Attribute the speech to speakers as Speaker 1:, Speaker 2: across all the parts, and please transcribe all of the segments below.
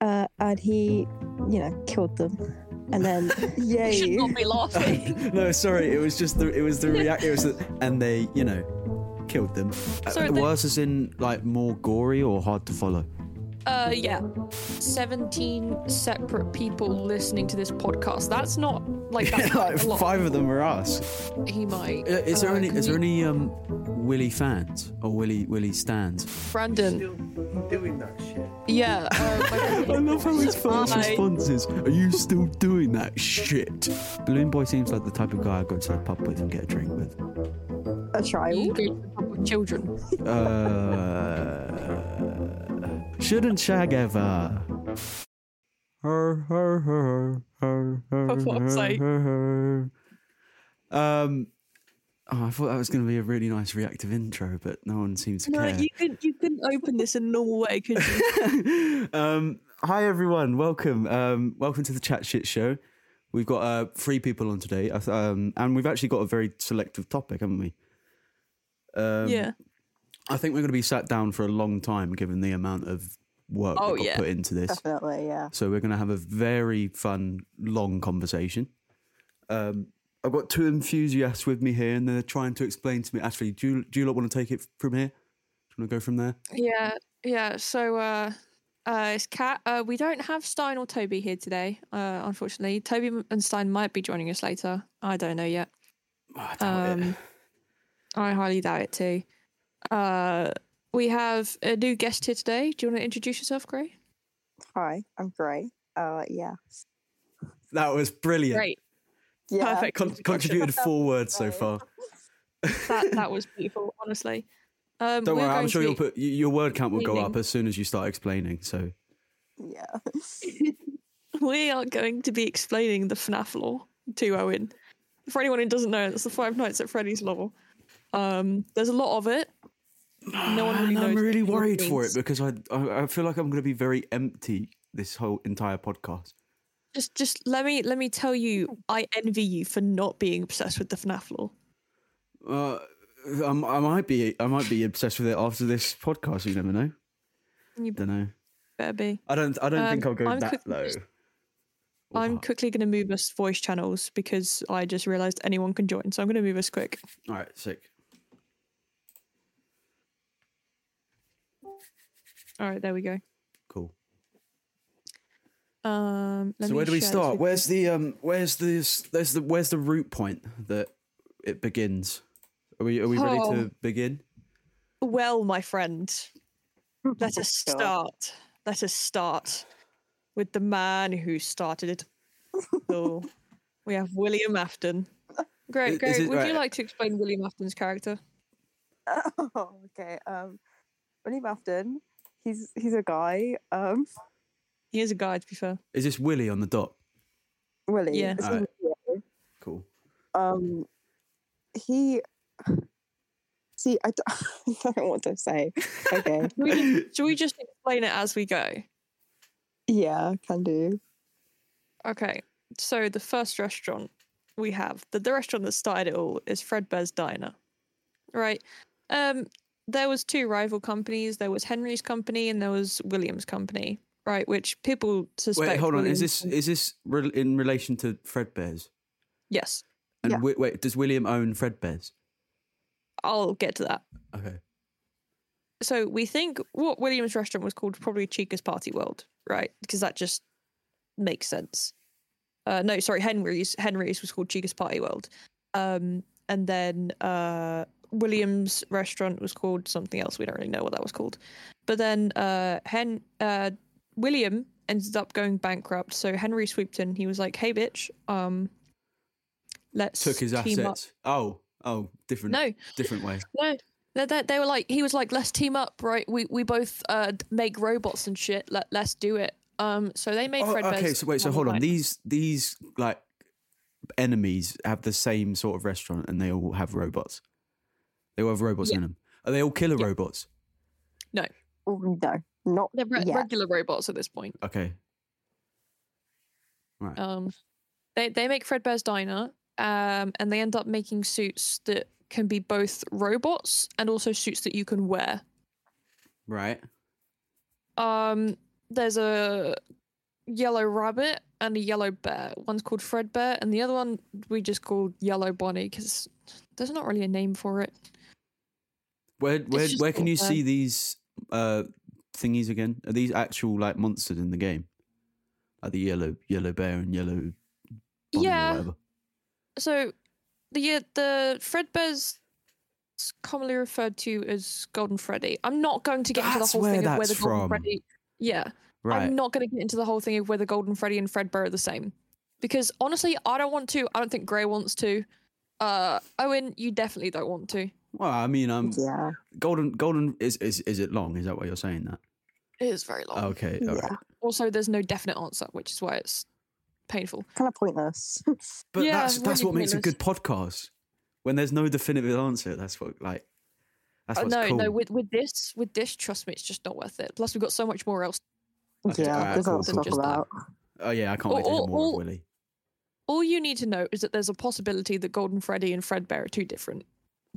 Speaker 1: Uh, and he, you know, killed them. And then,
Speaker 2: You should
Speaker 1: yay!
Speaker 2: not be laughing.
Speaker 3: no, sorry. It was just the it was the react. It was the, and they you know killed them.
Speaker 2: So
Speaker 3: uh,
Speaker 2: they-
Speaker 3: worse as in like more gory or hard to follow.
Speaker 2: Uh, yeah. 17 separate people listening to this podcast. That's not like that's
Speaker 3: like
Speaker 2: not a lot.
Speaker 3: five of them are us.
Speaker 2: He might.
Speaker 3: Uh, Is there
Speaker 2: Uh,
Speaker 3: any
Speaker 2: can
Speaker 3: is there
Speaker 2: you-
Speaker 3: any um Willy fans or Willy Willy stands?
Speaker 2: Brandon?
Speaker 4: Still doing that shit.
Speaker 2: Yeah. Uh, my-
Speaker 3: I love how his first
Speaker 2: Hi.
Speaker 3: response is, "Are you still doing that shit?" Balloon Boy seems like the type of guy I'd go to a pub with and get a drink with.
Speaker 1: A
Speaker 2: you
Speaker 1: trial.
Speaker 2: go to the pub with children.
Speaker 3: Uh, shouldn't shag ever. For
Speaker 2: fuck's sake.
Speaker 3: Um, oh, I thought that was going to be a really nice reactive intro, but no one seems to
Speaker 2: No,
Speaker 3: care.
Speaker 2: you couldn't. You couldn't open this in a normal way, could you?
Speaker 3: um, hi everyone, welcome, um, welcome to the Chat Shit Show. We've got uh, three people on today, I th- um, and we've actually got a very selective topic, haven't we? Um,
Speaker 2: yeah.
Speaker 3: I think we're going to be sat down for a long time, given the amount of work
Speaker 2: Oh,
Speaker 3: that got
Speaker 2: yeah.
Speaker 3: put into this.
Speaker 1: Definitely, yeah.
Speaker 3: So we're going to have a very fun, long conversation. Um, I've got two enthusiasts with me here, and they're trying to explain to me. Actually, do you, do you lot want to take it from here? Do you want to go from there?
Speaker 2: Yeah, yeah. So uh, uh, it's Kat. Uh, we don't have Stein or Toby here today, uh, unfortunately. Toby m- and Stein might be joining us later. I don't know yet.
Speaker 3: Oh, I doubt it.
Speaker 2: Um, I highly doubt it too. Uh, we have a new guest here today. Do you want to introduce yourself, Gray?
Speaker 1: Hi, I'm Gray. Uh, yeah.
Speaker 3: That was brilliant.
Speaker 1: Yeah.
Speaker 2: Perfect.
Speaker 3: Con- contributed four words so far.
Speaker 2: that that was beautiful, honestly. Um,
Speaker 3: Don't
Speaker 2: we're
Speaker 3: worry, I'm
Speaker 2: going
Speaker 3: sure
Speaker 2: to
Speaker 3: you'll
Speaker 2: be-
Speaker 3: put y- your word count will go up
Speaker 2: Evening.
Speaker 3: as soon as you start explaining. So
Speaker 1: Yeah.
Speaker 2: we are going to be explaining the FNAF law to Owen. For anyone who doesn't know, that's the Five Nights at Freddy's level. Um, there's a lot of it. No one really
Speaker 3: And I'm
Speaker 2: knows
Speaker 3: really
Speaker 2: what it
Speaker 3: worried for
Speaker 2: means.
Speaker 3: it because I, I I feel like I'm going to be very empty this whole entire podcast.
Speaker 2: Just, just let me let me tell you, I envy you for not being obsessed with the FNAF law.
Speaker 3: Uh, I'm, I might be I might be obsessed with it after this podcast. You never know.
Speaker 2: You
Speaker 3: Don't know.
Speaker 2: better be.
Speaker 3: I don't I don't
Speaker 2: Um,
Speaker 3: think I'll go
Speaker 2: I'm
Speaker 3: that
Speaker 2: quickly
Speaker 3: low.
Speaker 2: just- I'm quickly going to move us voice channels because I just realised anyone can join. So I'm going to move us quick.
Speaker 3: All right, sick.
Speaker 2: All right, there we go.
Speaker 3: Cool.
Speaker 2: Um, let
Speaker 3: so
Speaker 2: me
Speaker 3: where do we
Speaker 2: share this
Speaker 3: start?
Speaker 2: with
Speaker 3: Where's the um where's this there's the where's the root point that it begins? Are we are we ready
Speaker 2: Oh.
Speaker 3: to begin?
Speaker 2: you. Well, my friend, Let us
Speaker 1: God.
Speaker 2: start. Let us start with the man who started it. So we have William Afton.
Speaker 3: Is-
Speaker 2: Great, great.
Speaker 3: is it-
Speaker 2: Would
Speaker 3: right.
Speaker 2: you like to explain William Afton's character?
Speaker 1: Oh, okay. Um, William Afton. He's he's a guy. Um,
Speaker 2: He is a guy, to be fair.
Speaker 3: Is this Willie on the dot?
Speaker 1: Willie.
Speaker 2: Yeah.
Speaker 1: It's
Speaker 3: Alright.
Speaker 1: Willie.
Speaker 3: Cool.
Speaker 1: um he see I, d- I don't know what to say okay
Speaker 2: Should we just, should we just explain it as we go?
Speaker 1: yeah can do
Speaker 2: Okay. So the first restaurant we have, the, the restaurant that started it all is Fredbear's Diner. Right. Um there was two rival companies. There was Henry's company and there was William's company, right? Which people suspect
Speaker 3: Wait, hold on. Is
Speaker 2: William's
Speaker 3: this is this re- in relation to Fredbear's?
Speaker 2: Yes,
Speaker 3: And
Speaker 1: Yeah.
Speaker 3: wi- wait, does William own Fredbear's?
Speaker 2: I'll get to that.
Speaker 3: Okay.
Speaker 2: So we think what William's restaurant was called probably Chica's Party World, right? Because that just makes sense. Uh, no, sorry, Henry's. Henry's was called Chica's Party World, um, and then uh, William's restaurant was called something else. We don't really know what that was called. But then uh, Hen uh, William ended up going bankrupt. So Henry swooped in. He was like, "Hey, bitch, um, let's
Speaker 3: Took his
Speaker 2: team up."
Speaker 3: assets. Oh, oh, different,
Speaker 2: No,
Speaker 3: different way.
Speaker 2: No, they, they, they were like, he was like, let's team up, right? We we both uh, d- make robots and shit. Let let's do it. Um, so they made
Speaker 3: Oh,
Speaker 2: Fredbear's.
Speaker 3: okay, so wait, so
Speaker 2: Model
Speaker 3: hold on.
Speaker 2: Line.
Speaker 3: These these like enemies have the same sort of restaurant, and they all have robots. They all have robots
Speaker 2: Yeah.
Speaker 3: in them. Are they all killer robots?
Speaker 1: Oh, no not
Speaker 2: They're re-
Speaker 1: yeah.
Speaker 2: regular robots at this point.
Speaker 3: Okay. Right.
Speaker 2: Um, they they make Fredbear's Diner, um, and they end up making suits that can be both robots and also suits that you can wear.
Speaker 3: Right.
Speaker 2: Um, there's a yellow rabbit and a yellow bear. One's called Fredbear, and the other one we just called Yellow Bonnie because there's not really a name for it.
Speaker 3: Where where
Speaker 2: just
Speaker 3: where can
Speaker 2: not
Speaker 3: you
Speaker 2: there.
Speaker 3: see these uh thingies again? Are these actual like monsters in the game? Like the yellow yellow bear and yellow bunny or
Speaker 2: yeah.
Speaker 3: whatever.
Speaker 2: So the uh, the Fredbear's is commonly referred to as Golden Freddy. I'm not going to get into the
Speaker 3: That's
Speaker 2: whole
Speaker 3: where
Speaker 2: thing of where the
Speaker 3: that's
Speaker 2: Golden
Speaker 3: from.
Speaker 2: Freddy. Yeah.
Speaker 3: Right.
Speaker 2: I'm not going to get into the whole thing of whether Golden Freddy and Fredbear are the same. Because honestly, I don't want to. I don't think Grey wants to. Uh, Owen, you definitely don't want to.
Speaker 3: Well, I mean, um,
Speaker 1: yeah.
Speaker 3: golden golden is is is it long? Is that why you're saying that?
Speaker 2: It is very long.
Speaker 3: Okay.
Speaker 1: Yeah.
Speaker 3: all right.
Speaker 2: Also, there's no definite answer, which is why it's painful.
Speaker 1: Kind of pointless.
Speaker 3: But
Speaker 2: Yeah,
Speaker 3: that's that's
Speaker 2: really
Speaker 3: what makes a good podcast. When there's no definitive answer, that's what like that's
Speaker 2: Uh,
Speaker 3: what's
Speaker 2: no,
Speaker 3: cool.
Speaker 2: no. With with this, with this, trust me, it's just not worth it. Plus, we've got so much more else.
Speaker 3: Okay,
Speaker 1: yeah.
Speaker 3: alright,
Speaker 1: there's a
Speaker 3: cool,
Speaker 1: lot to
Speaker 3: cool,
Speaker 1: talk
Speaker 2: just that.
Speaker 1: about.
Speaker 3: oh yeah, I can't wait to
Speaker 2: Oh,
Speaker 3: hear
Speaker 2: oh,
Speaker 3: more of
Speaker 2: oh.
Speaker 3: Willy.
Speaker 2: All you need to know is that there's a possibility that Golden Freddy and Fredbear are two different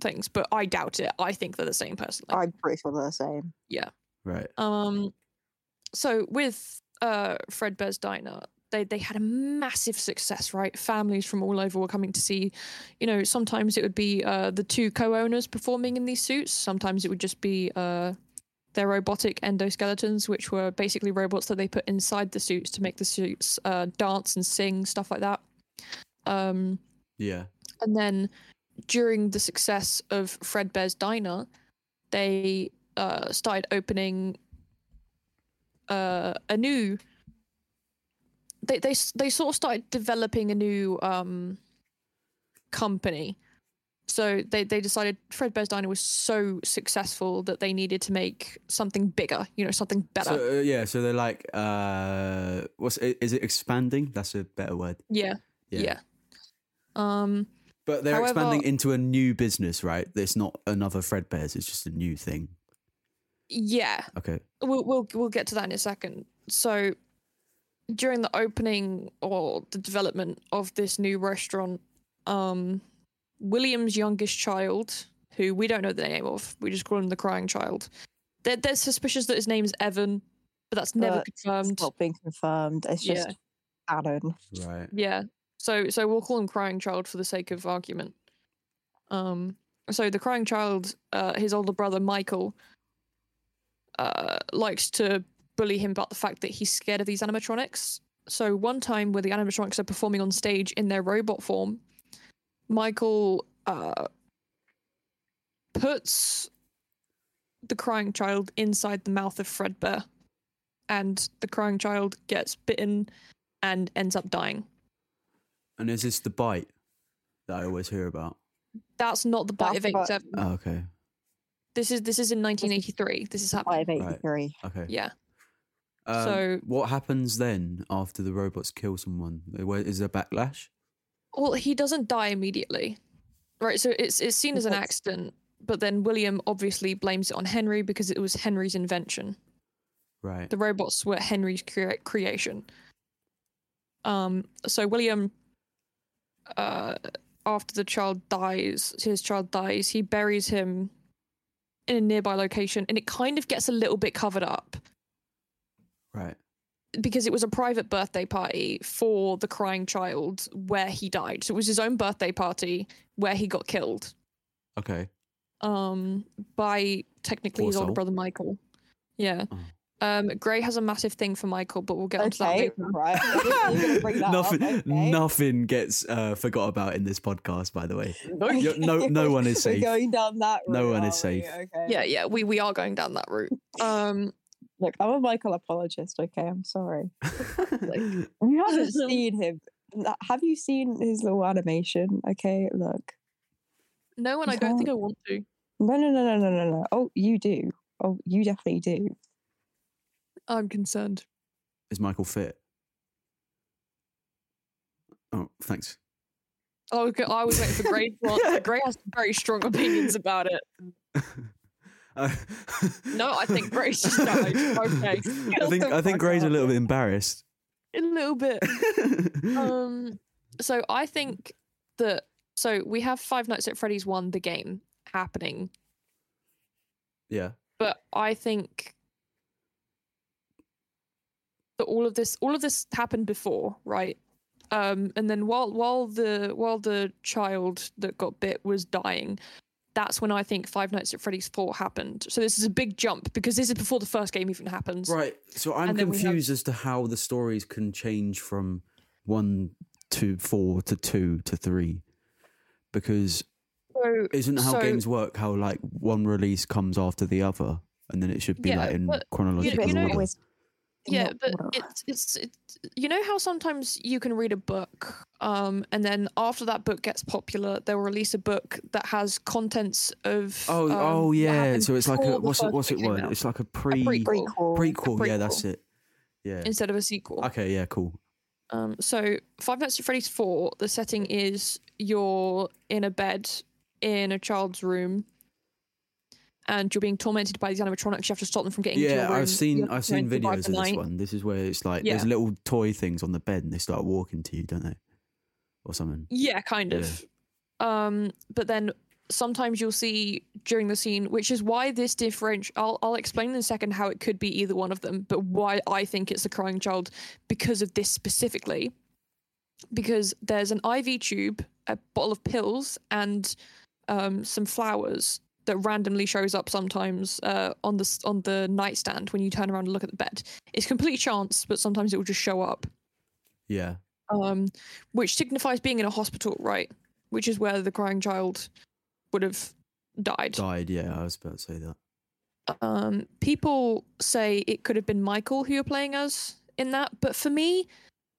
Speaker 2: things, but I doubt it. I think they're the same personally.
Speaker 1: I'm pretty sure they're the same.
Speaker 3: Right.
Speaker 2: Um, so with uh Fredbear's Diner, they they had a massive success, right? Families from all over were coming to see. You know, sometimes it would be uh the two co-owners performing in these suits. Sometimes it would just be uh their robotic endoskeletons, which were basically robots that they put inside the suits to make the suits uh, dance and sing stuff like that. Um,
Speaker 3: Yeah.
Speaker 2: and then during the success of Fredbear's Diner, they uh, started opening uh, a new. They they s- they sort of started developing a new um, company. So they they decided Fredbear's Diner was so successful that they needed to make something bigger, you know, something better.
Speaker 3: So uh, yeah, so they're like, uh, what's i- is it expanding? That's a better word.
Speaker 2: yeah, yeah, Um,
Speaker 3: But they're
Speaker 2: However-
Speaker 3: expanding into a new business, right? It's not another Fredbear's. It's just a new thing.
Speaker 2: yeah.
Speaker 3: Okay.
Speaker 2: we'll we'll we'll get to that in a second. So during the opening or the development of this new restaurant, um William's youngest child, who we don't know the name of, we just call him the crying child. They're, they're suspicious that his name's Evan, but that's never
Speaker 1: Uh,
Speaker 2: confirmed.
Speaker 1: It's not being confirmed. It's
Speaker 2: Yeah.
Speaker 1: just Aaron.
Speaker 3: Right.
Speaker 2: Yeah. So so we'll call him crying child for the sake of argument. Um so the crying child, uh his older brother Michael uh likes to bully him about the fact that he's scared of these animatronics. So one time where the animatronics are performing on stage in their robot form, Michael uh puts the crying child inside the mouth of Fredbear and the crying child gets bitten and ends up dying.
Speaker 3: And is this the bite that I always hear about?
Speaker 2: That's not the bite
Speaker 1: That's
Speaker 2: of
Speaker 1: the bite.
Speaker 2: 87.
Speaker 3: Oh, okay.
Speaker 2: This is this is in 1983. This is happening.
Speaker 1: Five eighty three.
Speaker 3: Okay.
Speaker 2: Yeah.
Speaker 3: Um,
Speaker 2: So-
Speaker 3: what happens then after the robots kill someone? Where- Is there backlash?
Speaker 2: Well, he doesn't die immediately. Right, so it's it's seen as an
Speaker 1: That's-
Speaker 2: accident, but then William obviously blames it on Henry because it was Henry's invention.
Speaker 3: Right.
Speaker 2: The robots were Henry's crea- creation. Um so William uh after the child dies, his child dies, he buries him in a nearby location and it kind of gets a little bit covered up.
Speaker 3: Right.
Speaker 2: because it was a private birthday party for the crying child where he died. So it was his own birthday party where he got killed
Speaker 3: Okay.
Speaker 2: um, by technically
Speaker 3: Poor
Speaker 2: his older
Speaker 3: soul.
Speaker 2: brother Michael. Yeah.
Speaker 3: Oh.
Speaker 2: Um, Gray has a massive thing for Michael, but we'll get onto that
Speaker 1: Okay,
Speaker 2: later.
Speaker 1: right. You're gonna bring that up,
Speaker 3: nothing,
Speaker 1: okay.
Speaker 3: nothing gets uh, forgot about in this podcast, by the way. You're- no, no one is
Speaker 1: We're
Speaker 3: safe.
Speaker 1: going down that route.
Speaker 3: No one
Speaker 1: are
Speaker 3: is
Speaker 1: we?
Speaker 3: safe.
Speaker 1: Okay.
Speaker 2: Yeah, yeah, we, we are going down that route. Um,
Speaker 1: Look, I'm a Michael apologist. Okay, I'm sorry.
Speaker 2: Like-
Speaker 1: You haven't seen him. N- Have you seen his little animation? Okay, look.
Speaker 2: no, and I don't think I want to.
Speaker 1: No, no, no, no, no, no, no. Oh, you do. Oh, you definitely do.
Speaker 2: I'm concerned.
Speaker 3: is Michael fit? Oh, thanks.
Speaker 2: I was, go- I was waiting for Gray to answer. Gray has very strong opinions about it.
Speaker 3: no,
Speaker 2: No, I think Grace just died. Okay.
Speaker 3: I think I think Gray's a little bit embarrassed.
Speaker 2: A little bit. um so i think that so we have five nights at freddy's one the game happening
Speaker 3: yeah.
Speaker 2: but i think that all of this all of this happened before, right? Um, and then while while the while the child that got bit was dying, that's when I think Five Nights at Freddy's Four happened. So this is a big jump because this is before the first game even happens.
Speaker 3: Right. So I'm
Speaker 2: And then we have-
Speaker 3: confused as to how the stories can change from one to four to two to three. Because
Speaker 2: So
Speaker 3: isn't how
Speaker 2: So-
Speaker 3: games work how like one release comes after the other and then it should be
Speaker 2: Yeah,
Speaker 3: like in
Speaker 2: but-
Speaker 3: chronological
Speaker 1: but
Speaker 2: you know-
Speaker 3: order.
Speaker 1: always in
Speaker 2: yeah,
Speaker 1: that
Speaker 2: but
Speaker 1: order.
Speaker 2: it's, it's it's you know how sometimes you can read a book, um, and then after that book gets popular, they'll release a book that has contents of
Speaker 3: oh,
Speaker 2: um,
Speaker 3: oh
Speaker 2: what
Speaker 3: yeah.
Speaker 2: happened
Speaker 3: So it's like
Speaker 2: before
Speaker 3: a
Speaker 2: the
Speaker 3: what's it
Speaker 2: first
Speaker 3: what's
Speaker 2: book
Speaker 3: it
Speaker 2: came
Speaker 3: word?
Speaker 2: out.
Speaker 3: It's like a
Speaker 2: A
Speaker 3: pre prequel.
Speaker 2: prequel
Speaker 1: prequel.
Speaker 3: Yeah, that's it. Yeah.
Speaker 2: instead of a sequel.
Speaker 3: Okay. Yeah. Cool.
Speaker 2: Um, so Five Nights at Freddy's Four, the setting is you're in a bed in a child's room, and you're being tormented by these animatronics. You have to stop them from getting into your
Speaker 3: Yeah,
Speaker 2: room.
Speaker 3: I've
Speaker 2: You
Speaker 3: seen
Speaker 2: have
Speaker 3: I've
Speaker 2: to try
Speaker 3: seen
Speaker 2: and survive
Speaker 3: videos
Speaker 2: the
Speaker 3: of this
Speaker 2: night.
Speaker 3: one. This is where it's like
Speaker 2: Yeah.
Speaker 3: there's little toy things on the bed and they start walking to you, don't they? Or something.
Speaker 2: Yeah, kind
Speaker 3: Yeah.
Speaker 2: of. Um, but then sometimes you'll see during the scene, which is why this different. I'll I'll explain in a second how it could be either one of them, but why I think it's the crying child because of this specifically. Because there's an IV tube, a bottle of pills, and um, some flowers that randomly shows up sometimes uh, on the s- on the nightstand when you turn around and look at the bed. It's complete chance, but sometimes it will just show up
Speaker 3: Yeah.
Speaker 2: um, which signifies being in a hospital, right? Which is where the crying child would have died.
Speaker 3: Died. Yeah. I was about to say that.
Speaker 2: Um, people say it could have been Michael who you're playing as in that, but for me,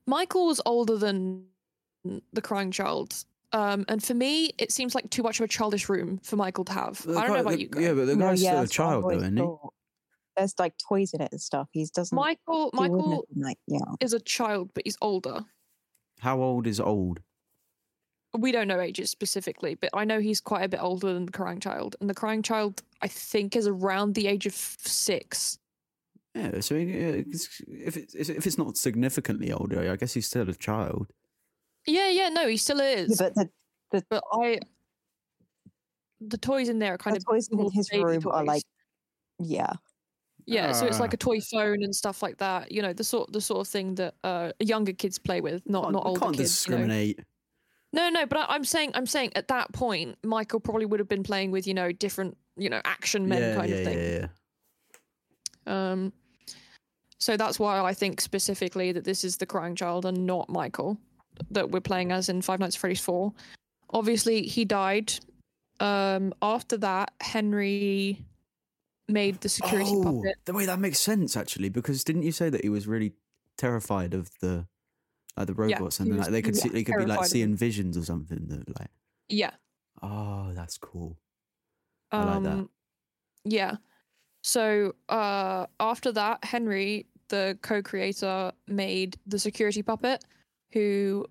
Speaker 2: Michael was older than the crying child. Um, and for me, it seems like too much of a childish room for Michael to have.
Speaker 3: The
Speaker 2: I don't
Speaker 3: guy-
Speaker 2: know about
Speaker 3: the-
Speaker 2: you. Guys.
Speaker 3: Yeah, but the
Speaker 1: No,
Speaker 3: guy's
Speaker 1: yeah,
Speaker 3: still a
Speaker 1: that's what I've
Speaker 3: child, though,
Speaker 1: always
Speaker 3: isn't he?
Speaker 1: thought. There's like toys in it and stuff. He doesn't.
Speaker 2: Michael,
Speaker 1: he wouldn't
Speaker 2: Michael
Speaker 1: have, like, yeah.
Speaker 2: is a child, but he's older.
Speaker 3: How old is old?
Speaker 2: we don't know ages specifically, but I know he's quite a bit older than the crying child, and the crying child I think is around the age of six.
Speaker 3: Yeah, so he- yeah, 'cause if it's if it's not significantly older, I guess he's still a child.
Speaker 2: Yeah, yeah, no, he still
Speaker 1: Yeah,
Speaker 2: is.
Speaker 1: but the,
Speaker 2: but, I, the toys in there are kind
Speaker 1: the
Speaker 2: of
Speaker 1: toys in
Speaker 2: more
Speaker 1: his
Speaker 2: baby
Speaker 1: room are
Speaker 2: toys.
Speaker 1: like, yeah,
Speaker 2: yeah, so it's like
Speaker 3: Ah.
Speaker 2: a toy phone and stuff like that. You know, the sort the sort of thing that uh, younger kids play with, not
Speaker 3: Can't-
Speaker 2: not
Speaker 3: we
Speaker 2: older
Speaker 3: can't
Speaker 2: kids. you know.
Speaker 3: discriminate.
Speaker 2: No, no, but I, I'm saying I'm saying at that point, Michael probably would have been playing with you know different you know action men
Speaker 3: Yeah,
Speaker 2: kind
Speaker 3: yeah,
Speaker 2: of thing.
Speaker 3: yeah, yeah.
Speaker 2: Um, so that's why I think specifically that this is the crying child and not Michael that we're playing as in Five Nights at Freddy's 4. Obviously, he died. Um, after that, Henry made the security
Speaker 3: Oh,
Speaker 2: puppet.
Speaker 3: the way that makes sense actually, because didn't you say that he was really terrified of the like the robots
Speaker 2: he
Speaker 3: and then,
Speaker 2: was-
Speaker 3: like, they could
Speaker 2: he
Speaker 3: see
Speaker 2: was
Speaker 3: they could be
Speaker 2: terrified
Speaker 3: like
Speaker 2: of
Speaker 3: seeing visions or something that like
Speaker 2: Yeah.
Speaker 3: oh that's cool. I like
Speaker 2: Um,
Speaker 3: that.
Speaker 2: Yeah. So uh, after that, Henry, the co creator, made the security puppet who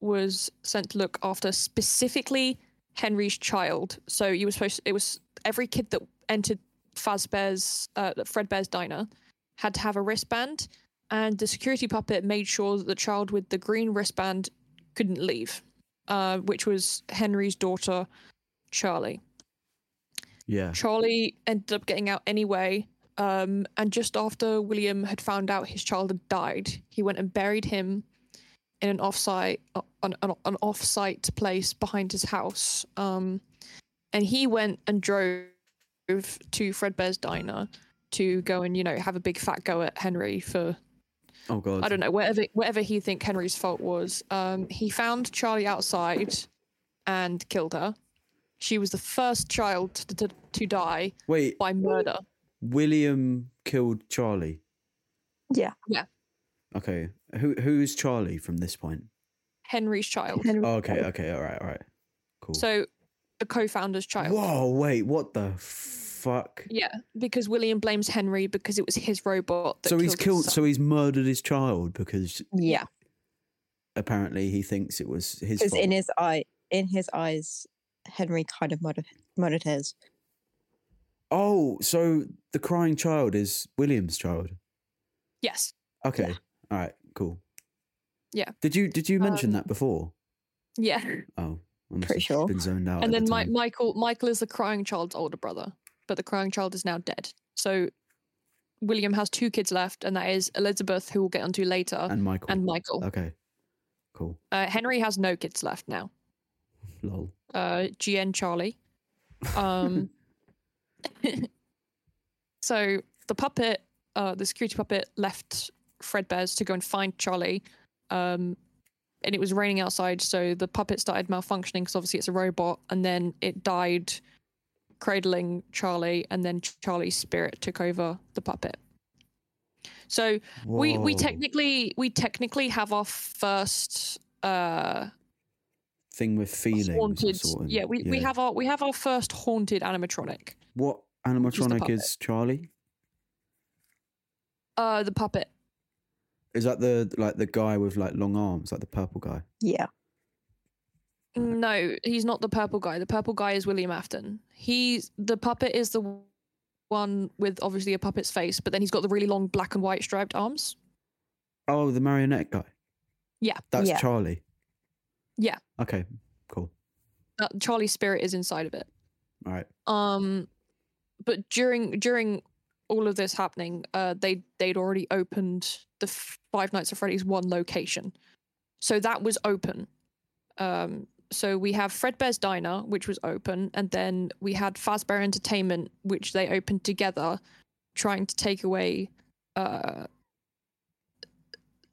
Speaker 2: was sent to look after specifically Henry's child. So you were supposed it was every kid that entered Fazbear's, uh, Fredbear's Diner had to have a wristband, and the security puppet made sure that the child with the green wristband couldn't leave, uh, which was Henry's daughter, Charlie.
Speaker 3: Yeah.
Speaker 2: Charlie ended up getting out anyway. Um, and just after William had found out his child had died, he went and buried him in an offsite, uh, an, an, an offsite place behind his house. Um, and he went and drove to Fredbear's diner to go and you know have a big fat go at Henry for
Speaker 3: Oh god.
Speaker 2: I don't know, whatever whatever he think Henry's fault was. Um, he found Charlie outside and killed her. She was the first child to, to, to die
Speaker 3: Wait,
Speaker 2: by murder.
Speaker 3: William killed Charlie.
Speaker 1: yeah.
Speaker 3: Okay. Who who is Charlie from this point?
Speaker 2: Henry's child.
Speaker 1: Henry-
Speaker 3: Oh, okay, okay, all right, all right. Cool.
Speaker 2: So the co-founder's child.
Speaker 3: Whoa, wait, what the fuck?
Speaker 2: Yeah, because William blames Henry because it was his robot that
Speaker 3: So he's
Speaker 2: killed.
Speaker 3: killed.
Speaker 2: his son.
Speaker 3: So he's murdered his child because
Speaker 1: yeah,
Speaker 3: apparently he thinks it was his.
Speaker 1: because
Speaker 3: Fault.
Speaker 1: in his eye, in his eyes, Henry kind of murdered, murdered his.
Speaker 3: oh, so the crying child is William's child.
Speaker 2: yes.
Speaker 3: Okay, all right, cool.
Speaker 2: Yeah.
Speaker 3: Did you did you mention
Speaker 2: Um,
Speaker 3: that before?
Speaker 2: Yeah.
Speaker 3: Oh, I must
Speaker 1: Pretty
Speaker 3: have
Speaker 1: sure.
Speaker 3: Been zoned out.
Speaker 2: and
Speaker 3: at
Speaker 2: then
Speaker 3: the
Speaker 2: Mi-
Speaker 3: time.
Speaker 2: Michael Michael is the crying child's older brother, but the crying child is now dead. So William has two kids left, and that is Elizabeth, who we'll get onto later, and,
Speaker 3: and Michael.
Speaker 2: Michael.
Speaker 3: okay, cool.
Speaker 2: Uh, Henry has no kids left now.
Speaker 3: Lol.
Speaker 2: uh, GN Charlie. Um, so the puppet, uh, the security puppet, left Fredbear's to go and find Charlie. Um, and it was raining outside, so the puppet started malfunctioning because obviously it's a robot. And then it died, cradling Charlie, and then Ch- Charlie's spirit took over the puppet. So we we
Speaker 3: Whoa.
Speaker 2: technically we technically have our first uh
Speaker 3: thing with feelings. of
Speaker 2: haunted.
Speaker 3: sort, and-
Speaker 2: Yeah, we, we have our we have our first haunted animatronic.
Speaker 3: what
Speaker 2: is the
Speaker 3: animatronic
Speaker 2: puppet.
Speaker 3: is Charlie?
Speaker 2: Uh, the puppet.
Speaker 3: Is that the like the guy with like long arms, like the purple guy?
Speaker 1: Yeah.
Speaker 2: No, he's not the purple guy. The purple guy is William Afton. He's the puppet is the one with obviously a puppet's face, but then he's got the really long black and white striped arms.
Speaker 3: Oh, the marionette guy.
Speaker 2: Yeah.
Speaker 3: That's
Speaker 1: Yeah.
Speaker 3: Charlie.
Speaker 2: Yeah.
Speaker 3: Okay. Cool.
Speaker 2: Uh, Charlie's spirit is inside of it.
Speaker 3: All right.
Speaker 2: Um, but during during all of this happening, uh, they they'd already opened the F- Five Nights at Freddy's one location, so that was open. Um, so we have Fredbear's Diner, which was open, and then we had Fazbear Entertainment, which they opened together, trying to take away uh,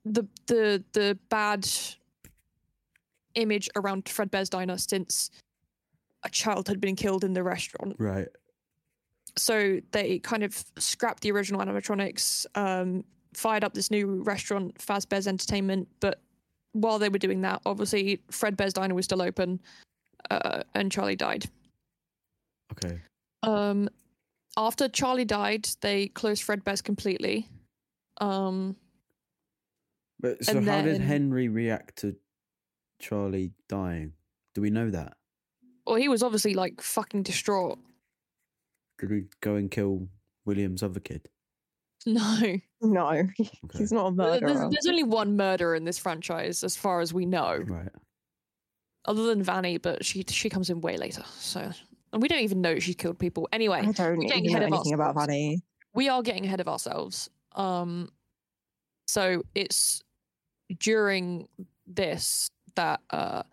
Speaker 2: the the the bad image around Fredbear's Diner since a child had been killed in the restaurant
Speaker 3: Right.
Speaker 2: so they kind of scrapped the original animatronics, um, fired up this new restaurant, Fazbear's Entertainment. But while they were doing that, obviously Fredbear's Diner was still open, uh, and Charlie died.
Speaker 3: Okay.
Speaker 2: Um, after Charlie died, they closed Fredbear's completely. Um,
Speaker 3: But so
Speaker 2: And
Speaker 3: how did
Speaker 2: then-
Speaker 3: Henry react to Charlie dying? Do we know that?
Speaker 2: well, he was obviously like fucking distraught.
Speaker 3: Did we go and kill William's other kid?
Speaker 2: No,
Speaker 1: No,
Speaker 3: Okay.
Speaker 1: he's not a
Speaker 2: There-
Speaker 1: murderer.
Speaker 2: there's, there's only one murderer in this franchise, as far as we know.
Speaker 3: Right.
Speaker 2: other than Vanny, but she she comes in way later. So and we don't even know she killed people. Anyway,
Speaker 1: I don't
Speaker 2: we're
Speaker 1: even
Speaker 2: getting
Speaker 1: know
Speaker 2: ahead of
Speaker 1: anything about
Speaker 2: ourselves.
Speaker 1: Vanny.
Speaker 2: we are getting ahead of ourselves. Um, so it's during this that uh,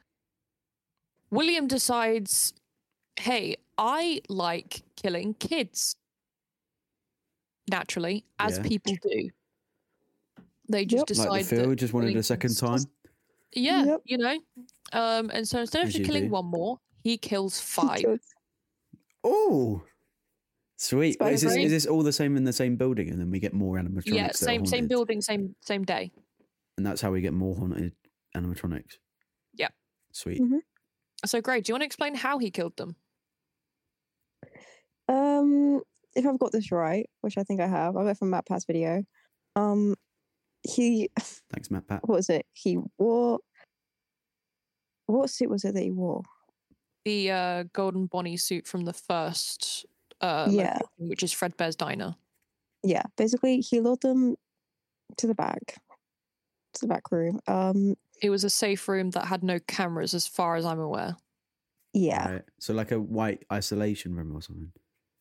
Speaker 2: William decides, "Hey, I like killing kids." Naturally, as
Speaker 3: Yeah.
Speaker 2: people do, they just
Speaker 1: Yep.
Speaker 2: decide
Speaker 3: like the
Speaker 2: that
Speaker 3: Phil just wanted
Speaker 2: killing
Speaker 3: a second
Speaker 2: kids
Speaker 3: time.
Speaker 2: doesn't- yeah,
Speaker 1: Yep.
Speaker 2: you know. Um, and so instead of
Speaker 3: As
Speaker 2: just
Speaker 3: you
Speaker 2: killing
Speaker 3: do.
Speaker 2: one more, he kills five.
Speaker 3: Oh, sweet! Wait, Is this,
Speaker 2: Spider-Man.
Speaker 3: is this all the same in the same building, and then we get more animatronics?
Speaker 2: yeah,
Speaker 3: that are
Speaker 2: same same
Speaker 3: haunted?
Speaker 2: building, same same day.
Speaker 3: and that's how we get more haunted animatronics.
Speaker 2: Yep.
Speaker 1: Mm.
Speaker 3: Sweet.
Speaker 2: So Gray, do you want to explain how he killed them?
Speaker 1: Um, if I've got this right, which I think I have, I got it from Matt Pat's video. Um, he
Speaker 3: Thanks, Matt Pat.
Speaker 1: what was it? He wore what suit was it that he wore?
Speaker 2: The uh, golden Bonnie suit from the first, uh,
Speaker 1: Yeah.
Speaker 2: location, which is Fredbear's Diner.
Speaker 1: yeah, basically he lured them to the back, to the back room. Um,
Speaker 2: It was a safe room that had no cameras, as far as I'm aware.
Speaker 1: yeah,
Speaker 3: Right. So like a white isolation room or something.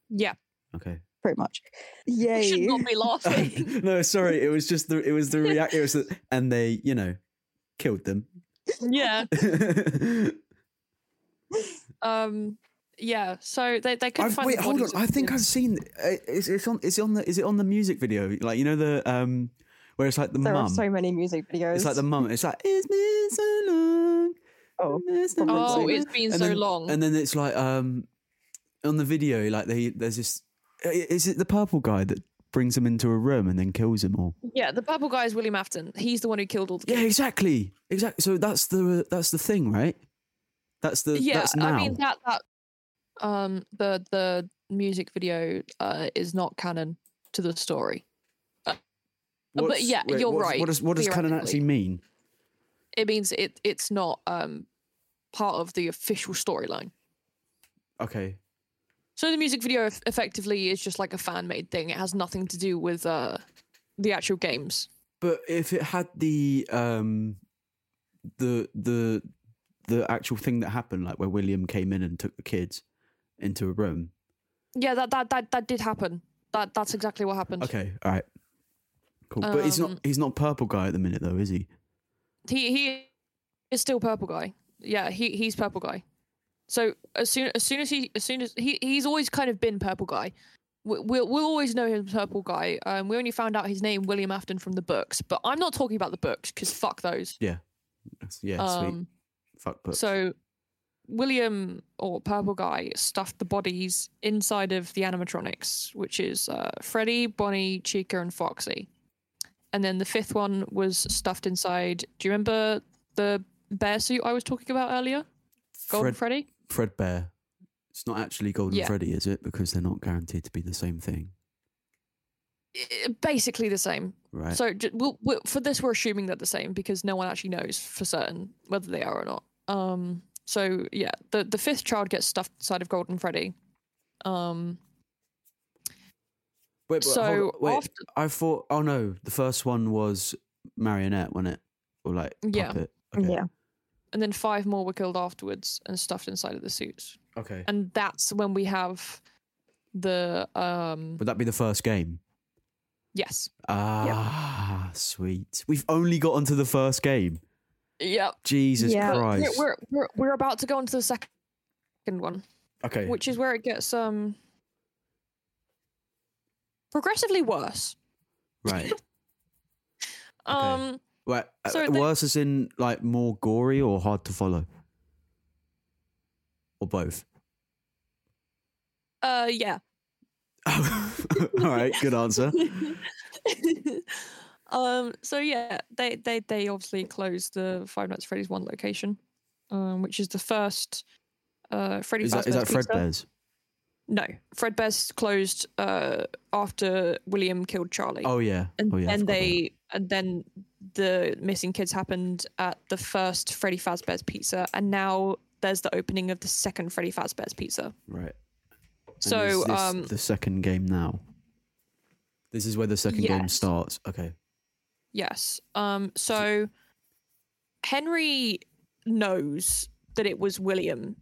Speaker 2: Yeah,
Speaker 3: Okay.
Speaker 1: pretty much.
Speaker 2: we should
Speaker 1: Yay!
Speaker 2: not be laughing.
Speaker 3: no, sorry. It was just the it was the react. It was the, and they you know killed them.
Speaker 2: yeah, um, yeah. So they they could
Speaker 3: I've-
Speaker 2: find.
Speaker 3: wait,
Speaker 2: the
Speaker 3: hold on.
Speaker 2: bodies of
Speaker 3: I think
Speaker 2: the-
Speaker 3: I've seen. uh, It's, it's on. It's on the. Is it on the music video? Like you know the um, where it's like the
Speaker 1: There are
Speaker 3: mum.
Speaker 1: so many music videos.
Speaker 3: It's like the mum. It's like it's been so long.
Speaker 1: Oh,
Speaker 3: it's been
Speaker 1: probably
Speaker 2: Oh,
Speaker 3: so
Speaker 2: it's
Speaker 3: long."
Speaker 2: been
Speaker 3: And
Speaker 2: so
Speaker 3: then-
Speaker 2: long.
Speaker 3: And then it's like um, on the video, like they there's this. i- Is it the purple guy that brings him into a room and then kills him all?
Speaker 2: yeah, the purple guy is William Afton. He's the one who killed all the.
Speaker 3: Yeah, exactly, exactly. So that's the that's the thing, right? That's the
Speaker 2: yeah
Speaker 3: that's now.
Speaker 2: i mean that that um the the music video uh is not canon to the story but
Speaker 3: What's-
Speaker 2: yeah, you're
Speaker 3: what's-
Speaker 2: right,
Speaker 3: What does what does canon
Speaker 2: theoretically.
Speaker 3: actually mean?
Speaker 2: it means it it's not um part of the official storyline
Speaker 3: Okay,
Speaker 2: so the music video eff- effectively is just like a fan made thing it has nothing to do with uh the actual games
Speaker 3: But if it had the um the the the actual thing that happened, like where William came in and took the kids into a room.
Speaker 2: yeah that that that, that did happen That that's exactly what happened.
Speaker 3: Okay, all right, cool. but he's not
Speaker 2: Um,
Speaker 3: he's not purple guy at the minute though, is he?
Speaker 2: He he is still purple guy. Yeah, he he's purple guy. So as soon as soon as he as soon as he he's always kind of been purple guy. We- We'll we'll always know him as purple guy. Um, we only found out his name William Afton from the books, but I'm not talking about the books because fuck those.
Speaker 3: That's- Yeah, sweet.
Speaker 2: Um,
Speaker 3: Fuck, but
Speaker 2: so William or purple guy stuffed the bodies inside of the animatronics, which is uh, Freddy, Bonnie, Chica, and Foxy. And then the fifth one was stuffed inside. Do you remember the bear suit I was talking about earlier? Golden
Speaker 3: Fred,
Speaker 2: Freddy?
Speaker 3: Fred Bear. It's not actually Golden
Speaker 2: Yeah.
Speaker 3: Freddy, is it? Because they're not guaranteed to be the same thing,
Speaker 2: I- Eh, Basically the same.
Speaker 3: right?
Speaker 2: So ju- we'll, we'll, for this, we're assuming they're the same because no one actually knows for certain whether they are or not. Um, so yeah, the the fifth child gets stuffed inside of Golden Freddy. Um,
Speaker 3: wait, but hold
Speaker 2: so
Speaker 3: on, wait,
Speaker 2: after
Speaker 3: I thought. Oh no, the first one was marionette, wasn't it? Or like
Speaker 2: Yeah.
Speaker 3: puppet. Okay.
Speaker 1: Yeah.
Speaker 2: and then five more were killed afterwards and stuffed inside of the suits.
Speaker 3: Okay.
Speaker 2: And that's when we have the um
Speaker 3: Would that be the first game?
Speaker 2: yes.
Speaker 3: Ah, sweet. We've only got onto the first game.
Speaker 2: Yep.
Speaker 3: Jesus
Speaker 1: Yeah. But
Speaker 2: We're,
Speaker 3: Christ.
Speaker 2: we're we're we're about to go on to the second one,
Speaker 3: okay.
Speaker 2: which is where it gets um progressively worse.
Speaker 3: right.
Speaker 2: Um
Speaker 3: Right. uh,
Speaker 2: So the-
Speaker 3: worse as in like more gory or hard to follow? Or both?
Speaker 2: uh yeah.
Speaker 3: All right. Good answer.
Speaker 2: um so yeah they they they obviously closed the five nights at freddy's one location um which is the first uh freddy
Speaker 3: Is that, is that
Speaker 2: Fazbear's
Speaker 3: Fred
Speaker 2: pizza.
Speaker 3: Bears?
Speaker 2: no fredbear's closed uh after william killed charlie
Speaker 3: Oh, yeah.
Speaker 2: and
Speaker 3: oh, yeah. I
Speaker 2: then
Speaker 3: forgot about that.
Speaker 2: they and then the missing kids happened at the first freddy fazbear's pizza and now there's the opening of the second freddy fazbear's pizza
Speaker 3: Right. And
Speaker 2: so
Speaker 3: is this
Speaker 2: um
Speaker 3: the second game now. This is where the second game
Speaker 2: Yes.
Speaker 3: starts. Okay.
Speaker 2: Yes. Um. So Henry knows that it was William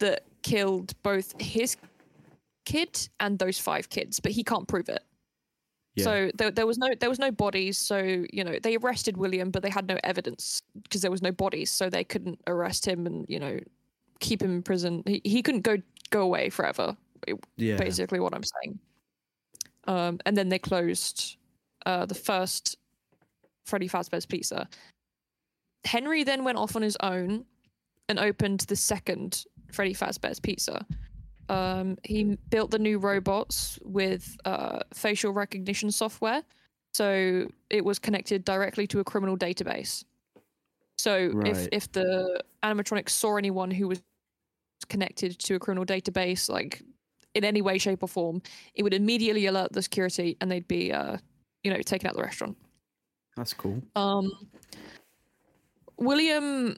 Speaker 2: that killed both his kid and those five kids, but he can't prove it.
Speaker 3: Yeah.
Speaker 2: So there, there was no there was no bodies. So you know they arrested William, but they had no evidence because there was no bodies, so they couldn't arrest him and you know keep him in prison. He he couldn't go go away forever
Speaker 3: yeah.
Speaker 2: basically what I'm saying. Um, and then they closed uh, the first Freddy Fazbear's Pizza. Henry then went off on his own and opened the second Freddy Fazbear's Pizza. Um, he m- built the new robots with uh, facial recognition software, so it was connected directly to a criminal database. So if
Speaker 3: Right.
Speaker 2: if the animatronics saw anyone who was connected to a criminal database, like in any way, shape, or form, it would immediately alert the security, and they'd be, uh, you know, taken out of the restaurant.
Speaker 3: That's cool.
Speaker 2: Um, William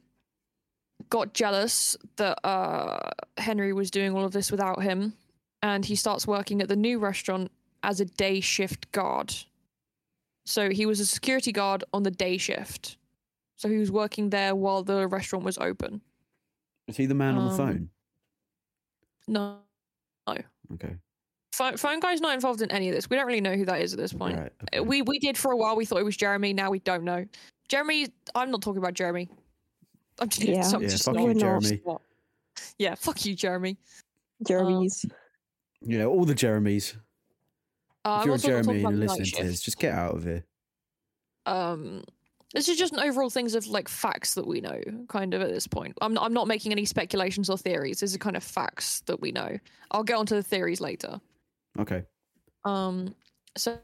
Speaker 2: got jealous that uh, Henry was doing all of this without him, and he starts working at the new restaurant as a day shift guard. So he was a security guard on the day shift. So he was working there while the restaurant was open.
Speaker 3: Is he the man on the
Speaker 2: Um,
Speaker 3: phone?
Speaker 2: No,
Speaker 3: Okay.
Speaker 2: phone, phone guy's not involved in any of this. We don't really know who that is at this point.
Speaker 3: Right.
Speaker 2: Uh,
Speaker 3: okay.
Speaker 2: we we did for a while. We thought it was Jeremy. Now we don't know. Jeremy, I'm not talking about Jeremy. I'm just,
Speaker 1: Yeah.
Speaker 2: I'm
Speaker 3: Yeah,
Speaker 2: just
Speaker 3: fuck
Speaker 2: not-
Speaker 1: you,
Speaker 2: I'm
Speaker 3: Jeremy.
Speaker 2: just not. Yeah, fuck you, Jeremy.
Speaker 1: Jeremy's.
Speaker 2: Um,
Speaker 3: You know, all the Jeremies.
Speaker 2: Uh,
Speaker 3: if
Speaker 2: I'm
Speaker 3: you're
Speaker 2: also not
Speaker 3: Jeremy
Speaker 2: talking
Speaker 3: and
Speaker 2: about
Speaker 3: you're
Speaker 2: the night
Speaker 3: listening to
Speaker 2: shift.
Speaker 3: this, just get out of here.
Speaker 2: Um, this is just an overall things of like facts that we know, kind of at this point. I'm I'm not making any speculations or theories. These are kind of facts that we know. I'll get onto the theories later.
Speaker 3: Okay.
Speaker 2: Um, so,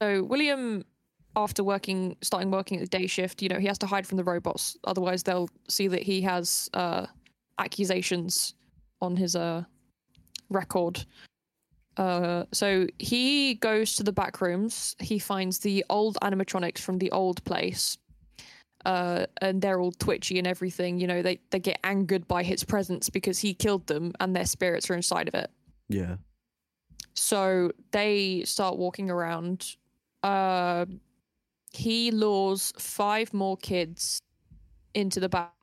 Speaker 2: so William, after working, starting working at the day shift, you know, he has to hide from the robots. Otherwise, they'll see that he has uh, accusations on his uh, record. Uh, so he goes to the back rooms. He finds the old animatronics from the old place. Uh, and they're all twitchy and everything. You know, they, they get angered by his presence because he killed them and their spirits are inside of it.
Speaker 3: Yeah.
Speaker 2: So they start walking around. Uh, he lures five more kids into the back,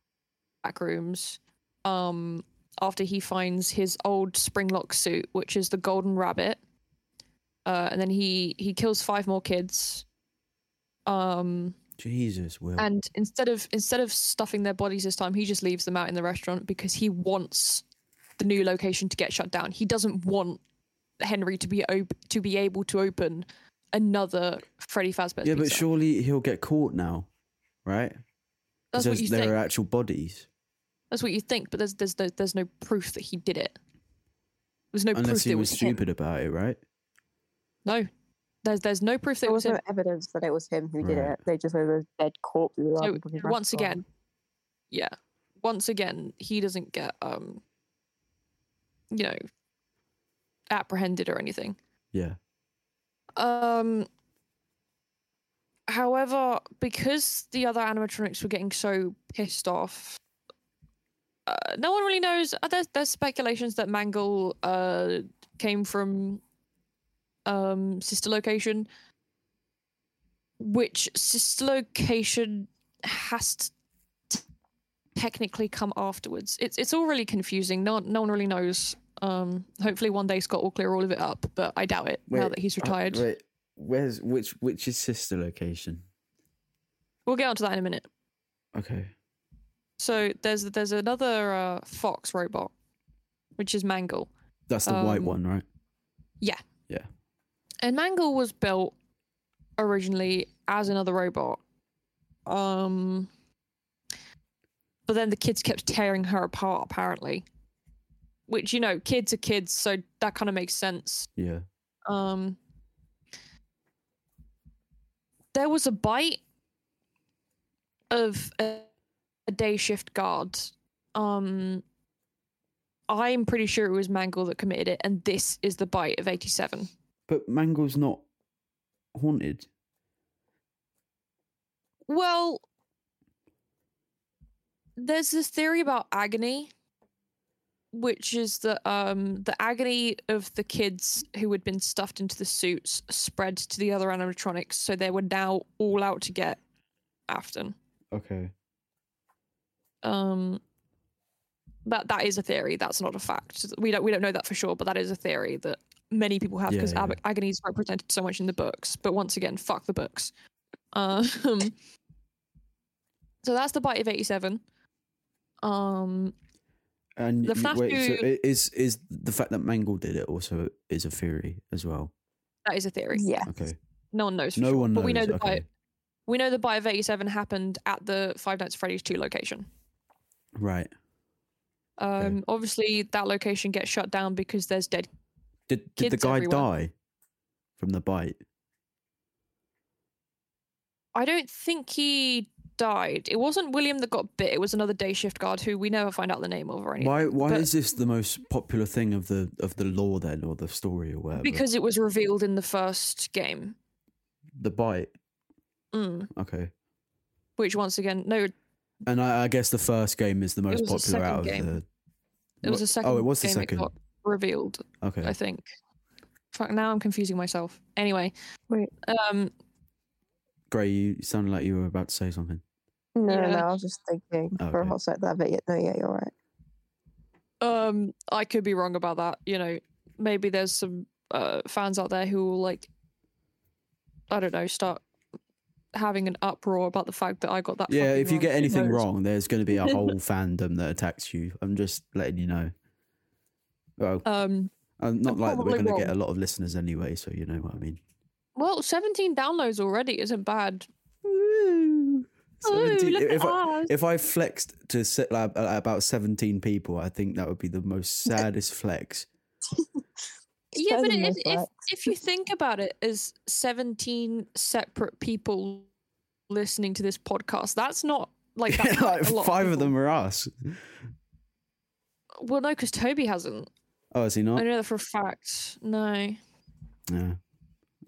Speaker 2: back rooms um, after he finds his old springlock suit, which is the golden rabbit, uh, and then he he kills five more kids. Um,
Speaker 3: Jesus, Will.
Speaker 2: and instead of instead of stuffing their bodies this time, he just leaves them out in the restaurant because he wants the new location to get shut down. He doesn't want Henry to be op- to be able to open another Freddy Fazbear's.
Speaker 3: yeah, but
Speaker 2: Pizza.
Speaker 3: surely he'll get caught now, right?
Speaker 2: that's what
Speaker 3: Because
Speaker 2: you
Speaker 3: there
Speaker 2: think.
Speaker 3: are actual bodies.
Speaker 2: That's what you think, but there's there's no there's no proof that he did it. There's no proof
Speaker 3: Unless
Speaker 2: that
Speaker 3: he
Speaker 2: it
Speaker 3: was
Speaker 2: was him.
Speaker 3: stupid about it, right?
Speaker 2: No, there's there's no proof that
Speaker 1: There
Speaker 2: it was
Speaker 1: was
Speaker 2: him.
Speaker 1: no evidence that it was him who did
Speaker 3: Right.
Speaker 1: it. They just had a dead corpse.
Speaker 2: So
Speaker 1: So,
Speaker 2: once again, yeah, once again, he doesn't get um, you know, apprehended or anything.
Speaker 3: Yeah.
Speaker 2: Um. However, because the other animatronics were getting so pissed off, uh, no one really knows. Uh, there's, there's speculations that Mangle uh, came from um, Sister Location, which Sister Location has to technically come afterwards. It's it's all really confusing. No, one- no one really knows. Um, hopefully, one day Scott will clear all of it up, but I doubt it now
Speaker 3: Wait, uh,
Speaker 2: that he's retired.
Speaker 3: wait, where's which which is sister location?
Speaker 2: We'll get onto that in a minute.
Speaker 3: Okay.
Speaker 2: So there's there's another uh, fox robot, which is Mangle,
Speaker 3: That's the white
Speaker 2: Um,
Speaker 3: one, right?
Speaker 2: and Mangle was built originally as another robot. Um, but then the kids kept tearing her apart, apparently. Which you know, kids are kids, so that kind of makes sense.
Speaker 3: Yeah.
Speaker 2: Um, there was a bite of a, a day shift guard. Um, I'm pretty sure it was Mangle that committed it, and this is the bite of 87.
Speaker 3: But Mangle's not haunted.
Speaker 2: Well, there's this theory about agony, which is that um, the agony of the kids who had been stuffed into the suits spread to the other animatronics, so they were now all out to get Afton.
Speaker 3: Okay.
Speaker 2: Um, that that is a theory. That's not a fact. We don't we don't know that for sure, but that is a theory that many people have
Speaker 3: Yeah,
Speaker 2: because
Speaker 3: yeah.
Speaker 2: agony is represented so much in the books. But once again, fuck the books. Um, so that's the bite of eighty-seven. Um,
Speaker 3: And
Speaker 2: The
Speaker 3: you-
Speaker 2: fact
Speaker 3: wait, so
Speaker 2: who-
Speaker 3: i- is is the fact that Mangle did it also is a theory as well?
Speaker 2: that is a theory.
Speaker 1: yeah,
Speaker 3: Okay.
Speaker 2: No one knows. For
Speaker 3: No
Speaker 2: sure.
Speaker 3: one knows.
Speaker 2: But we know the
Speaker 3: okay.
Speaker 2: bite. We know the bite of eighty-seven happened at the Five Nights at Freddy's two location.
Speaker 3: Right.
Speaker 2: Um, obviously that location gets shut down because there's dead.
Speaker 3: Did did the
Speaker 2: Kids
Speaker 3: guy
Speaker 2: everywhere.
Speaker 3: die from the bite?
Speaker 2: I don't think he died. It wasn't William that got bit. It was another day shift guard who we never find out the name of or anything.
Speaker 3: Why why
Speaker 2: but-
Speaker 3: is this the most popular thing of the of the law then or the story or whatever?
Speaker 2: Because it was revealed in the first game.
Speaker 3: the bite.
Speaker 2: Mm.
Speaker 3: Okay.
Speaker 2: Which once again, no, it
Speaker 3: And I, I guess the first game is the most
Speaker 2: was the
Speaker 3: popular out of
Speaker 2: second
Speaker 3: the.
Speaker 2: was the
Speaker 3: What-
Speaker 2: second.
Speaker 3: Oh, it was the
Speaker 2: game
Speaker 3: second.
Speaker 2: It got revealed.
Speaker 3: Okay.
Speaker 2: I think. Fuck, now I'm confusing myself. Anyway,
Speaker 1: Wait.
Speaker 2: Um,
Speaker 3: Gray, you sounded like you were about to say something.
Speaker 1: no,
Speaker 2: Yeah.
Speaker 1: no, I was just thinking for a
Speaker 3: Okay.
Speaker 1: hot sec there, but yeah, no, yeah, you're right.
Speaker 2: um, I could be wrong about that. You know, maybe there's some uh fans out there who will like, I don't know, start having an uproar about the fact that I got that.
Speaker 3: Yeah,
Speaker 2: fucking
Speaker 3: if you
Speaker 2: wrong.
Speaker 3: get
Speaker 2: Who
Speaker 3: anything
Speaker 2: knows?
Speaker 3: wrong, there's going to be a whole fandom that attacks you. I'm just letting you know. Well,
Speaker 2: Um,
Speaker 3: I'm not
Speaker 2: I'm
Speaker 3: like that we're
Speaker 2: probably
Speaker 3: going to get a
Speaker 2: wrong.
Speaker 3: lot of listeners anyway, so you know what I mean.
Speaker 2: well, 17 downloads already isn't bad. Ooh,
Speaker 3: 17
Speaker 2: look
Speaker 3: if,
Speaker 2: at
Speaker 3: I,
Speaker 2: us.
Speaker 3: if I flexed to se- like, uh, about 17 people, I think that would be the most saddest flex.
Speaker 1: It's
Speaker 2: yeah,
Speaker 1: better
Speaker 2: but
Speaker 1: than
Speaker 2: it,
Speaker 1: no
Speaker 2: if, if
Speaker 1: flex.
Speaker 2: if you think about it as 17 separate people listening to this podcast, that's not like that's not
Speaker 3: like
Speaker 2: a lot
Speaker 3: five of
Speaker 2: people.
Speaker 3: them are us.
Speaker 2: Well, no, because Toby hasn't.
Speaker 3: Oh, is he
Speaker 2: I
Speaker 3: not?
Speaker 2: know that for a fact. No.
Speaker 3: Yeah.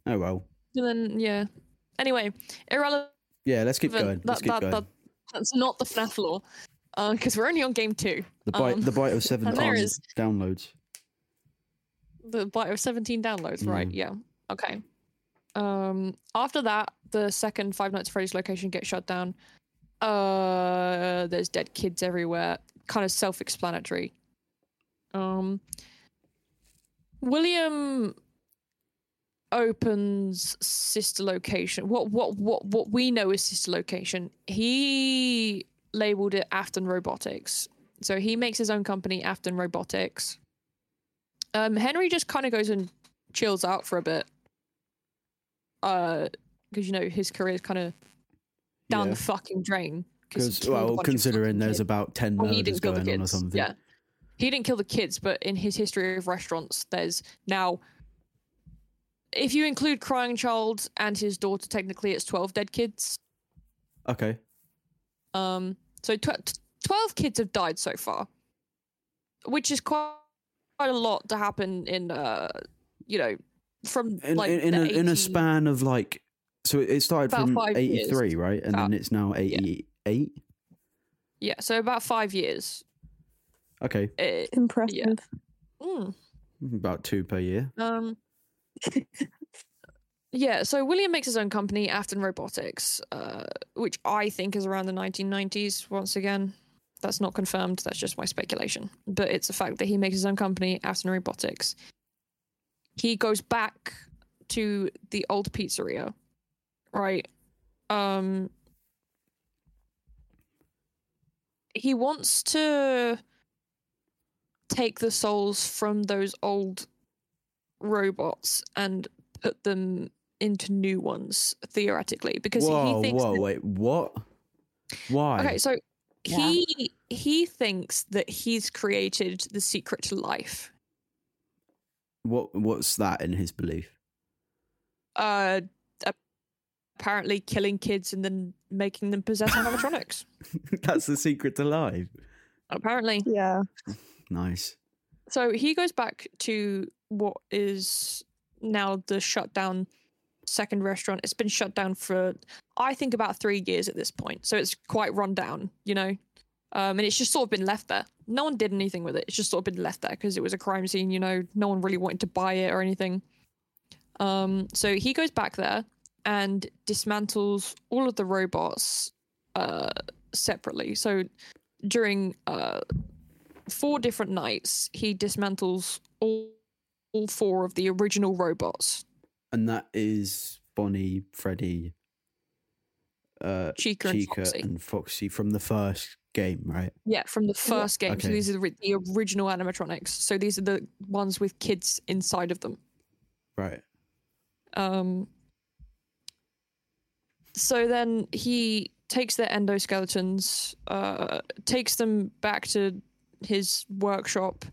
Speaker 3: Oh, well.
Speaker 2: So then, yeah. Anyway, irrelevant.
Speaker 3: Yeah, let's keep going.
Speaker 2: That,
Speaker 3: Let's keep
Speaker 2: that,
Speaker 3: going.
Speaker 2: that, that's not the FNAF law, because uh, we're only on game two.
Speaker 3: The bite,
Speaker 2: Um,
Speaker 3: the bite of seven
Speaker 2: and there
Speaker 3: times
Speaker 2: is-
Speaker 3: downloads.
Speaker 2: the bite of 17 downloads right
Speaker 3: Mhm.
Speaker 2: yeah okay um after that the second five nights at freddy's location gets shut down uh there's dead kids everywhere kind of self-explanatory um william opens sister location. What what what what we know is sister location. He labeled it Afton Robotics. So he makes his own company, Afton Robotics. Um, Henry just kind of goes and chills out for a bit. Uh, because you know his career's kind of down
Speaker 3: Yeah.
Speaker 2: the fucking drain. he
Speaker 3: Because
Speaker 2: killed a
Speaker 3: well,
Speaker 2: bunch of
Speaker 3: considering
Speaker 2: fucking
Speaker 3: there's
Speaker 2: kids.
Speaker 3: about ten
Speaker 2: Well, Oh, he
Speaker 3: murders
Speaker 2: didn't kill the
Speaker 3: going on or
Speaker 2: kids.
Speaker 3: something.
Speaker 2: Yeah. He didn't kill the kids, but in his history of restaurants, there's now. If you include Crying Child and his daughter, technically it's 12 dead kids.
Speaker 3: Okay.
Speaker 2: Um, so tw- t- 12 kids have died so far, which is quite, quite a lot to happen in, uh, you know, from
Speaker 3: In
Speaker 2: like
Speaker 3: in, in,
Speaker 2: the
Speaker 3: a, in a
Speaker 2: 80
Speaker 3: span of like, so it started
Speaker 2: About
Speaker 3: from
Speaker 2: five
Speaker 3: eighty
Speaker 2: years.
Speaker 3: three, right? And
Speaker 2: About-
Speaker 3: then it's now eighty eight.
Speaker 2: Yeah, so about five years.
Speaker 3: Okay,
Speaker 2: It,
Speaker 1: Impressive.
Speaker 2: mm.
Speaker 3: about two per year.
Speaker 2: Um, yeah, so William makes his own company, Afton Robotics, uh, which I think is around the 1990s. Once again, that's not confirmed, that's just my speculation. But it's a fact that he makes his own company, Afton Robotics. He goes back to the old pizzeria, right? Um, he wants to take the souls from those old robots and put them into new ones theoretically because
Speaker 3: Whoa,
Speaker 2: he thinks
Speaker 3: whoa,
Speaker 2: that-
Speaker 3: wait, what? Why?
Speaker 2: okay so
Speaker 1: Yeah.
Speaker 2: he he thinks that he's created the secret to life
Speaker 3: What? What's that in his belief?
Speaker 2: uh ap- apparently killing kids and then making them possess animatronics
Speaker 3: That's the secret to life.
Speaker 2: apparently
Speaker 1: Yeah.
Speaker 3: Nice.
Speaker 2: so he goes back to what is now the shutdown second restaurant it's been shut down for i think about three years at this point so it's quite run down you know um, and it's just sort of been left there no one did anything with it it's just sort of been left there because it was a crime scene you know no one really wanted to buy it or anything um, so he goes back there and dismantles all of the robots uh, separately so during uh, four different nights, he dismantles all, all four of the original robots
Speaker 3: And that is Bonnie, Freddy, uh,
Speaker 2: Chica,
Speaker 3: Chica,
Speaker 2: and Foxy.
Speaker 3: and Foxy from the first game, right?
Speaker 2: yeah, from the first game. So
Speaker 3: Okay.
Speaker 2: these are the, ri- the original animatronics. So these are the ones with kids inside of them.
Speaker 3: Right.
Speaker 2: Um, so then he takes their endoskeletons, uh, takes them back to his workshop,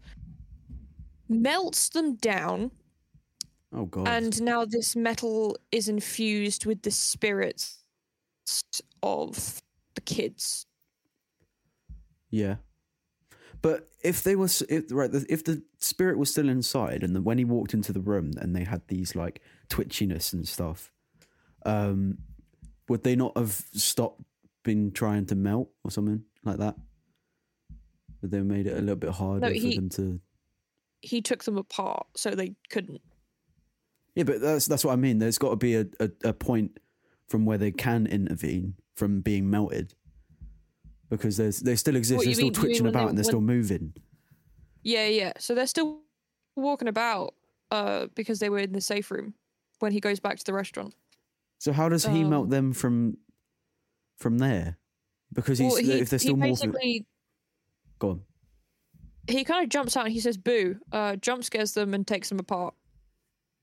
Speaker 2: melts them down,
Speaker 3: Oh god.
Speaker 2: And now this metal is infused with the spirits of the kids.
Speaker 3: Yeah. But if they were s- if, right, the- if the spirit was still inside, and the, when he walked into the room, and they had these like twitchiness and stuff, um, would they not have stopped been trying to melt or something like that? Would they have made it a little bit harder for
Speaker 2: he-
Speaker 3: them to?
Speaker 2: He took them apart so they couldn't.
Speaker 3: Yeah, but that's that's what I mean. There's got to be a, a, a point from where they can intervene from being melted, because there's they still exist.
Speaker 2: you
Speaker 3: they're still
Speaker 2: mean- you mean
Speaker 3: twitching
Speaker 2: when they-
Speaker 3: about and they're
Speaker 2: when-
Speaker 3: still moving.
Speaker 2: Yeah, yeah. So they're still walking about uh, because they were in the safe room when he goes back to the restaurant.
Speaker 3: So how does he melt
Speaker 2: Um,
Speaker 3: them from from there? Because he's
Speaker 2: Well, he,
Speaker 3: if they're
Speaker 2: he
Speaker 3: still morphing,
Speaker 2: basically
Speaker 3: go on.
Speaker 2: he kind of jumps out and he says "boo," uh, jump scares them and takes them apart.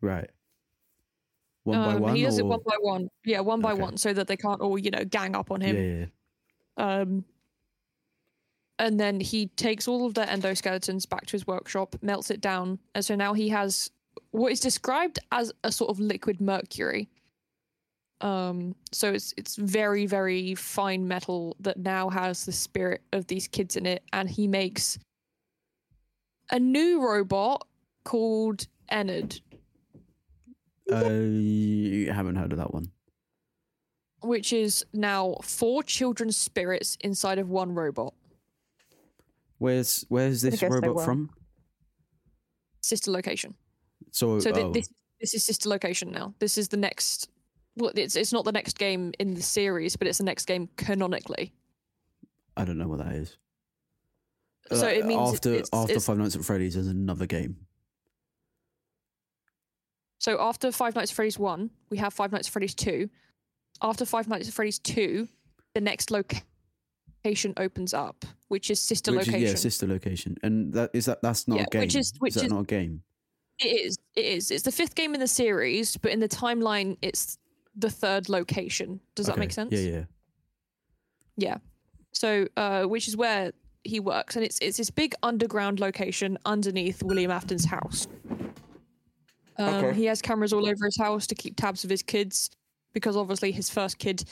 Speaker 3: Right. One by
Speaker 2: Um,
Speaker 3: one.
Speaker 2: He does it
Speaker 3: or-
Speaker 2: one by one. Yeah, one by
Speaker 3: Okay.
Speaker 2: one, so that they can't all you know gang up on him.
Speaker 3: Yeah, yeah, yeah.
Speaker 2: Um, and then he takes all of their endoskeletons back to his workshop, melts it down, and so now he has what is described as a sort of liquid mercury. Um, so it's it's very very fine metal that now has the spirit of these kids in it, and he makes a new robot called Ennard,
Speaker 3: Uh, you haven't heard of that one.
Speaker 2: which is now four children's spirits inside of one robot.
Speaker 3: Where's where's this
Speaker 1: guess I
Speaker 3: robot
Speaker 1: will.
Speaker 3: from?
Speaker 2: Sister location.
Speaker 3: So,
Speaker 2: So thi-
Speaker 3: oh,
Speaker 2: this this is sister location now. This is the next. Well, it's it's not the next game in the series, but it's the next game canonically.
Speaker 3: I don't know what that is.
Speaker 2: So
Speaker 3: Uh,
Speaker 2: it means
Speaker 3: after
Speaker 2: it's,
Speaker 3: after
Speaker 2: it's,
Speaker 3: Five Nights at Freddy's, there's another game.
Speaker 2: So after Five Nights at Freddy's 1, we have Five Nights at Freddy's 2. After Five Nights at Freddy's 2, the next location opens up, which is sister
Speaker 3: Which is-
Speaker 2: location.
Speaker 3: yeah, sister location, and that is that. That's not
Speaker 2: Yeah,
Speaker 3: a game.
Speaker 2: which is- which
Speaker 3: that
Speaker 2: is-
Speaker 3: not a game?
Speaker 2: It is. It is. It's the fifth game in the series, but in the timeline, it's the third location. Does that
Speaker 3: Okay,
Speaker 2: make sense?
Speaker 3: Yeah, yeah.
Speaker 2: So, uh, which is where he works, and it's it's this big underground location underneath William Afton's house. Um,
Speaker 3: Okay.
Speaker 2: He has cameras all over his house to keep tabs of his kids, because obviously his first kid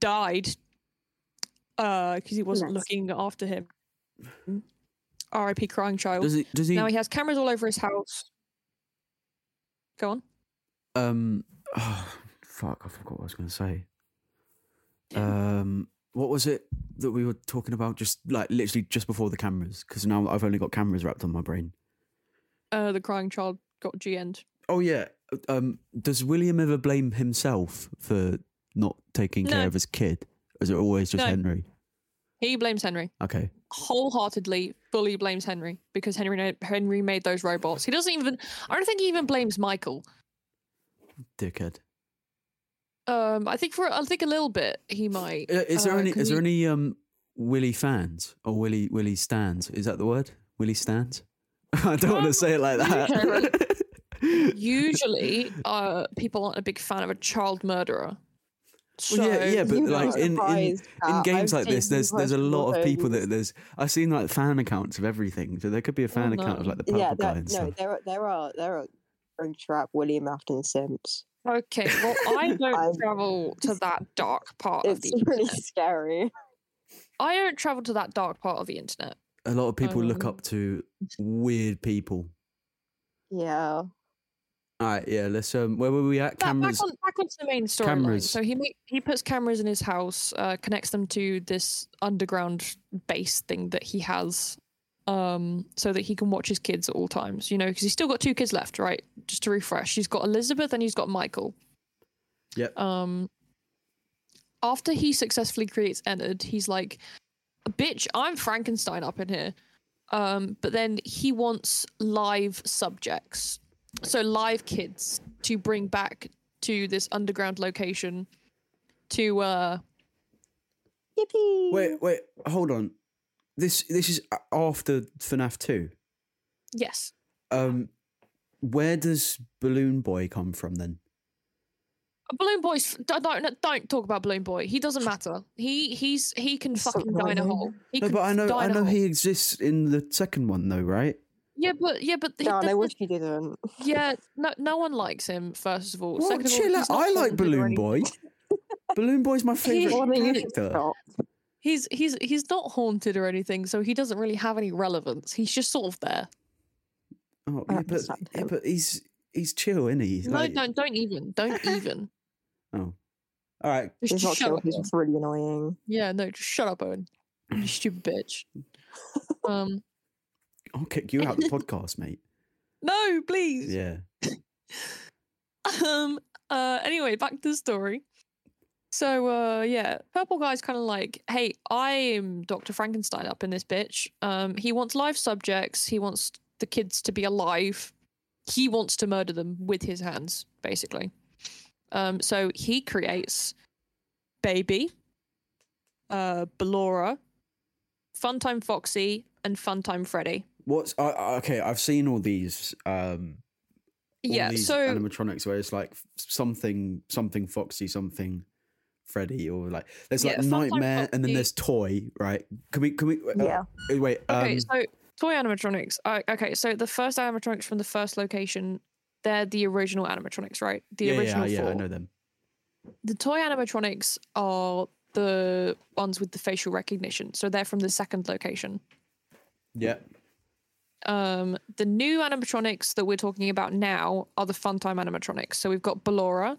Speaker 2: died because he wasn't
Speaker 1: Nice.
Speaker 2: looking after him. R.I.P. Crying Child.
Speaker 3: Does he? Does he?
Speaker 2: Now he has cameras all over his house. Go on.
Speaker 3: um. Oh, fuck! I forgot what I was going to say. Um. What was it that we were talking about? Just like literally just before the cameras, because now I've only got cameras wrapped on my brain.
Speaker 2: Uh, the crying child got GN'd.
Speaker 3: Oh yeah. Um. Does William ever blame himself for not taking care
Speaker 2: No.
Speaker 3: of his kid? Or is it always just
Speaker 2: No.
Speaker 3: Henry?
Speaker 2: He blames Henry
Speaker 3: Okay.
Speaker 2: wholeheartedly, fully blames Henry because Henry na- Henry made those robots. He doesn't even. I don't think he even blames Michael.
Speaker 3: Dickhead.
Speaker 2: Um, I think for I think a little bit he might.
Speaker 3: Uh, Is there
Speaker 2: Uh,
Speaker 3: any?
Speaker 2: 'cause
Speaker 3: Is there
Speaker 2: he-
Speaker 3: any um Willie fans or Willie Willie stands? Is that the word? Willie stands. I don't
Speaker 2: Um,
Speaker 3: want to say it like that.
Speaker 2: Usually, uh, people aren't a big fan of a child murderer. So,
Speaker 3: Well, yeah, yeah, but
Speaker 1: You
Speaker 3: like
Speaker 1: were
Speaker 3: in, in,
Speaker 1: surprised
Speaker 3: in
Speaker 1: that
Speaker 3: games
Speaker 1: Uh, I've
Speaker 3: like this,
Speaker 1: seen
Speaker 3: there's there's a lot of people
Speaker 1: those.
Speaker 3: that there's I've seen like fan accounts of everything. So there could be a fan account of
Speaker 2: no.
Speaker 3: like the purple
Speaker 1: yeah,
Speaker 3: guy
Speaker 1: there,
Speaker 3: and
Speaker 1: no,
Speaker 3: stuff.
Speaker 1: there are there are there are don't trap William Afton Sims.
Speaker 2: okay, well, I don't
Speaker 1: I'm-
Speaker 2: travel to that dark
Speaker 3: Oh,
Speaker 2: part of
Speaker 1: It's
Speaker 2: the.
Speaker 1: really
Speaker 2: internet.
Speaker 1: scary.
Speaker 2: I don't travel to that dark part of the internet.
Speaker 3: A lot of people look
Speaker 2: Um,
Speaker 3: up to weird people.
Speaker 1: Yeah.
Speaker 3: All right, yeah. Let's um, where were we at?
Speaker 2: Back-
Speaker 3: Cameras.
Speaker 2: Back, on, back onto the main storyline.
Speaker 3: Cameras.
Speaker 2: So he make, he puts cameras in his house, uh, connects them to this underground base thing that he has, um, so that he can watch his kids at all times. You know, because he's still got two kids left, right? Just to refresh, he's got Elizabeth and he's got Michael.
Speaker 3: Yep.
Speaker 2: Um. After he successfully creates Ennard, he's like, "Bitch, I'm Frankenstein up in here." Um, but then he wants live subjects, so live kids to bring back to this underground location to uh
Speaker 1: Yippee.
Speaker 3: Wait, wait, hold on. This this is a- after FNAF two.
Speaker 2: yes
Speaker 3: Um, where does Balloon Boy come from then?
Speaker 2: balloon boy's don't, don't don't talk about balloon boy he doesn't matter he he's he can
Speaker 1: Stop
Speaker 2: fucking die in a
Speaker 1: lying.
Speaker 2: hole he
Speaker 3: No,
Speaker 2: can
Speaker 3: but I know
Speaker 2: die
Speaker 3: I
Speaker 2: in a
Speaker 3: know
Speaker 2: hole.
Speaker 3: he exists in the second one though, right?
Speaker 2: yeah but yeah but he,
Speaker 1: Dan, I
Speaker 2: the-
Speaker 1: wish you didn't.
Speaker 2: yeah no no one likes him first of all
Speaker 3: Well,
Speaker 2: Second of all,
Speaker 3: chill out.
Speaker 2: he's not
Speaker 3: I like
Speaker 2: talented or
Speaker 3: Balloon
Speaker 2: anything.
Speaker 3: Boy. Balloon Boy's my favorite
Speaker 2: Well,
Speaker 1: Warning, you should
Speaker 3: character.
Speaker 1: stop.
Speaker 2: he's he's he's not haunted or anything so he doesn't really have any relevance he's just sort of there
Speaker 1: I
Speaker 3: Oh, yeah, but,
Speaker 1: understand
Speaker 3: yeah,
Speaker 1: him.
Speaker 3: but he's he's chill, isn't he? He's
Speaker 2: no
Speaker 3: like-
Speaker 2: don't don't even don't even
Speaker 3: Oh, all right.
Speaker 2: just,
Speaker 1: He's not
Speaker 2: shut
Speaker 1: sure.
Speaker 2: up
Speaker 1: He's
Speaker 2: Owen.
Speaker 1: really annoying.
Speaker 2: yeah no just shut up owen you stupid bitch um
Speaker 3: I'll kick you out of the podcast, mate.
Speaker 2: no please
Speaker 3: Yeah.
Speaker 2: um uh anyway back to the story so uh yeah purple guy's kind of like hey i'm dr frankenstein up in this bitch um he wants live subjects he wants the kids to be alive he wants to murder them with his hands basically um so he creates baby uh belora funtime foxy and funtime freddy
Speaker 3: What's I- I, okay? I've seen all these. Um, all
Speaker 2: yeah
Speaker 3: these
Speaker 2: so
Speaker 3: animatronics where it's like f- something something foxy something freddy or like there's like
Speaker 2: Yeah, Funtime
Speaker 3: nightmare and then
Speaker 2: Foxy.
Speaker 3: there's toy right can we can we uh,
Speaker 1: Yeah.
Speaker 3: uh, wait
Speaker 2: Okay,
Speaker 3: um,
Speaker 2: so toy animatronics. Uh, okay, so the first animatronics from the first location, they're the original animatronics, right? The
Speaker 3: yeah, yeah,
Speaker 2: original
Speaker 3: yeah,
Speaker 2: four.
Speaker 3: i know them
Speaker 2: The toy animatronics are the ones with the facial recognition, so they're from the second location.
Speaker 3: yeah
Speaker 2: Um, the new animatronics that we're talking about now are the Funtime animatronics. So we've got Ballora,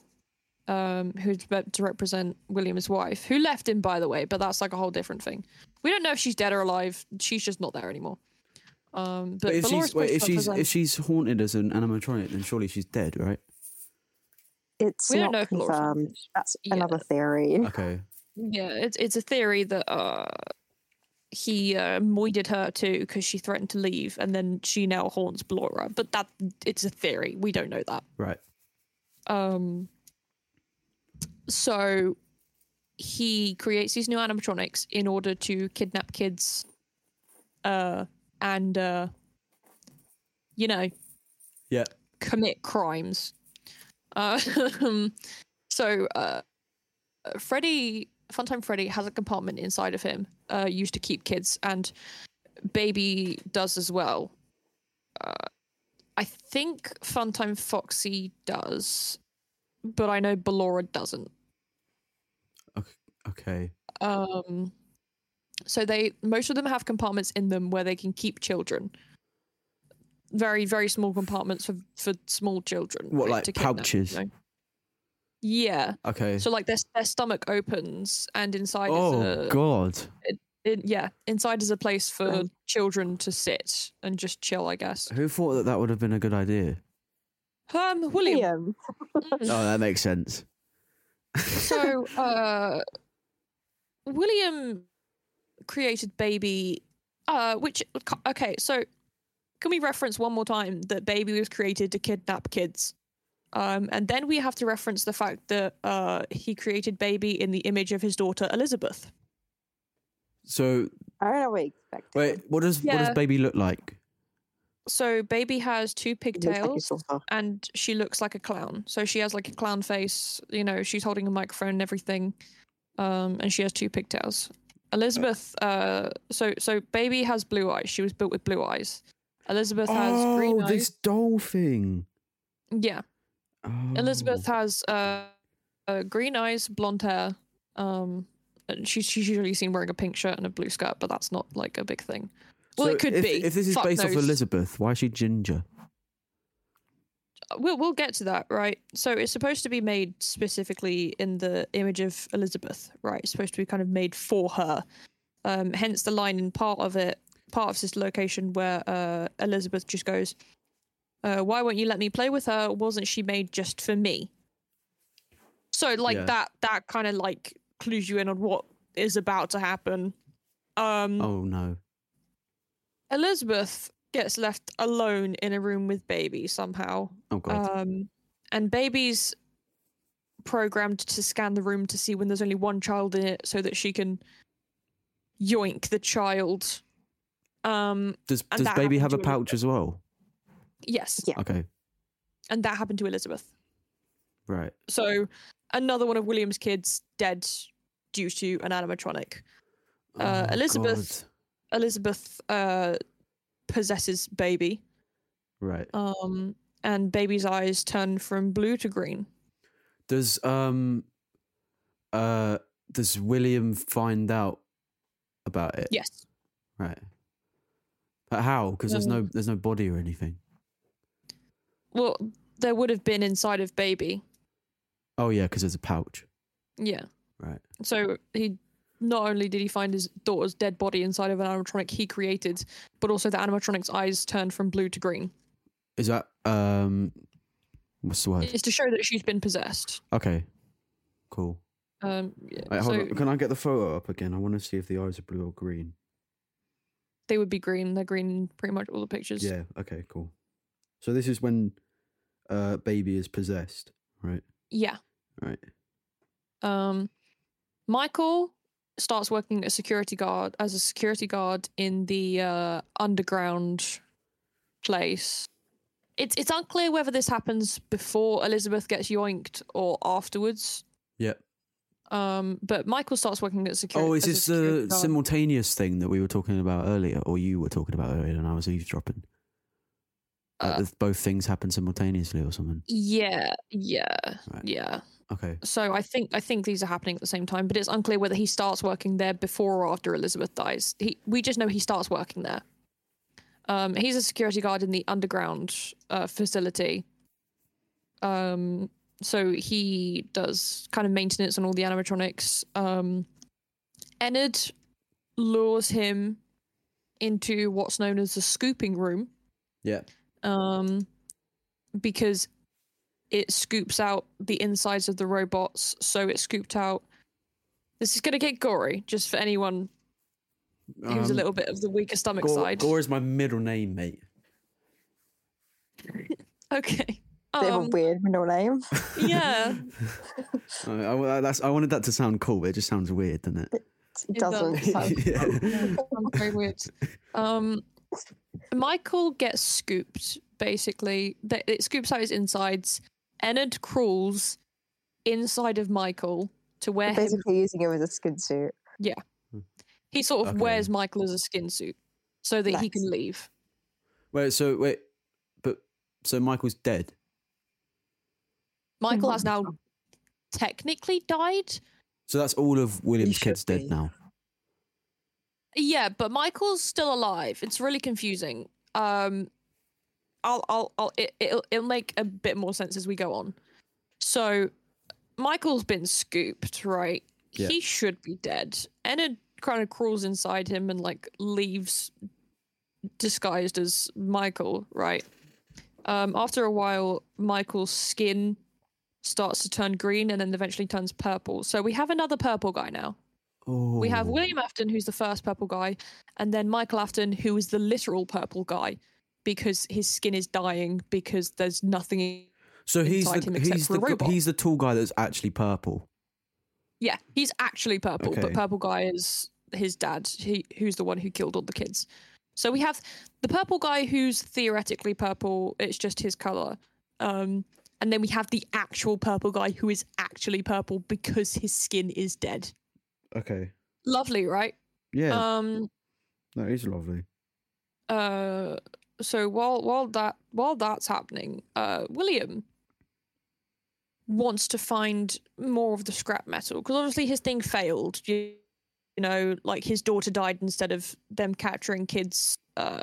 Speaker 2: um, who's meant to represent William's wife, who left him, by the way, but that's like a whole different thing. We don't know if she's dead or alive. She's just not there anymore. Um, but,
Speaker 3: but if
Speaker 2: Ballora's
Speaker 3: she's wait,
Speaker 2: supposed
Speaker 3: if
Speaker 2: to
Speaker 3: she's
Speaker 2: represent-
Speaker 3: if she's haunted as an animatronic then surely she's dead right
Speaker 1: It's
Speaker 2: We
Speaker 1: not
Speaker 2: don't know if Laura's on
Speaker 1: confirmed. That's
Speaker 2: Yeah.
Speaker 1: another theory.
Speaker 3: okay
Speaker 2: Yeah, it's it's a theory that uh he uh, moided her too because she threatened to leave, and then she now haunts Blora. But that it's a theory. We don't know that.
Speaker 3: right
Speaker 2: Um, so he creates these new animatronics in order to kidnap kids, uh, and uh, you know,
Speaker 3: Yeah.
Speaker 2: commit crimes. Uh, so uh, Freddy, Funtime Freddy, has a compartment inside of him uh, used to keep kids, and Baby does as well. Uh, I think Funtime Foxy does, but I know Ballora doesn't.
Speaker 3: Okay.
Speaker 2: Um, so they most of them have compartments in them where they can keep children. Very very small compartments for for small children.
Speaker 3: What,
Speaker 2: right,
Speaker 3: like
Speaker 2: to kidnap,
Speaker 3: pouches?
Speaker 2: you know. Yeah.
Speaker 3: Okay.
Speaker 2: So like their their stomach opens and inside
Speaker 3: oh
Speaker 2: is a
Speaker 3: God.
Speaker 2: it- yeah inside is a place for
Speaker 3: Oh.
Speaker 1: Um.
Speaker 2: children to sit and just chill. I guess.
Speaker 3: Who thought that that would have been a good idea?
Speaker 2: Um, William. Mm.
Speaker 1: William.
Speaker 3: Oh, that makes sense.
Speaker 2: so uh william created baby uh which okay so can we reference one more time that baby was created to kidnap kids um and then we have to reference the fact that uh he created baby in the image of his daughter elizabeth
Speaker 3: So
Speaker 1: I don't know what he expected.
Speaker 3: wait, what does what
Speaker 2: Yeah.
Speaker 3: does baby look like?
Speaker 2: so baby has two
Speaker 1: He looks like his
Speaker 2: pigtails
Speaker 1: daughter.
Speaker 2: and she looks like a clown so she has like a clown face you know she's holding a microphone and everything um and she has two pigtails elizabeth uh so so baby has blue eyes she was built with blue eyes elizabeth has green
Speaker 3: oh,
Speaker 2: eyes
Speaker 3: this doll thing.
Speaker 2: yeah elizabeth
Speaker 3: Oh.
Speaker 2: has uh, uh green eyes blonde hair um and she's she's usually seen wearing a pink shirt and a blue skirt but that's not like a big thing well
Speaker 3: So
Speaker 2: it could
Speaker 3: if,
Speaker 2: be
Speaker 3: If this is
Speaker 2: Fuck
Speaker 3: based off
Speaker 2: knows.
Speaker 3: Elizabeth, why is she ginger?
Speaker 2: we'll we'll get to that, right? So it's supposed to be made specifically in the image of Elizabeth, right? It's supposed to be kind of made for her. Um, hence the line in part of it, part of this location where uh, Elizabeth just goes, uh, "Why won't you let me play with her? Wasn't she made just for me?" So like
Speaker 3: Yeah.
Speaker 2: that that kind of like clues you in on what is about to happen. Um,
Speaker 3: Oh no.
Speaker 2: Elizabeth gets left alone in a room with baby somehow.
Speaker 3: Oh god.
Speaker 2: Um, and baby's programmed to scan the room to see when there's only one child in it so that she can yoink the child. Um,
Speaker 3: does
Speaker 2: and
Speaker 3: does
Speaker 2: that
Speaker 3: baby have
Speaker 2: happened
Speaker 3: a
Speaker 2: to Elizabeth.
Speaker 3: pouch as well?
Speaker 2: yes.
Speaker 1: Yeah.
Speaker 3: Okay.
Speaker 2: And that happened to Elizabeth.
Speaker 3: Right.
Speaker 2: So another one of William's kids dead due to an animatronic. Uh,
Speaker 3: Oh,
Speaker 2: Elizabeth- Elizabeth uh, possesses baby.
Speaker 3: God. Right.
Speaker 2: Um, and baby's eyes turn from blue to green.
Speaker 3: Does um uh does William find out about it?
Speaker 2: Yes.
Speaker 3: Right. But how? Because there's no there's no body or anything.
Speaker 2: Well, there would have been inside of baby.
Speaker 3: Oh yeah, because there's a pouch.
Speaker 2: Yeah.
Speaker 3: Right.
Speaker 2: So he not only did he find his daughter's dead body inside of an animatronic he created, but also the animatronic's eyes turned from blue to green.
Speaker 3: Is that um what's the word?
Speaker 2: It's to show that she's been possessed.
Speaker 3: Okay. Cool.
Speaker 2: Um, yeah,
Speaker 3: Wait, hold
Speaker 2: so
Speaker 3: on. Can I get the photo up again? I want to see if the eyes are blue or green.
Speaker 2: they would be green. They're green in pretty much all the pictures.
Speaker 3: Yeah, okay, cool. So this is when uh baby is possessed, right?
Speaker 2: Yeah.
Speaker 3: Right.
Speaker 2: Um, Michael starts working as security guard as a security guard in the uh, underground place. It's it's unclear whether this happens before Elizabeth gets yoinked or afterwards.
Speaker 3: Yep.
Speaker 2: Um, but Michael starts working at security.
Speaker 3: Oh, is this the
Speaker 2: guard.
Speaker 3: simultaneous thing that we were talking about earlier, or you were talking about earlier, and I was eavesdropping? Like
Speaker 2: Uh,
Speaker 3: if both things happen simultaneously or something.
Speaker 2: Yeah, yeah,
Speaker 3: Right.
Speaker 2: yeah.
Speaker 3: Okay.
Speaker 2: So I think I think these are happening at the same time, but it's unclear whether he starts working there before or after Elizabeth dies. He we just know he starts working there. Um, he's a security guard in the underground uh, facility. Um, so he does kind of maintenance on all the animatronics. Um, Ennard lures him into what's known as the scooping room.
Speaker 3: Yeah.
Speaker 2: um, because it scoops out the insides of the robots. So it scooped out. This is going to get gory, just for anyone who's a little bit of the weaker stomach
Speaker 3: Um, gore,
Speaker 2: side.
Speaker 3: Gore is my middle name, mate.
Speaker 2: Okay.
Speaker 1: Bit of a
Speaker 2: Um,
Speaker 1: weird middle name.
Speaker 2: yeah,
Speaker 3: I, I- that's, I wanted that to sound cool, but it just sounds weird, doesn't it?
Speaker 1: It
Speaker 2: It does.
Speaker 1: doesn't sound
Speaker 3: yeah.
Speaker 2: sounds very weird. Um, Michael gets scooped. Basically, Th- it scoops out his insides. Ennard crawls inside of Michael to where him
Speaker 1: basically using him as a skin suit.
Speaker 2: he sort of
Speaker 3: Okay.
Speaker 2: wears Michael as a skin suit so that he
Speaker 1: Nice.
Speaker 2: can leave.
Speaker 3: Wait, so wait, but so Michael's dead.
Speaker 2: Michael has now technically died.
Speaker 3: So that's all of William's
Speaker 1: should
Speaker 3: kids dead
Speaker 1: be.
Speaker 3: now.
Speaker 2: Yeah, but Michael's still alive. It's really confusing. Um, I'll, I'll, I'll it, it'll, it'll make a bit more sense as we go on. So, Michael's been scooped, right?
Speaker 3: Yeah.
Speaker 2: He should be dead. Enid kind of crawls inside him and like leaves disguised as Michael, right? Um, after a while, Michael's skin starts to turn green and then eventually turns purple. So we have another purple guy now.
Speaker 3: Oh,
Speaker 2: We have William Afton, who's the first purple guy, and then Michael Afton, who is the literal purple guy because his skin is dying because there's nothing.
Speaker 3: So he's
Speaker 2: inside
Speaker 3: the
Speaker 2: him except
Speaker 3: he's
Speaker 2: for
Speaker 3: the
Speaker 2: a robot.
Speaker 3: he's the tall guy that's actually purple.
Speaker 2: Yeah, he's actually purple,
Speaker 3: Okay.
Speaker 2: but purple guy is his dad, he, who's the one who killed all the kids. So we have the purple guy who's theoretically purple, it's just his color. Um, and then we have the actual purple guy who is actually purple because his skin is dead.
Speaker 3: Okay.
Speaker 2: Lovely, right?
Speaker 3: Yeah,
Speaker 2: Um,
Speaker 3: that is lovely.
Speaker 2: Uh, so while while that while that's happening, uh, William wants to find more of the scrap metal because obviously his thing failed. You, you know, like his daughter died instead of them capturing kids, uh,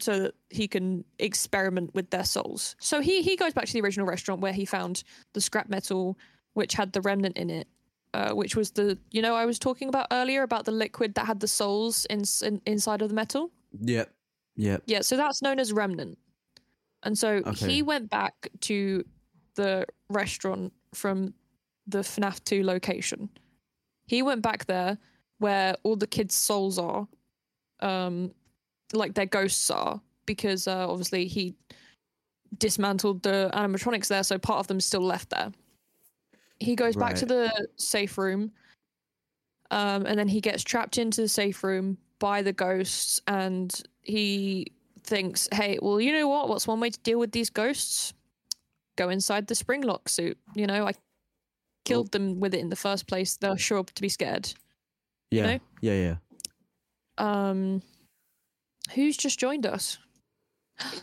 Speaker 2: so that he can experiment with their souls. So he he goes back to the original restaurant where he found the scrap metal, which had the remnant in it. Uh, which was the you know I was talking about earlier about the liquid that had the souls in, in, inside of the metal.
Speaker 3: Yep. Yep.
Speaker 2: Yeah, so that's known as remnant. And so
Speaker 3: Okay.
Speaker 2: he went back to the restaurant from the FNAF 2 location. He went back there where all the kids' souls are, um, like their ghosts are, because uh, obviously he dismantled the animatronics there, so part of them still left there. He goes back to the safe room, um, and then he gets trapped into the safe room by the ghosts, and he thinks, "Hey, well, you know what? What's one way to deal with these ghosts? Go inside the spring lock suit. You know, I killed them with it in the first place. They're sure to be scared."
Speaker 3: Yeah.
Speaker 2: know?
Speaker 3: Yeah. Yeah.
Speaker 2: Um, who's just joined us?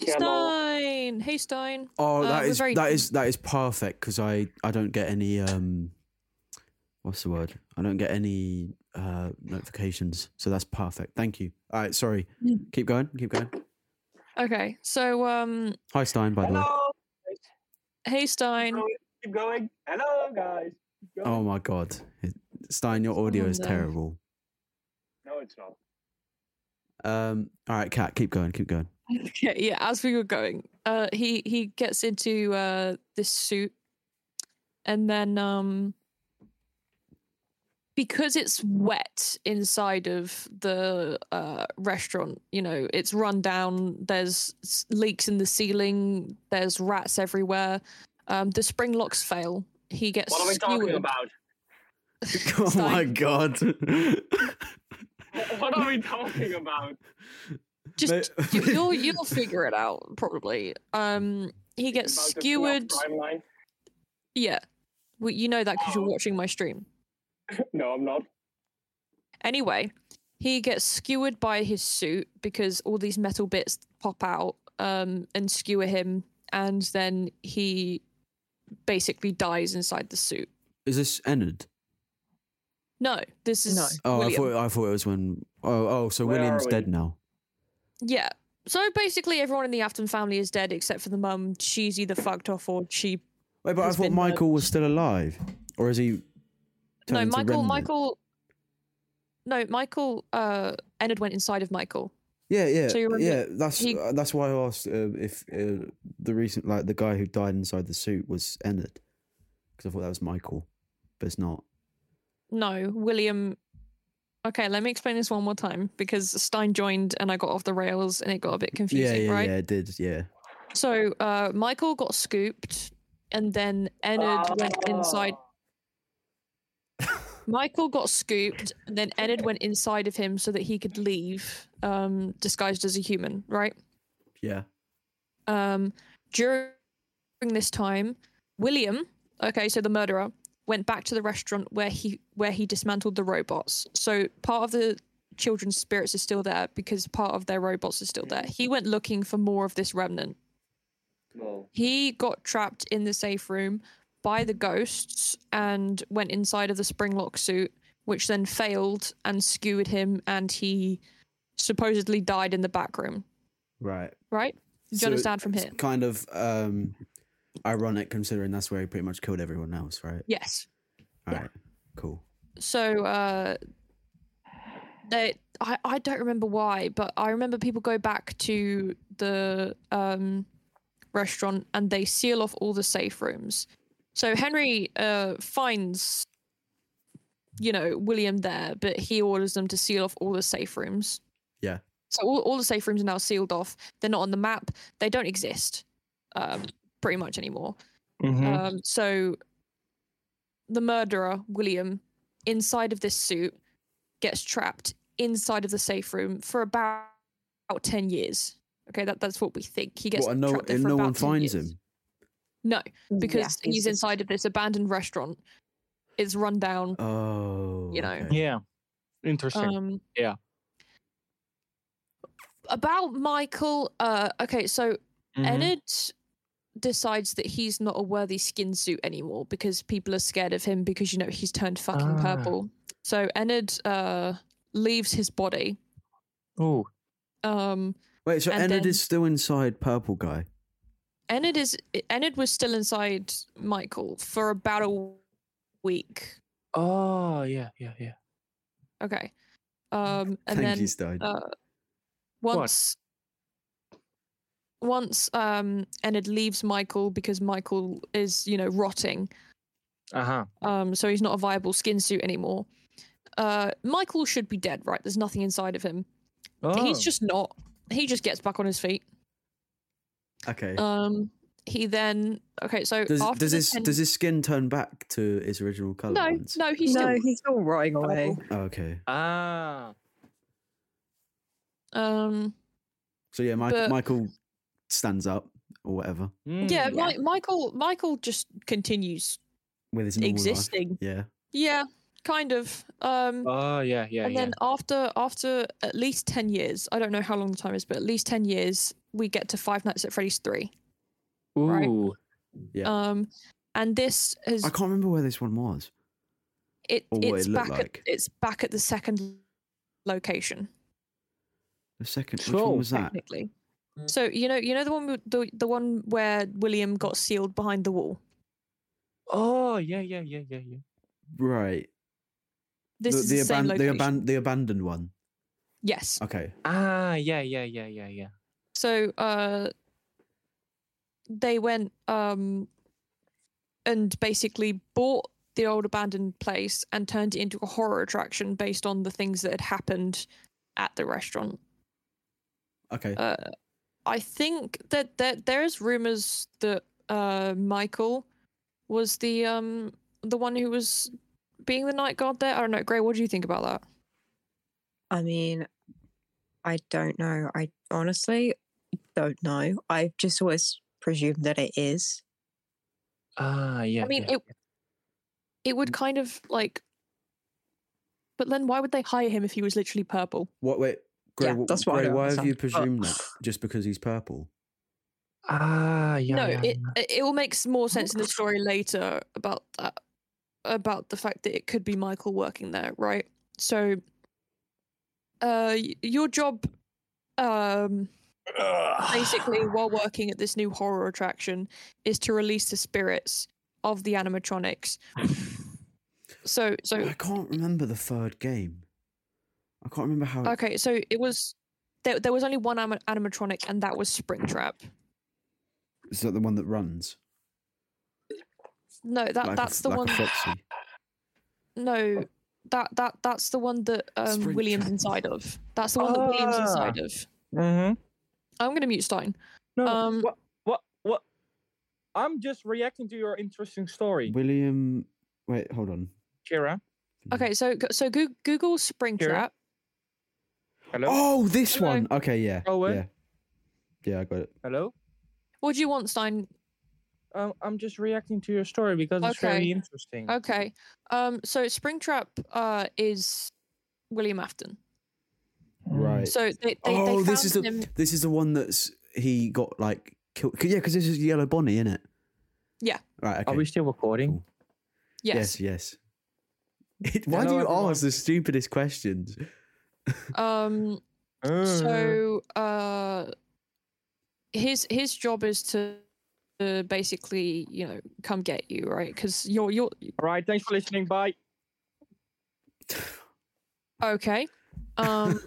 Speaker 2: Stein. Hey, Stein.
Speaker 3: Oh,
Speaker 2: Uh,
Speaker 3: that
Speaker 2: we're
Speaker 3: is
Speaker 2: very-
Speaker 3: that is that is perfect because I I don't get any um, what's the word? I don't get any uh notifications, so that's perfect. Thank you. All right, sorry.
Speaker 2: Mm.
Speaker 3: Keep going. Keep going.
Speaker 2: Okay, so um,
Speaker 3: Hi, Stein. By the way.
Speaker 4: Hello.
Speaker 2: hey, Stein.
Speaker 4: Keep going. Hello, guys. Keep going.
Speaker 3: Oh my God, It- Stein, your audio
Speaker 2: on
Speaker 3: is
Speaker 2: then.
Speaker 3: terrible.
Speaker 4: No, it's not.
Speaker 3: Um. All right, cat. Keep going. Keep going.
Speaker 2: yeah, yeah. As we were going, uh, he he gets into uh this suit, and then um, because it's wet inside of the uh restaurant, you know, it's run down. There's s- leaks in the ceiling. There's rats everywhere. Um, the spring locks fail. He gets
Speaker 4: What are we talking
Speaker 2: skewered.
Speaker 4: about?
Speaker 3: oh my
Speaker 2: Stein.
Speaker 3: God.
Speaker 4: What are we talking about?
Speaker 2: Just
Speaker 3: Mate.
Speaker 2: you, you'll you'll figure it out probably. Um, he gets
Speaker 4: About the Pulp
Speaker 2: skewered.
Speaker 4: timeline?
Speaker 2: Yeah. Well, you know that because you're
Speaker 4: Oh.
Speaker 2: watching my stream.
Speaker 4: No, I'm not.
Speaker 2: Anyway, he gets skewered by his suit because all these metal bits pop out um, and skewer him, and then he basically dies inside the suit.
Speaker 3: is this Ennard?
Speaker 2: No, this is
Speaker 1: No.
Speaker 3: Oh,
Speaker 2: William.
Speaker 3: I thought I thought it was when. Oh, oh. So
Speaker 4: Where
Speaker 3: William's
Speaker 4: are we?
Speaker 3: dead now.
Speaker 2: Yeah. So basically, everyone in the Afton family is dead except for the mum. She's either fucked off or she.
Speaker 3: Wait, but I
Speaker 2: He's
Speaker 3: thought
Speaker 2: been murdered.
Speaker 3: Michael was still alive, or is he?
Speaker 2: No,
Speaker 3: turned to
Speaker 2: Michael.
Speaker 3: remnant?
Speaker 2: Michael. No, Michael. Uh, Ennard went inside of Michael.
Speaker 3: Yeah, yeah,
Speaker 2: So you remember-
Speaker 3: yeah. That's
Speaker 2: he-
Speaker 3: uh, that's why I asked uh, if uh, the recent like the guy who died inside the suit was Ennard, because I thought that was Michael, but it's not.
Speaker 2: No, William. Okay, let me explain this one more time because Stein joined and I got off the rails and it got a bit confusing,
Speaker 3: yeah, yeah,
Speaker 2: right?
Speaker 3: yeah. It did. Yeah.
Speaker 2: So uh, Michael got scooped, and then Ennard
Speaker 4: Ah.
Speaker 2: went
Speaker 5: Oh.
Speaker 2: inside. Michael got scooped, and then Ennard went inside of him so that he could leave, um, disguised as a human, right?
Speaker 3: Yeah.
Speaker 2: Um, during this time, William, okay, so the murderer, went back to the restaurant where he where he dismantled the robots. So part of the children's spirits is still there because part of their robots is still there. He went looking for more of this remnant.
Speaker 4: Well,
Speaker 2: He got trapped in the safe room by the ghosts and went inside of the spring lock suit, which then failed and skewered him, and he supposedly died in the back room.
Speaker 3: Right.
Speaker 2: Right? Do you
Speaker 3: So
Speaker 2: understand from
Speaker 3: it's
Speaker 2: here?
Speaker 3: Kind of um, ironic considering that's where he pretty much killed everyone else, right?
Speaker 2: Yes.
Speaker 3: All
Speaker 2: Yeah.
Speaker 3: right. Cool.
Speaker 2: so uh they I, I don't remember why but i remember people go back to the um restaurant and they seal off all the safe rooms so henry uh finds you know william there but he orders them to seal off all the safe rooms
Speaker 3: Yeah.
Speaker 2: so all, all the safe rooms are now sealed off they're not on the map they don't exist um pretty much anymore
Speaker 3: Mm-hmm.
Speaker 5: Mm-hmm.
Speaker 2: um, so the murderer, William, inside of this suit, gets trapped inside of the safe room for about, about 10 years. Okay, that, that's what we think. He gets
Speaker 3: What, and no,
Speaker 2: trapped there
Speaker 3: and
Speaker 2: for
Speaker 3: no
Speaker 2: about
Speaker 3: one
Speaker 2: 10
Speaker 3: finds
Speaker 2: years.
Speaker 3: him.
Speaker 2: No, because
Speaker 1: Yeah,
Speaker 2: he's
Speaker 1: just-
Speaker 2: inside of this abandoned restaurant. It's run down.
Speaker 3: Oh.
Speaker 2: You know.
Speaker 3: okay.
Speaker 5: Yeah. Interesting.
Speaker 2: Um,
Speaker 5: Yeah.
Speaker 2: About Michael, uh, okay, so
Speaker 3: Mm-hmm.
Speaker 5: Mhm.
Speaker 2: Ennard decides that he's not a worthy skin suit anymore because people are scared of him because you know he's turned fucking
Speaker 5: Ah.
Speaker 2: purple. So Ennard uh, leaves his body.
Speaker 5: Ooh.
Speaker 2: Um,
Speaker 3: Wait, so
Speaker 2: And
Speaker 3: Ennard
Speaker 2: then-
Speaker 3: is still inside Purple Guy.
Speaker 2: Ennard is Ennard was still inside Michael for about a week.
Speaker 5: Oh yeah, yeah, yeah.
Speaker 2: Okay, um, and
Speaker 3: Thank
Speaker 2: then
Speaker 3: you, Stein.
Speaker 2: uh, once once um, Ennard leaves Michael because Michael is you know rotting.
Speaker 5: Uh huh.
Speaker 2: um, so he's not a viable skin suit anymore. Uh, Michael should be dead, right? There's nothing inside of him.
Speaker 5: Oh.
Speaker 2: He's just not. He just gets back on his feet.
Speaker 3: okay.
Speaker 2: Um, he then okay. So
Speaker 3: does
Speaker 2: after
Speaker 3: does
Speaker 2: the
Speaker 3: his
Speaker 2: ten-
Speaker 3: does his skin turn back to its original color?
Speaker 2: no
Speaker 3: once?
Speaker 2: no he's
Speaker 1: no,
Speaker 2: still
Speaker 1: he's still rotting away.
Speaker 3: Oh, okay.
Speaker 5: ah.
Speaker 2: um
Speaker 3: So yeah, Mike,
Speaker 2: But-
Speaker 3: Michael stands up or whatever
Speaker 2: yeah,
Speaker 5: Mm.
Speaker 1: Yeah.
Speaker 2: Mi- Michael Michael just continues
Speaker 3: with his normal life.
Speaker 2: existing.
Speaker 3: Yeah.
Speaker 2: Yeah, kind of. Um,
Speaker 5: Oh yeah, yeah,
Speaker 2: and
Speaker 5: yeah.
Speaker 2: then after after at least ten years, I don't know how long the time is, but at least ten years, we get to Five Nights at Freddy's three. right.
Speaker 5: Ooh.
Speaker 3: Yeah.
Speaker 2: Um, and this has
Speaker 3: I can't remember where this one was.
Speaker 2: it
Speaker 3: or what
Speaker 2: it's
Speaker 3: it looked
Speaker 2: back
Speaker 3: like.
Speaker 2: at it's back at the second location
Speaker 3: The second, which
Speaker 5: So-
Speaker 3: one was that?
Speaker 2: technically.
Speaker 5: Mm.
Speaker 2: So you know you know the one with the the one where William got sealed behind the wall.
Speaker 5: Oh yeah, yeah, yeah, yeah, yeah.
Speaker 3: Right.
Speaker 2: This
Speaker 3: the,
Speaker 2: is
Speaker 3: the,
Speaker 2: the, same
Speaker 3: aban- the,
Speaker 2: location.
Speaker 3: aban- the abandoned one.
Speaker 2: yes.
Speaker 3: Okay.
Speaker 5: Ah yeah, yeah, yeah, yeah, yeah.
Speaker 2: So uh, they went um and basically bought the old abandoned place and turned it into a horror attraction based on the things that had happened at the restaurant.
Speaker 3: Okay.
Speaker 2: Uh, I think that that there's rumors that uh, Michael was the um the one who was being the night guard there. I don't know, Gray. What do you think about that?
Speaker 1: I mean, I don't know. I honestly don't know. I've just always presumed that it is.
Speaker 5: Ah yeah.
Speaker 2: I mean,
Speaker 5: yeah.
Speaker 2: it it would kind of like, but then why would they hire him if he was literally purple?
Speaker 3: what? Wait. Gray,
Speaker 1: yeah,
Speaker 3: wh-
Speaker 1: that's what I
Speaker 3: Gray,
Speaker 1: don't
Speaker 3: why have you
Speaker 1: understand. Oh.
Speaker 3: presumed that? Just because he's purple?
Speaker 5: ah yeah.
Speaker 2: no,
Speaker 5: yeah,
Speaker 2: it
Speaker 5: yeah.
Speaker 2: it it will make s- more sense in the story later about that about the fact that it could be Michael working there, right? So, uh, y- your job, um, basically while working at this new horror attraction is to release the spirits of the animatronics. So so
Speaker 3: I can't remember the third game. I can't remember how.
Speaker 2: okay, so it was there, there was only one ama- animatronic and that was Springtrap.
Speaker 3: Is that the one that runs?
Speaker 2: No, that
Speaker 3: like a
Speaker 2: that's
Speaker 3: f-
Speaker 2: the
Speaker 3: like
Speaker 2: one
Speaker 3: A foxy.
Speaker 2: no that that that's the one that um, William's
Speaker 3: Springtrap.
Speaker 2: inside of. That's the one that William's
Speaker 5: Ah.
Speaker 2: inside of.
Speaker 5: Mm-hmm.
Speaker 2: I'm gonna mute Stein.
Speaker 5: No.
Speaker 2: Um,
Speaker 5: wha- what, I'm just reacting to your interesting story,
Speaker 3: William. Wait, hold on.
Speaker 5: Kira.
Speaker 2: Okay, so go- so Goo- Google Springtrap.
Speaker 5: Hello. Oh,
Speaker 3: Oh, this
Speaker 2: Hello.
Speaker 3: one. Okay, yeah.
Speaker 5: Owen?
Speaker 3: yeah. Yeah, I got it.
Speaker 5: Hello.
Speaker 2: What do you want, Stein?
Speaker 5: Um, I'm just reacting to your story because it's
Speaker 2: Okay.
Speaker 5: very interesting.
Speaker 2: Okay. Um. So Springtrap uh is William Afton.
Speaker 3: Right.
Speaker 2: So they, they,
Speaker 3: Hmm. oh,
Speaker 2: they found
Speaker 3: this is the
Speaker 2: him.
Speaker 3: this is the one that's he got like killed. 'cause- yeah, because this is Yellow Bonnie, isn't it?
Speaker 2: Yeah.
Speaker 3: Right. Okay.
Speaker 5: Are we still recording?
Speaker 2: Yes.
Speaker 3: yes. Yes. It, why do
Speaker 5: Hello,
Speaker 3: you
Speaker 5: everyone.
Speaker 3: ask the stupidest questions?
Speaker 2: Um.
Speaker 5: Uh,
Speaker 2: So uh, his his job is to. Uh, basically, you know, come get you, right? Because you're you're
Speaker 5: All right. Thanks for listening. Bye.
Speaker 2: okay. Um,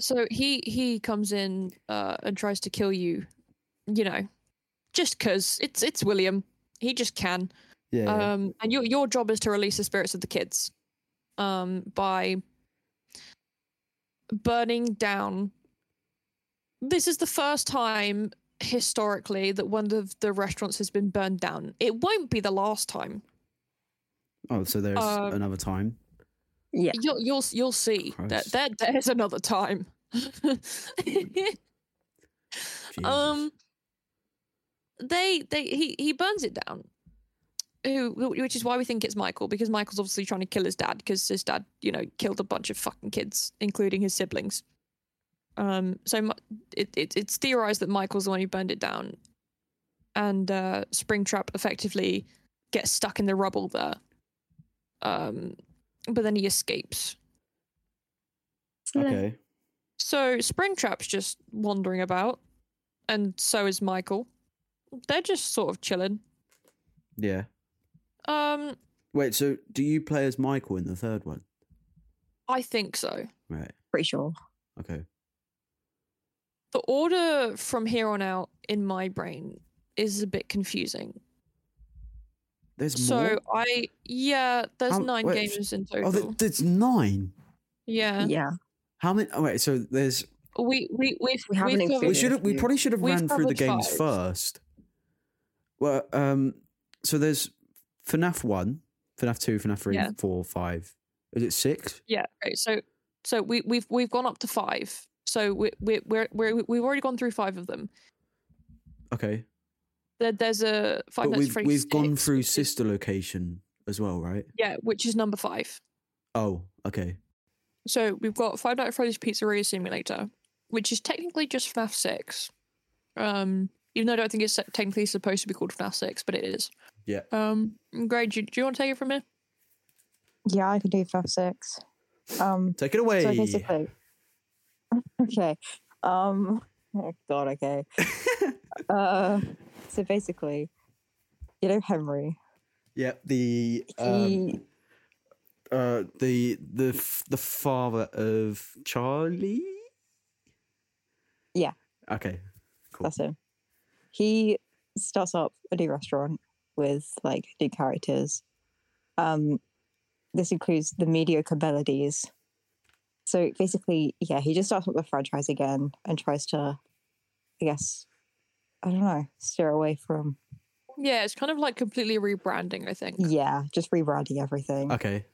Speaker 2: so he he comes in uh, and tries to kill you, you know, just because it's it's William. He just can.
Speaker 3: yeah. yeah.
Speaker 2: Um, and your your job is to release the spirits of the kids, um, by burning down. This is the first time historically that one of the restaurants has been burned down. It won't be the last time.
Speaker 3: oh, so there's
Speaker 2: um,
Speaker 3: another time.
Speaker 1: Yeah.
Speaker 2: You'll you'll you'll see
Speaker 3: Christ. Mm.
Speaker 2: that that there's another time. Um, they they he he burns it down. Who, wh- which is why we think it's Michael because Michael's obviously trying to kill his dad because his dad, you know, killed a bunch of fucking kids, including his siblings. Um, so Mi- it, it it's theorized that Michael's the one who burned it down, and uh, Springtrap effectively gets stuck in the rubble there. Um, but then he escapes.
Speaker 3: Jesus. Okay.
Speaker 2: So Springtrap's just wandering about, and so is Michael. They're just sort of chilling.
Speaker 3: Yeah.
Speaker 2: Um,
Speaker 3: Wait. So do you play as Michael in the third one?
Speaker 2: I think so.
Speaker 3: Right.
Speaker 1: Pretty sure.
Speaker 3: Okay.
Speaker 2: The order from here on out in my brain is a bit confusing.
Speaker 3: There's
Speaker 2: So
Speaker 3: more.
Speaker 2: I yeah, there's
Speaker 3: How-
Speaker 2: nine
Speaker 3: wait,
Speaker 2: games in total.
Speaker 3: Oh, there, there's nine.
Speaker 2: yeah.
Speaker 1: yeah.
Speaker 3: How many? Oh, wait. So there's.
Speaker 2: we we we've,
Speaker 1: We haven't
Speaker 2: we've covered-
Speaker 3: We
Speaker 1: included- Yeah,
Speaker 3: should. We
Speaker 1: yeah.
Speaker 3: probably should have
Speaker 2: We've
Speaker 3: ran through the
Speaker 2: covered
Speaker 3: games
Speaker 2: five.
Speaker 3: first. Well, um. So there's FNAF one, FNAF two, FNAF three,
Speaker 2: Yeah.
Speaker 3: four, five. Is it six?
Speaker 2: yeah. Okay, so so we we've we've gone up to five. So we we we're, we're we've already gone through five of them.
Speaker 3: Okay,
Speaker 2: There, there's a five.
Speaker 3: but
Speaker 2: Nights at
Speaker 3: we've
Speaker 2: Freddy's
Speaker 3: we've gone
Speaker 2: 6,
Speaker 3: through
Speaker 2: which is-
Speaker 3: sister location as well, right?
Speaker 2: Yeah, which is number five.
Speaker 3: Oh, okay.
Speaker 2: So we've got Five Nights at Freddy's Pizzeria Simulator, which is technically just FNAF 6. Um, even though I don't think it's se- technically supposed to be called FNAF 6, but it is.
Speaker 3: Yeah.
Speaker 2: Um, Greg, do, do you want to take it from here?
Speaker 1: Yeah, I can do five six. Um
Speaker 3: Take it away.
Speaker 1: So basically, okay. Um, oh God, okay. uh, so basically, you know Henry.
Speaker 3: yeah, the
Speaker 1: He-
Speaker 3: um, uh, the the f- the father of Charlie.
Speaker 1: Yeah.
Speaker 3: Okay. Cool.
Speaker 1: That's him. He starts up a new restaurant with like new characters. Um, this includes the mediocre melodies. So basically, yeah, he just starts up the franchise again and tries to, I guess, I don't know, steer away from
Speaker 2: Yeah, it's kind of like completely rebranding, I think.
Speaker 1: yeah, just rebranding everything.
Speaker 3: Okay.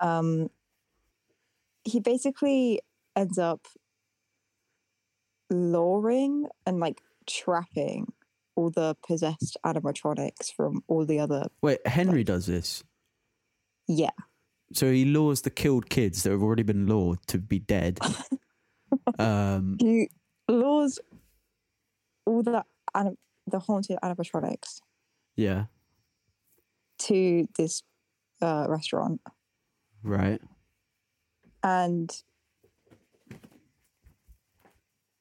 Speaker 1: um, he basically ends up luring and like trapping all the possessed animatronics from all the other
Speaker 3: Wait, Henry does this.
Speaker 1: yeah
Speaker 3: So he lures the killed kids that have already been lured to be dead. um,
Speaker 1: he lures all the anim- the haunted animatronics
Speaker 3: yeah,
Speaker 1: to this uh, restaurant
Speaker 3: right.
Speaker 1: and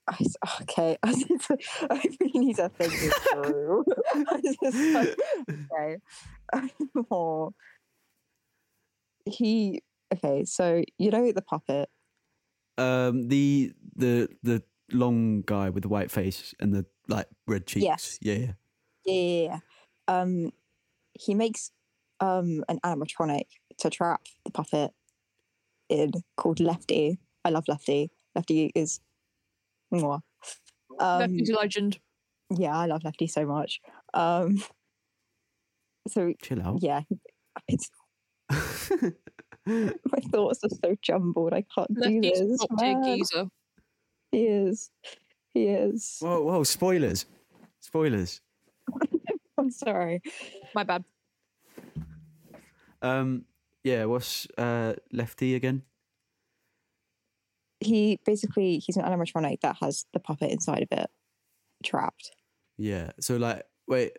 Speaker 1: I s okay, I, need to, I really need to think this through. I just, like, okay. Oh. He okay, so you know the puppet.
Speaker 3: Um, the the the long guy with the white face and the like red cheeks.
Speaker 1: Yes.
Speaker 3: Yeah, yeah.
Speaker 1: Yeah, yeah, yeah. Um, he makes um an animatronic to trap the puppet in called Lefty. I love Lefty. Lefty is. Mwah. Um,
Speaker 2: That is a legend.
Speaker 1: Yeah, I love Lefty so much. Um, so
Speaker 3: Chill out.
Speaker 1: yeah, it's my thoughts are so jumbled. I can't do
Speaker 2: Lefty's
Speaker 1: this.
Speaker 2: top tier
Speaker 1: man.
Speaker 2: geezer.
Speaker 1: He is. He is.
Speaker 3: whoa, whoa! Spoilers, spoilers.
Speaker 1: I'm sorry.
Speaker 2: My bad.
Speaker 3: Um, yeah. What's uh lefty again?
Speaker 1: He basically he's an animatronic that has the puppet inside of it trapped.
Speaker 3: Yeah. So like, wait.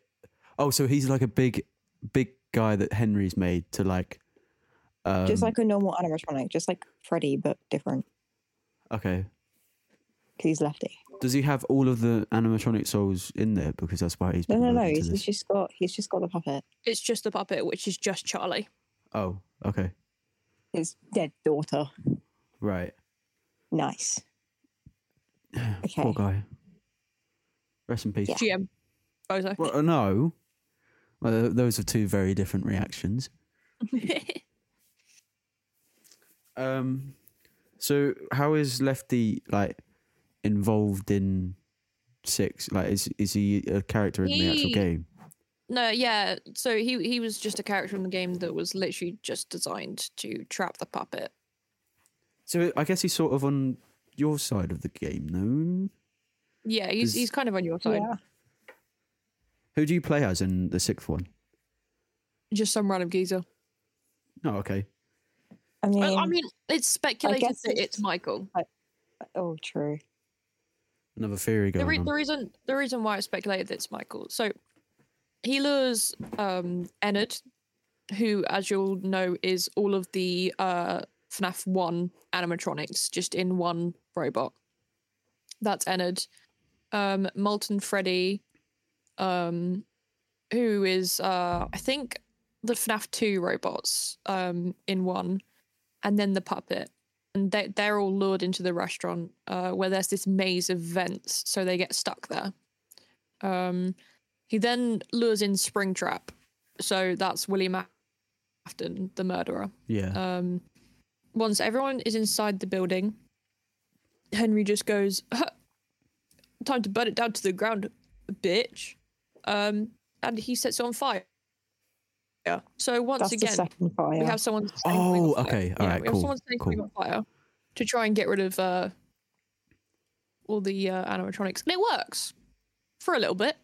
Speaker 3: Oh, so he's like a big, big guy that Henry's made to like. Um,
Speaker 1: just like a normal animatronic, just like Freddy but different
Speaker 3: Okay.
Speaker 1: because he's lefty.
Speaker 3: Does he have all of the animatronic souls in there? Because that's why he's.
Speaker 1: No,
Speaker 3: been
Speaker 1: no, no.
Speaker 3: loaded to
Speaker 1: He's, he's
Speaker 3: this.
Speaker 1: just got he's just got the puppet.
Speaker 2: It's just the puppet, which is just Charlie.
Speaker 3: Oh, okay.
Speaker 1: His dead daughter.
Speaker 3: Right.
Speaker 1: Nice. Okay.
Speaker 3: Poor guy. Rest in peace.
Speaker 1: Yeah.
Speaker 2: GM. Bozo.
Speaker 3: Well, uh, no. Well, th- those are two very different reactions. Um, so how is Lefty like involved in six? Like, is is he a character in the actual
Speaker 2: He-
Speaker 3: game?
Speaker 2: no, yeah. So he he was just a character in the game that was literally just designed to trap the puppet.
Speaker 3: So I guess he's sort of on your side of the game, no?
Speaker 2: Yeah, he's
Speaker 3: Does-
Speaker 2: he's kind of on your side.
Speaker 1: Yeah.
Speaker 3: Who do you play as in the sixth one?
Speaker 2: Just some random geezer.
Speaker 3: Oh, okay.
Speaker 1: I mean,
Speaker 2: Oh, I, I mean, it's speculated
Speaker 1: guess
Speaker 2: that
Speaker 1: it's-
Speaker 2: it's Michael.
Speaker 1: oh, true.
Speaker 3: Another theory
Speaker 2: the,
Speaker 3: going
Speaker 2: re-
Speaker 3: on.
Speaker 2: the reason the reason why I speculated that it's Michael. So he lures um Ennard, who, as you'll know, is all of the uh FNAF one animatronics just in one robot. That's Ennard. Um Molten Freddy, um who is uh I think the FNAF two robots um in one, and then the puppet and they, they're all lured into the restaurant uh, where there's this maze of vents, so they get stuck there. Um, he then lures in Springtrap, so that's William Afton, the murderer.
Speaker 3: yeah.
Speaker 2: Um, once everyone is inside the building, Henry just goes, "Huh, "Time to burn it down to the ground, bitch," um, and he sets it on fire. Yeah. So once
Speaker 1: That's the
Speaker 2: again,
Speaker 1: second fire.
Speaker 2: we have someone. setting something on
Speaker 3: Oh,
Speaker 2: fire.
Speaker 3: okay.
Speaker 2: Yeah,
Speaker 3: Alright,
Speaker 2: we have
Speaker 3: cool,
Speaker 2: someone setting something
Speaker 3: cool.
Speaker 2: on fire to try and get rid of uh, all the uh, animatronics, and it works for a little bit.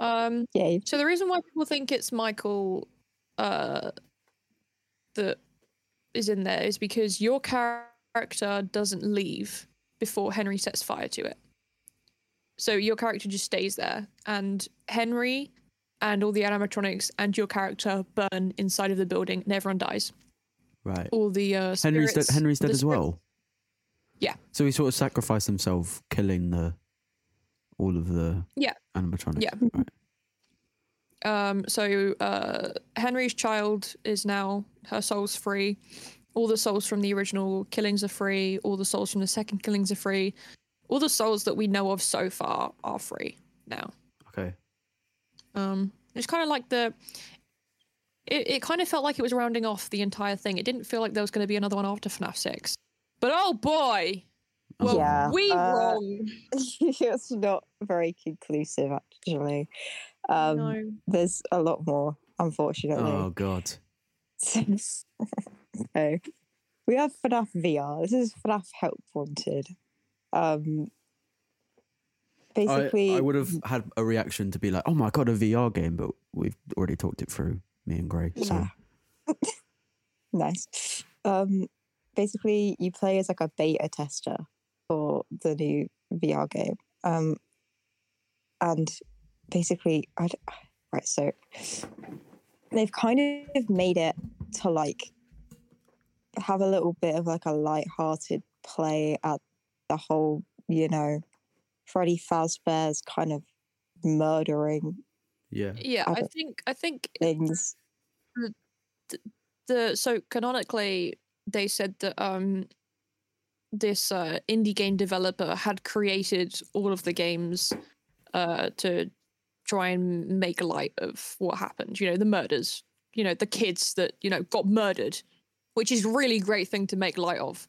Speaker 2: um,
Speaker 1: Yay.
Speaker 2: so the reason why people think it's Michael uh, that is in there is because your character doesn't leave before Henry sets fire to it. So your character just stays there, and Henry and all the animatronics and your character burn inside of the building, and everyone dies.
Speaker 3: right.
Speaker 2: All the uh,
Speaker 3: Henry's dead.
Speaker 2: spirits-
Speaker 3: Henry's
Speaker 2: all
Speaker 3: dead
Speaker 2: the
Speaker 3: as
Speaker 2: spirits-
Speaker 3: well.
Speaker 2: Yeah.
Speaker 3: So he sort of sacrificed himself, killing the all of the
Speaker 2: Yeah.
Speaker 3: animatronics.
Speaker 2: Yeah.
Speaker 3: Right.
Speaker 2: Um, so uh, Henry's child is now her soul's free. All the souls from the original killings are free. All the souls from the second killings are free. All the souls that we know of so far are free now.
Speaker 3: Okay.
Speaker 2: Um, it's kind of like the. It, it kind of felt like it was rounding off the entire thing. It didn't feel like there was going to be another one after FNAF 6. But oh boy!
Speaker 3: Oh.
Speaker 2: Well,
Speaker 1: Yeah,
Speaker 2: we
Speaker 1: uh,
Speaker 2: wrong.
Speaker 1: it's not very conclusive, actually. Um,
Speaker 2: no.
Speaker 1: There's a lot more, unfortunately.
Speaker 3: Oh God.
Speaker 1: so, we have FNAF VR. This is FNAF Help Wanted. Um,
Speaker 3: I,
Speaker 1: basically,
Speaker 3: I would have had a reaction to be like, "Oh my god, a VR game," but we've already talked it through, me and Gray. So
Speaker 1: Yeah. Nice. Um, basically, you play as like a beta tester for the new VR game. Um, and basically, I d- right. So they've kind of made it to like have a little bit of like a light-hearted play at the whole, you know, Freddy Fazbear's kind of murdering
Speaker 3: yeah,
Speaker 2: Yeah,
Speaker 1: I
Speaker 2: I
Speaker 1: don't-
Speaker 2: think I think
Speaker 1: things.
Speaker 2: the so canonically they said that um this uh, indie game developer had created all of the games uh to try and make light of what happened you know the murders you know the kids that you know got murdered which is really great thing to make light of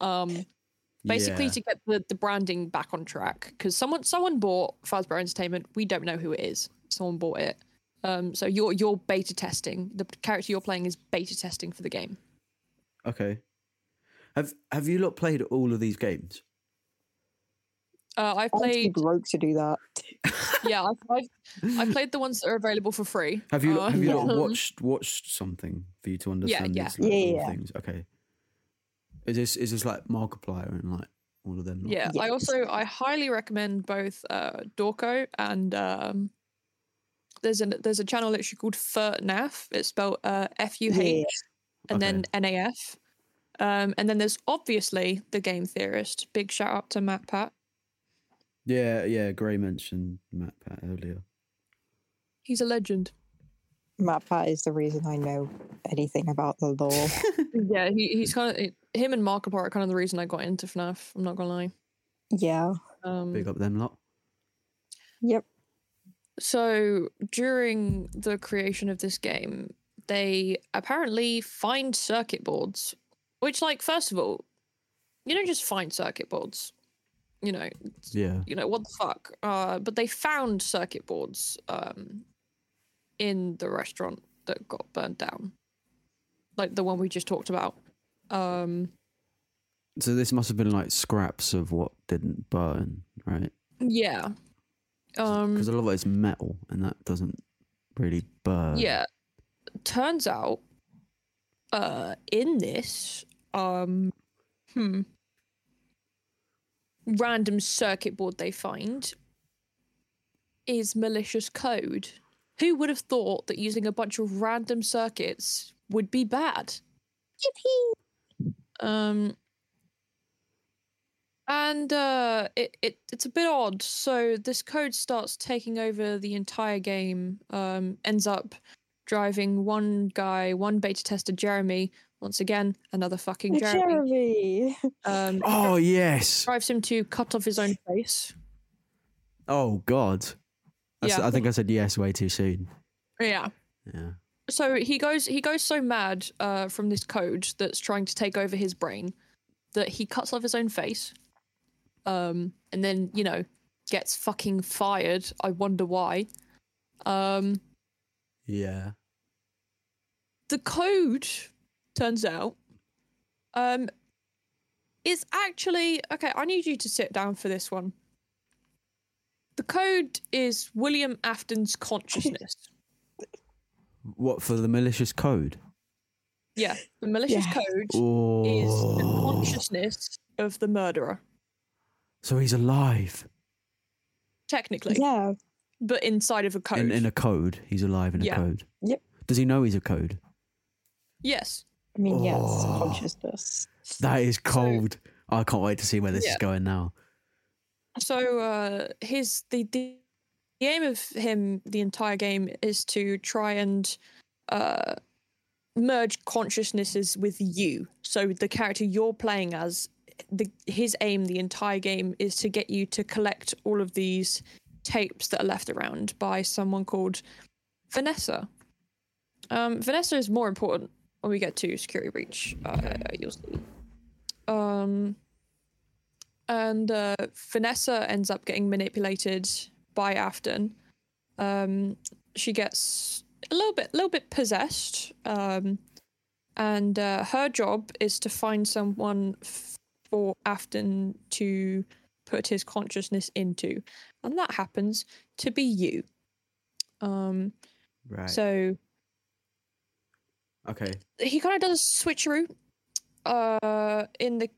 Speaker 2: um basically
Speaker 3: Yeah.
Speaker 2: to get the, the branding back on track because someone someone bought Fazbear Entertainment. We don't know who it is. Someone bought it. Um, so you're you're beta testing. The character you're playing is beta testing for the game.
Speaker 3: Okay. Have Have you lot played all of these games?
Speaker 2: Uh, I've
Speaker 1: I'm too
Speaker 2: played
Speaker 1: broke to do that.
Speaker 2: yeah I've, I've I've played the ones that are available for free.
Speaker 3: Have you
Speaker 2: Uh,
Speaker 3: Have you lot
Speaker 2: um,
Speaker 3: watched watched something for you to understand?
Speaker 2: yeah.
Speaker 3: It's like
Speaker 1: Yeah,
Speaker 3: all
Speaker 1: yeah.
Speaker 3: Things. Okay. Is this Is this like Markiplier and like all of them? lot?
Speaker 2: Yeah, I
Speaker 1: Yeah.
Speaker 2: also I highly recommend both uh, Dorco and um, there's a there's a channel actually called FurNaf. It's spelled uh, F U
Speaker 1: Yeah.
Speaker 2: H and
Speaker 3: Okay.
Speaker 2: then NAF. Um, and then there's obviously the game theorist. Big shout out to Matt Pat.
Speaker 3: Yeah. Yeah. Gray mentioned Matt Pat earlier.
Speaker 2: He's a legend.
Speaker 1: Matt Pat is the reason I know anything about the law.
Speaker 2: Yeah, he, he's kind of him and Markiplier are kind of the reason I got into FNAF. I'm not gonna lie.
Speaker 1: yeah.
Speaker 2: Um,
Speaker 3: Big up them lot.
Speaker 1: Yep.
Speaker 2: So during the creation of this game, they apparently find circuit boards, which, like, first of all, you don't just find circuit boards. You know,
Speaker 3: Yeah.
Speaker 2: you know what the fuck. Uh, but they found circuit boards um, in the restaurant that got burned down, like the one we just talked about. Um,
Speaker 3: So this must have been like scraps of what didn't burn, right?
Speaker 2: yeah. Um,
Speaker 3: Because a lot of it is metal, and that doesn't really burn.
Speaker 2: yeah turns out uh in this um hmm random circuit board they find is malicious code who would have thought that using a bunch of random circuits would be bad um and uh it, it it's a bit odd so this code starts taking over the entire game um ends up driving one guy one beta tester jeremy once again another fucking jeremy,
Speaker 1: Jeremy.
Speaker 2: um
Speaker 3: Oh yes.
Speaker 2: drives him to cut off his own face
Speaker 3: Oh God. I s-
Speaker 2: Yeah.
Speaker 3: I think I said yes way too soon.
Speaker 2: yeah
Speaker 3: Yeah.
Speaker 2: so he goes he goes so mad uh, from this code that's trying to take over his brain that he cuts off his own face um and then you know gets fucking fired i wonder why um
Speaker 3: Yeah.
Speaker 2: the code turns out um is actually okay i need you to sit down for this one the code is william afton's consciousness
Speaker 3: What for the malicious code?
Speaker 2: yeah the malicious
Speaker 1: Yes.
Speaker 2: code is the
Speaker 3: Oh.
Speaker 2: consciousness of the murderer,
Speaker 3: So he's alive
Speaker 2: technically,
Speaker 1: yeah.
Speaker 2: but inside of a code.
Speaker 3: in, in a code. He's alive in a
Speaker 2: Yeah.
Speaker 3: code.
Speaker 1: Yep.
Speaker 3: Does he know he's a code?
Speaker 2: yes.
Speaker 1: I mean, yes,
Speaker 3: Oh.
Speaker 1: consciousness.
Speaker 3: That is cold. I can't wait to see where this is
Speaker 2: Yeah.
Speaker 3: going now.
Speaker 2: So uh, his the, the the aim of him the entire game is to try and uh, merge consciousnesses with you. So the character you're playing as, the his aim the entire game is to get you to collect all of these tapes that are left around by someone called Vanessa. Um, Vanessa is more important when we get to security breach. Uh, you'll see. Um, and uh, Vanessa ends up getting manipulated by Afton. Um, she gets a little bit, little bit possessed, um, and uh, her job is to find someone f- for Afton to put his consciousness into, and that happens to be you. Um,
Speaker 3: Right.
Speaker 2: So
Speaker 3: okay.
Speaker 2: he kind of does a switcheroo uh in the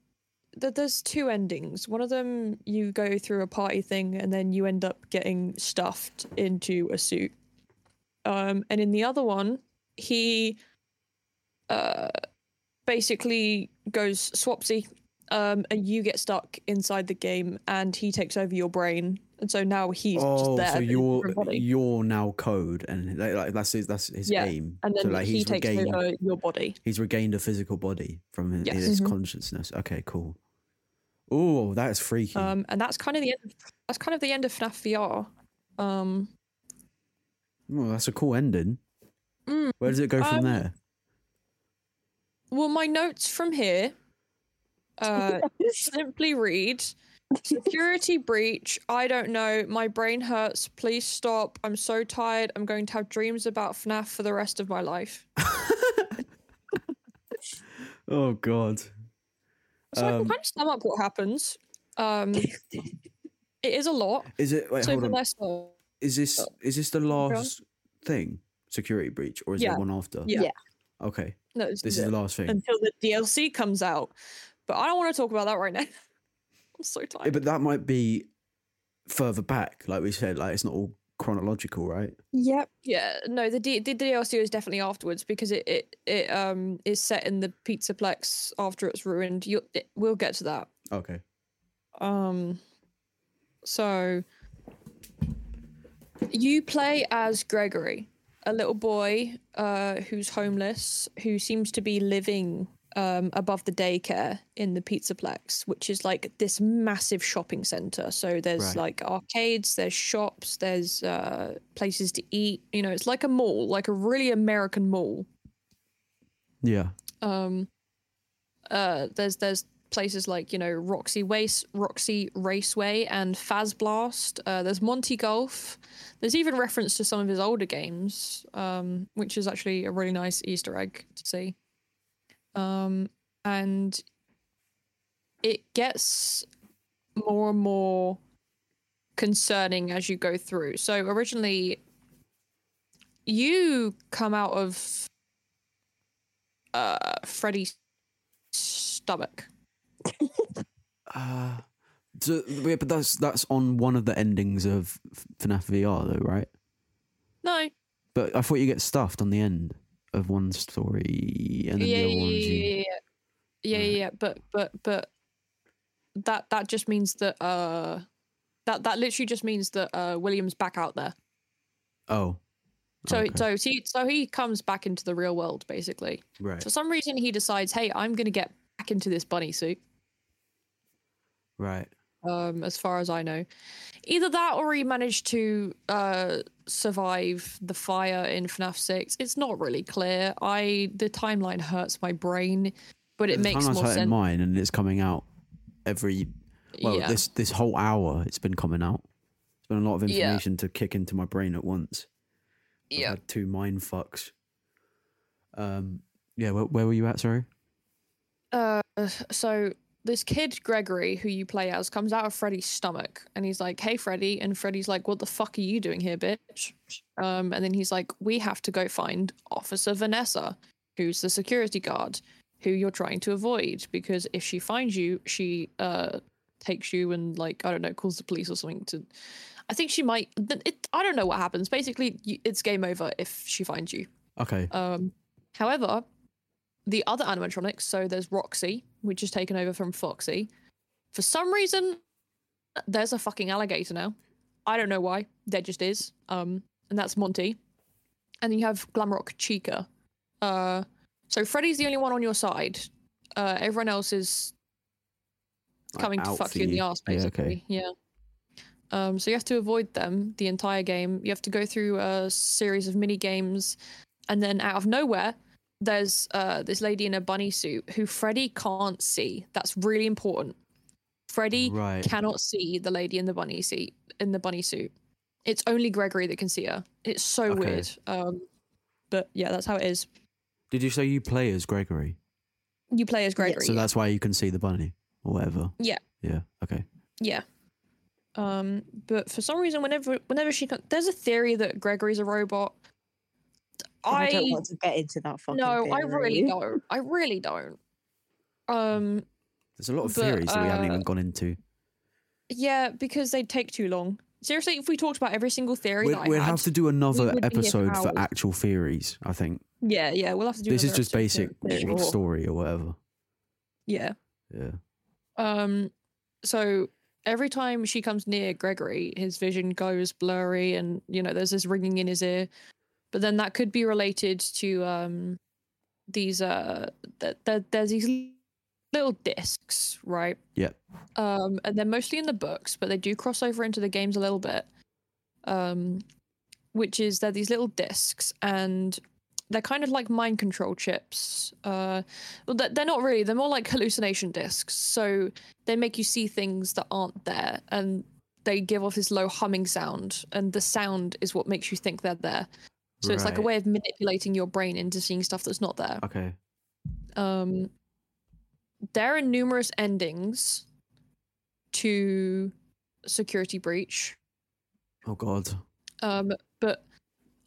Speaker 2: th- there's two endings one of them you go through a party thing and then you end up getting stuffed into a suit um and in the other one he uh basically goes swapsy um and you get stuck inside the game and he takes over your brain and so now he's just
Speaker 3: oh,
Speaker 2: there
Speaker 3: so
Speaker 2: but in a
Speaker 3: you're
Speaker 2: different body.
Speaker 3: you're now code, and like, like, that's his that's his
Speaker 2: Yeah,
Speaker 3: aim.
Speaker 2: and then
Speaker 3: so like
Speaker 2: he
Speaker 3: he's
Speaker 2: takes
Speaker 3: regained
Speaker 2: over your body
Speaker 3: he's regained a physical body from his,
Speaker 2: Yes. Mm-hmm.
Speaker 3: his
Speaker 1: Mhm.
Speaker 3: consciousness. Okay, cool. Oh, that's freaky.
Speaker 2: Um, and that's kind of the end. That's kind of the end of FNAF VR. Um,
Speaker 3: Well, that's a cool ending.
Speaker 2: Mm,
Speaker 3: Where does it go from
Speaker 2: um,
Speaker 3: there?
Speaker 2: well, my notes from here Uh, simply read security breach. I don't know. My brain hurts. Please stop. I'm so tired. I'm going to have dreams about FNAF for the rest of my life.
Speaker 3: Oh God.
Speaker 2: So I can
Speaker 3: Um,
Speaker 2: kind of sum up what happens. Um, it is a lot.
Speaker 3: Is it? Wait,
Speaker 2: so
Speaker 3: hold
Speaker 2: for
Speaker 3: on.
Speaker 2: my soul,
Speaker 3: Is this is this the
Speaker 2: on.
Speaker 3: last thing? Security breach, or is
Speaker 2: Yeah.
Speaker 3: there one after?
Speaker 2: Yeah.
Speaker 1: Yeah.
Speaker 3: Okay,
Speaker 2: no, this
Speaker 3: this
Speaker 2: is
Speaker 3: is
Speaker 2: it.
Speaker 3: the last thing.
Speaker 2: until the DLC comes out. But I don't want to talk about that right now. I'm so tired.
Speaker 3: Yeah, but that might be further back, like we said. Like it's not all chronological, right?
Speaker 1: Yep.
Speaker 2: Yeah, no, the D- the DLC is definitely afterwards because it it, it um is set in the Pizza Plex after it's ruined. You it, we'll get to that.
Speaker 3: Okay.
Speaker 2: Um, so you play as Gregory, a little boy uh who's homeless who seems to be living um above the daycare in the Pizza Plex, which is like this massive shopping center. So there's
Speaker 3: Right.
Speaker 2: like arcades, there's shops, there's uh places to eat. You know, it's like a mall, like a really American mall
Speaker 3: Yeah.
Speaker 2: um uh there's there's places like you know Roxy Waste Roxy Raceway and Faz Blast uh, there's Monty Golf there's even reference to some of his older games um which is actually a really nice easter egg to see um and it gets more and more concerning as you go through so originally you come out of uh Freddy's stomach.
Speaker 3: Uh, so, yeah, but that's that's on one of the endings of FNAF VR, though, right?
Speaker 2: No.
Speaker 3: But I thought you get stuffed on the end of one story,
Speaker 2: Yeah,
Speaker 3: and then
Speaker 2: yeah,
Speaker 3: the other one is you.
Speaker 2: yeah, yeah, yeah, yeah, yeah, yeah. But but but that that just means that uh that that literally just means that uh William's back out there.
Speaker 3: Oh.
Speaker 2: So
Speaker 3: Okay.
Speaker 2: so he so he comes back into the real world basically.
Speaker 3: right,
Speaker 2: For some reason he decides, hey, I'm gonna get back into this bunny suit.
Speaker 3: right.
Speaker 2: um, as far as I know. Either that or he managed to uh, survive the fire in FNAF 6. It's not really clear. I The timeline hurts my brain, but it
Speaker 3: The
Speaker 2: makes
Speaker 3: timeline's
Speaker 2: more
Speaker 3: hurting
Speaker 2: sense.
Speaker 3: mine, and it's coming out every well
Speaker 2: yeah.
Speaker 3: this this whole hour. It's been coming out. It's been a lot of
Speaker 2: Yeah.
Speaker 3: information to kick into my brain at once. I've
Speaker 2: yeah.
Speaker 3: had two mind fucks. Um, yeah. Where, where were you at? Sorry.
Speaker 2: Uh, so this kid, Gregory, who you play as, comes out of Freddy's stomach and he's like, hey, Freddy. And Freddy's like, what the fuck are you doing here, bitch? Um, and then he's like, we have to go find Officer Vanessa, who's the security guard who you're trying to avoid because if she finds you, she uh takes you and like I don't know calls the police or something to. I think she might. th- It, I don't know what happens. Basically, you, it's game over if she finds you.
Speaker 3: Okay.
Speaker 2: Um, however, the other animatronics, so there's Roxy, which is taken over from Foxy. For some reason, there's a fucking alligator now. I don't know why. There just is. Um, and that's Monty. And then you have Glamrock Chica. Uh, so Freddy's the only one on your side. Uh, everyone else is
Speaker 3: Like,
Speaker 2: coming to
Speaker 3: out
Speaker 2: fuck
Speaker 3: for
Speaker 2: you in the ass,
Speaker 3: Yeah, okay.
Speaker 2: basically. Yeah. Um, so you have to avoid them the entire game. You have to go through a series of mini games, and then out of nowhere, there's uh, this lady in a bunny suit who Freddy can't see. That's really important. Freddy
Speaker 3: Right.
Speaker 2: cannot see the lady in the bunny seat in the bunny suit. It's only Gregory that can see her. It's so
Speaker 3: Okay.
Speaker 2: weird. Um, but yeah, that's how it is.
Speaker 3: Did you say you play as Gregory?
Speaker 2: You play as Gregory.
Speaker 3: So
Speaker 2: yeah.
Speaker 3: that's why you can see the bunny or whatever.
Speaker 2: Yeah.
Speaker 3: Yeah. Okay.
Speaker 2: Yeah. Um, but for some reason, whenever whenever she comes, there's a theory that Gregory's a robot.
Speaker 1: I,
Speaker 2: I,
Speaker 1: don't want to get into that fucking
Speaker 2: no, I really
Speaker 1: theory.
Speaker 2: don't. I really don't. Um,
Speaker 3: There's a lot of
Speaker 2: But,
Speaker 3: theories that we haven't
Speaker 2: uh,
Speaker 3: even gone into.
Speaker 2: yeah, because they take too long. Seriously, if we talked about every single theory
Speaker 3: We'd,
Speaker 2: that I
Speaker 3: we'd
Speaker 2: had,
Speaker 3: have to do another
Speaker 2: would be here for
Speaker 3: episode for
Speaker 2: hours.
Speaker 3: actual theories. I think
Speaker 2: yeah, yeah, we'll have to do.
Speaker 3: this is
Speaker 2: another
Speaker 3: just
Speaker 2: episode
Speaker 3: basic
Speaker 2: for it, for sure.
Speaker 3: story or whatever.
Speaker 2: Yeah.
Speaker 3: Yeah.
Speaker 2: Um, so every time she comes near Gregory, his vision goes blurry, and you know there's this ringing in his ear. But then that could be related to um, these uh, th- th- there's these little discs, right?
Speaker 3: Yep.
Speaker 2: Um, and they're mostly in the books, but they do cross over into the games a little bit. Um, which is they're these little discs, and they're kind of like mind control chips. Uh, well, they're they're not really. They're more like hallucination discs. So they make you see things that aren't there, and they give off this low humming sound, and the sound is what makes you think they're there. So it's like a
Speaker 3: Right.
Speaker 2: way of manipulating your brain into seeing stuff that's not there.
Speaker 3: Okay.
Speaker 2: Um, there are numerous endings to security breach.
Speaker 3: Oh God.
Speaker 2: Um, but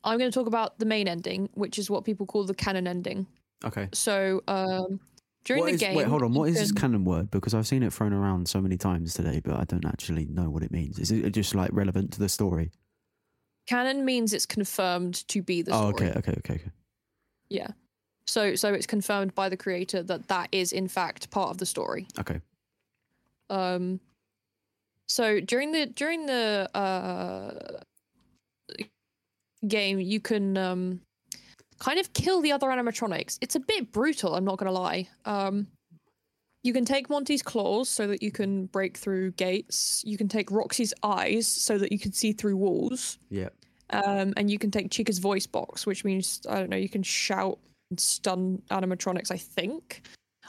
Speaker 2: I'm going to talk about the main ending, which is what people call the canon ending.
Speaker 3: Okay.
Speaker 2: So um, during
Speaker 3: What
Speaker 2: the
Speaker 3: is-
Speaker 2: game,
Speaker 3: wait, hold on. What
Speaker 2: you
Speaker 3: is this
Speaker 2: can-
Speaker 3: canon word? Because I've seen it thrown around so many times today, but I don't actually know what it means. Is it just like relevant to the story?
Speaker 2: canon means it's confirmed to be the
Speaker 3: oh,
Speaker 2: story.
Speaker 3: okay, okay, okay, okay.
Speaker 2: Yeah. So so it's confirmed by the creator that that is in fact part of the story.
Speaker 3: Okay.
Speaker 2: Um. So during the during the uh game, you can um kind of kill the other animatronics. It's a bit brutal. I'm not gonna lie. Um. You can take Monty's claws so that you can break through gates. You can take Roxy's eyes so that you can see through walls.
Speaker 3: Yeah.
Speaker 2: Um, and you can take Chica's voice box, which means I don't know. You can shout and stun animatronics. I think.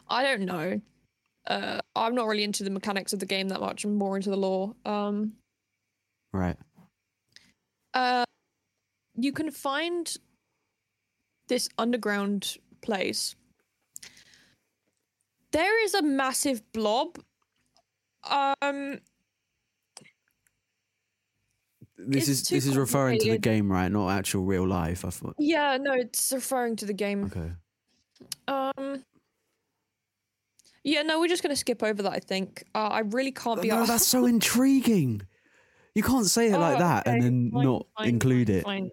Speaker 2: I don't know. Uh, I'm not really into the mechanics of the game that much. I'm more into the lore. Um,
Speaker 3: Right.
Speaker 2: uh, you can find this underground place. There is a massive blob. Um,
Speaker 3: This
Speaker 2: It's
Speaker 3: is
Speaker 2: too
Speaker 3: this is referring to the
Speaker 2: complicated.
Speaker 3: game, right? Not actual real life. I thought.
Speaker 2: yeah, no, it's referring to the game.
Speaker 3: Okay.
Speaker 2: Um. Yeah, no, we're just gonna skip over that. I think uh, I really can't be.
Speaker 3: No,
Speaker 2: arsed-
Speaker 3: that's so intriguing. You can't say it like
Speaker 2: Oh,
Speaker 3: that and
Speaker 2: okay,
Speaker 3: then
Speaker 2: fine,
Speaker 3: not
Speaker 2: fine,
Speaker 3: include
Speaker 2: fine,
Speaker 3: it.
Speaker 2: fine.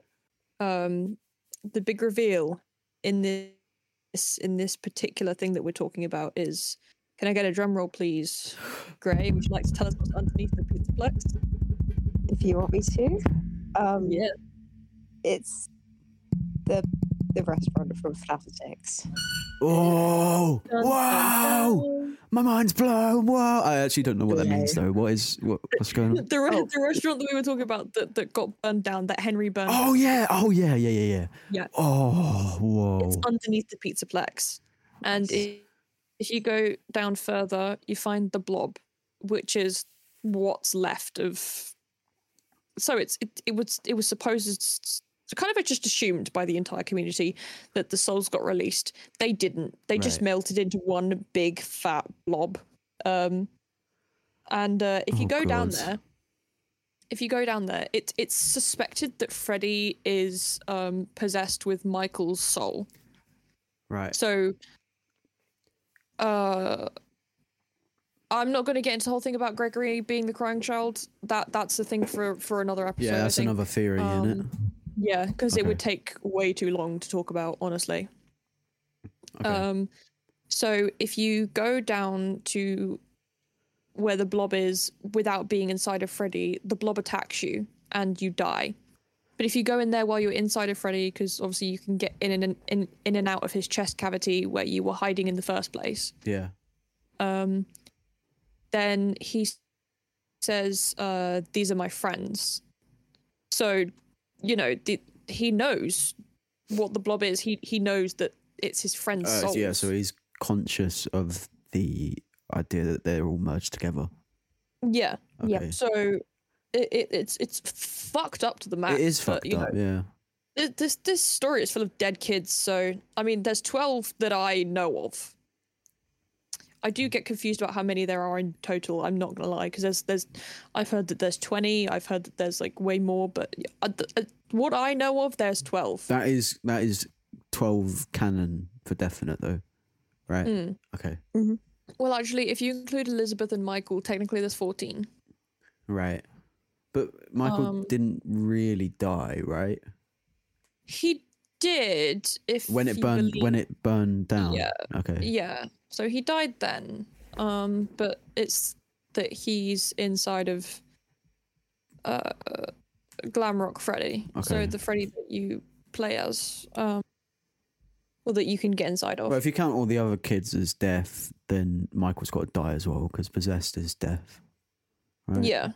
Speaker 2: Um, the big reveal in this in this particular thing that we're talking about is. Can I get a drum roll, please? Gray, would you like to tell us what's underneath the pizza flex?
Speaker 1: if you want me to. Um,
Speaker 2: Yeah.
Speaker 1: It's the the restaurant from FNAF 6.
Speaker 3: Oh, wow! My mind's blown. Wow! I actually don't know what that means though. What is what, what's going on?
Speaker 2: The, re- the restaurant that we were talking about that, that got burned down, that Henry burned,
Speaker 3: Oh yeah! Oh yeah! Yeah yeah yeah.
Speaker 2: Yeah.
Speaker 3: Oh whoa!
Speaker 2: it's underneath the pizza plex. And if, if you go down further, you find the blob, which is what's left of. So it's it, it was it was supposed it's kind of just assumed by the entire community that the souls got released. They didn't. They just
Speaker 3: Right.
Speaker 2: melted into one big fat blob. Um, and uh, if you
Speaker 3: Oh,
Speaker 2: go down
Speaker 3: God.
Speaker 2: there, if you go down there, it's it's suspected that Freddy is um, possessed with Michael's soul.
Speaker 3: Right.
Speaker 2: So, uh, I'm not going to get into the whole thing about Gregory being the crying child. That that's the thing for for another episode.
Speaker 3: Yeah,
Speaker 2: I
Speaker 3: that's
Speaker 2: think. um,
Speaker 3: another theory, is it?
Speaker 2: Yeah, because it
Speaker 3: Okay.
Speaker 2: would take way too long to talk about, honestly.
Speaker 3: Okay.
Speaker 2: Um, so if you go down to where the blob is without being inside of Freddy, the blob attacks you and you die. But if you go in there while you're inside of Freddy, because obviously you can get in and in, in and out of his chest cavity where you were hiding in the first place,
Speaker 3: yeah.
Speaker 2: um, then he s- says, uh, "These are my friends." So, you know, the, he knows what the blob is. He he knows that it's his friend's
Speaker 3: Uh,
Speaker 2: soul.
Speaker 3: yeah. So he's conscious of the idea that they're all merged together.
Speaker 2: Yeah.
Speaker 1: Yeah.
Speaker 3: Okay.
Speaker 2: So it, it, it's it's fucked up to the max.
Speaker 3: It is
Speaker 2: but,
Speaker 3: fucked
Speaker 2: uh, you know,
Speaker 3: up. Yeah.
Speaker 2: thi- this this story is full of dead kids. So I mean, there's twelve that I know of. I do get confused about how many there are in total. I'm not gonna lie, because there's there's, I've heard that there's twenty. I've heard that there's like way more, but uh, th- uh, what I know of, there's twelve.
Speaker 3: That is that is twelve canon for definite though, right?
Speaker 2: Mm.
Speaker 3: Okay,
Speaker 2: Well, actually, if you include Elizabeth and Michael, technically there's fourteen.
Speaker 3: right. But Michael
Speaker 2: Um,
Speaker 3: didn't really die, right?
Speaker 2: He did if
Speaker 3: When it
Speaker 2: you
Speaker 3: burned,
Speaker 2: believe-
Speaker 3: when it burned down.
Speaker 2: Yeah.
Speaker 3: Okay.
Speaker 2: Yeah. So he died then. Um, but it's that he's inside of uh Glamrock Freddy.
Speaker 3: Okay.
Speaker 2: So the Freddy that you play as. Um or that you can get inside of.
Speaker 3: Well, if you count all the other kids as death, then Michael's got to die as well because possessed is death. Right?
Speaker 2: Yeah.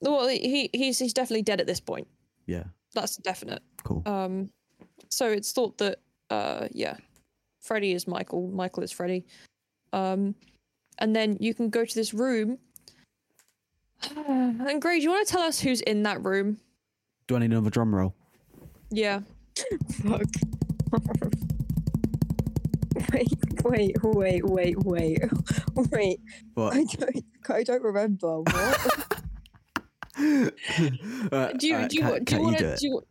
Speaker 2: Well he he's he's definitely dead at this point.
Speaker 3: Yeah.
Speaker 2: That's definite.
Speaker 3: Cool.
Speaker 2: Um so it's thought that uh yeah freddy is michael michael is freddy um and then you can go to this room and gray do you want to tell us who's in that room
Speaker 3: Do I need another drum roll?
Speaker 2: yeah
Speaker 1: Fuck. wait, wait, wait, wait, wait, wait.
Speaker 3: What?
Speaker 1: I don't, I don't remember. What?
Speaker 3: Alright,
Speaker 2: do you
Speaker 3: alright,
Speaker 2: do you,
Speaker 3: Kat-
Speaker 2: want- do
Speaker 3: Kat,
Speaker 2: you want
Speaker 3: do
Speaker 2: to
Speaker 3: it?
Speaker 2: do you,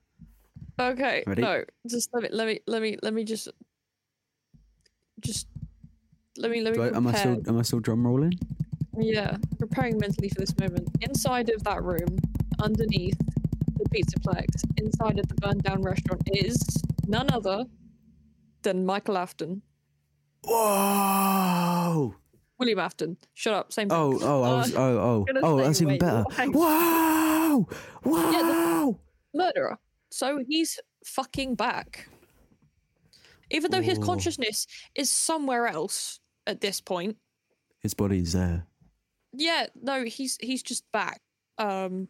Speaker 2: okay
Speaker 3: Ready?
Speaker 2: no just let me let me let me let me just just let me let me
Speaker 3: Do I,
Speaker 2: prepare.
Speaker 3: am I still am I still drum rolling?
Speaker 2: Yeah, preparing mentally for this moment. Inside of that room, underneath the pizza plex, inside of the burned down restaurant is none other than Michael Afton.
Speaker 3: Whoa!
Speaker 2: William Afton. Shut up, same thing.
Speaker 3: Oh, oh, I was,
Speaker 2: Uh,
Speaker 3: oh, oh,
Speaker 2: gonna
Speaker 3: oh,
Speaker 2: say,
Speaker 3: that's even
Speaker 2: wait,
Speaker 3: better.
Speaker 2: what? Hang on.
Speaker 3: Wow! Wow!
Speaker 2: Murderer. So he's fucking back. Even though his
Speaker 3: Ooh.
Speaker 2: consciousness is somewhere else at this point.
Speaker 3: His body's there.
Speaker 2: Yeah, no, he's he's just back. Um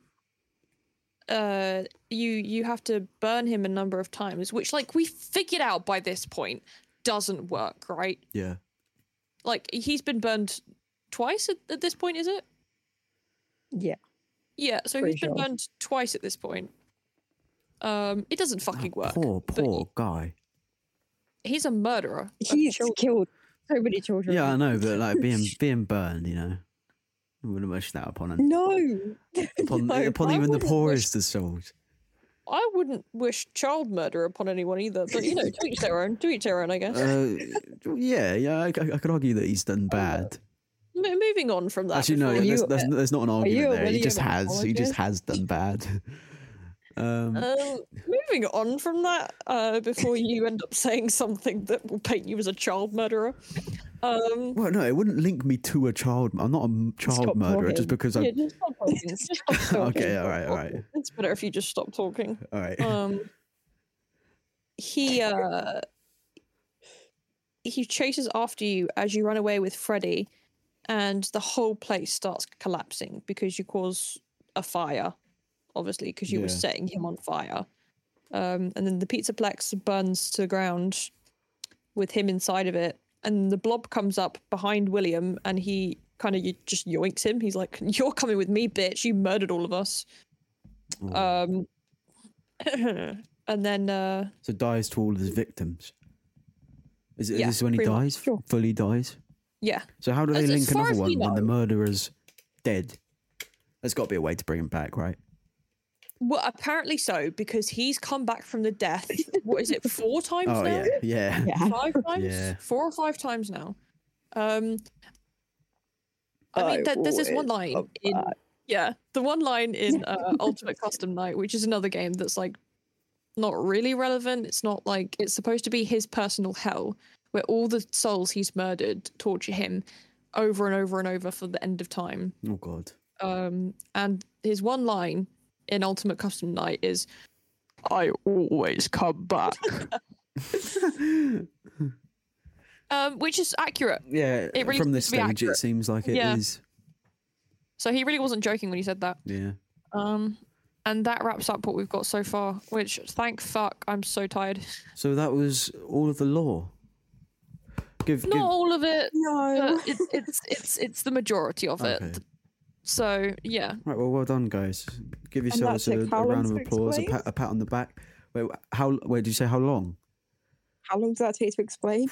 Speaker 2: uh you you have to burn him a number of times, which like we figured out by this point doesn't work, right?
Speaker 3: Yeah.
Speaker 2: Like he's been burned twice at, at this point, is it?
Speaker 1: yeah.
Speaker 2: Yeah, so
Speaker 1: Pretty
Speaker 2: he's been
Speaker 1: sure.
Speaker 2: burned twice at this point. Um it doesn't
Speaker 3: Oh,
Speaker 2: fucking work.
Speaker 3: Poor,
Speaker 2: but
Speaker 3: poor guy.
Speaker 2: He's a murderer. of
Speaker 1: He's
Speaker 2: children.
Speaker 1: killed so many children.
Speaker 3: Yeah, I know, but like being being burned, you know, I wouldn't wish that upon him.
Speaker 1: No.
Speaker 3: Upon,
Speaker 1: No,
Speaker 3: upon
Speaker 2: I
Speaker 3: even the
Speaker 2: wouldn't wish-
Speaker 3: poorest of souls.
Speaker 2: I wouldn't wish child murder upon anyone either, but you know, to each their own, to each their own, I guess.
Speaker 3: Uh, yeah, yeah, I, I could argue that he's
Speaker 2: Oh,
Speaker 3: done bad.
Speaker 2: Mo- moving on from that.
Speaker 3: Actually, no,
Speaker 2: before
Speaker 3: yeah,
Speaker 2: we-
Speaker 1: you-
Speaker 3: there's, there's, there's not an
Speaker 1: you
Speaker 3: argument
Speaker 1: a
Speaker 3: there. He
Speaker 1: William
Speaker 3: just has, he
Speaker 1: apologist?
Speaker 3: just has done bad. Um,
Speaker 2: Um, moving on from that, uh, before you end up saying something that will paint you as a child murderer. Um,
Speaker 3: well, no, it wouldn't link me to a child. I'm not a m- child
Speaker 1: Stop
Speaker 3: murderer
Speaker 1: talking.
Speaker 3: just because I.
Speaker 2: yeah, just stop talking. Just stop talking.
Speaker 3: okay, all right, all right,
Speaker 2: It's better if you just stop talking.
Speaker 3: all right.
Speaker 2: Um, he uh, he chases after you as you run away with Freddy, and the whole place starts collapsing because you cause a fire, obviously because you were
Speaker 3: Yeah.
Speaker 2: setting him on fire. Um, and then the pizza plex burns to the ground with him inside of it, and the blob comes up behind William, and he kind of just yoinks him. He's like, "You're coming with me, bitch! You murdered all of us."
Speaker 3: Oh.
Speaker 2: Um, and then uh,
Speaker 3: so dies to all his victims. Is, is
Speaker 2: yeah,
Speaker 3: this when he
Speaker 2: pretty much,
Speaker 3: dies?
Speaker 1: sure.
Speaker 3: Fully dies.
Speaker 2: yeah,
Speaker 3: So how do they
Speaker 2: As- as
Speaker 3: link
Speaker 2: far
Speaker 3: another
Speaker 2: as we
Speaker 3: one when the
Speaker 2: know-
Speaker 3: murderer's dead? There's got to be a way to bring him back, right?
Speaker 2: well, apparently so because he's come back from the death. what is it? Four times
Speaker 3: Oh
Speaker 2: now?
Speaker 3: yeah, yeah.
Speaker 1: Yeah.
Speaker 2: Five times?
Speaker 3: Yeah.
Speaker 2: Four or five times now. Um, I mean,
Speaker 1: I
Speaker 2: there, there's this one
Speaker 1: always
Speaker 2: line
Speaker 1: come
Speaker 2: in yeah, the one line in uh, Ultimate Custom Night, which is another game that's like not really relevant. It's not like it's supposed to be his personal hell where all the souls he's murdered torture him over and over and over for the end of time.
Speaker 3: Oh god.
Speaker 2: Um, and his one line in Ultimate Custom Night is, "I always come back," um, which is accurate.
Speaker 3: yeah.
Speaker 2: It really
Speaker 3: from
Speaker 2: seems
Speaker 3: this
Speaker 2: to be
Speaker 3: stage, it
Speaker 2: accurate.
Speaker 3: seems like it is.
Speaker 2: Yeah. So he really wasn't joking when he said that.
Speaker 3: Yeah.
Speaker 2: Um, and that wraps up what we've got so far. Which, thank fuck, I'm so tired.
Speaker 3: So that was all of the law. Give.
Speaker 2: Not all of it,
Speaker 1: No.
Speaker 2: but it, it's it's it's the majority of
Speaker 3: give
Speaker 2: it.
Speaker 3: okay.
Speaker 2: So yeah,
Speaker 3: Right. Well, well done, guys. Give yourselves
Speaker 1: that's
Speaker 3: a,
Speaker 1: it.
Speaker 3: a
Speaker 1: How long
Speaker 3: round of
Speaker 1: to
Speaker 3: applause, a pat, a pat on the back. Wait, how? Wait, did you say how long?
Speaker 1: How long does that take to explain?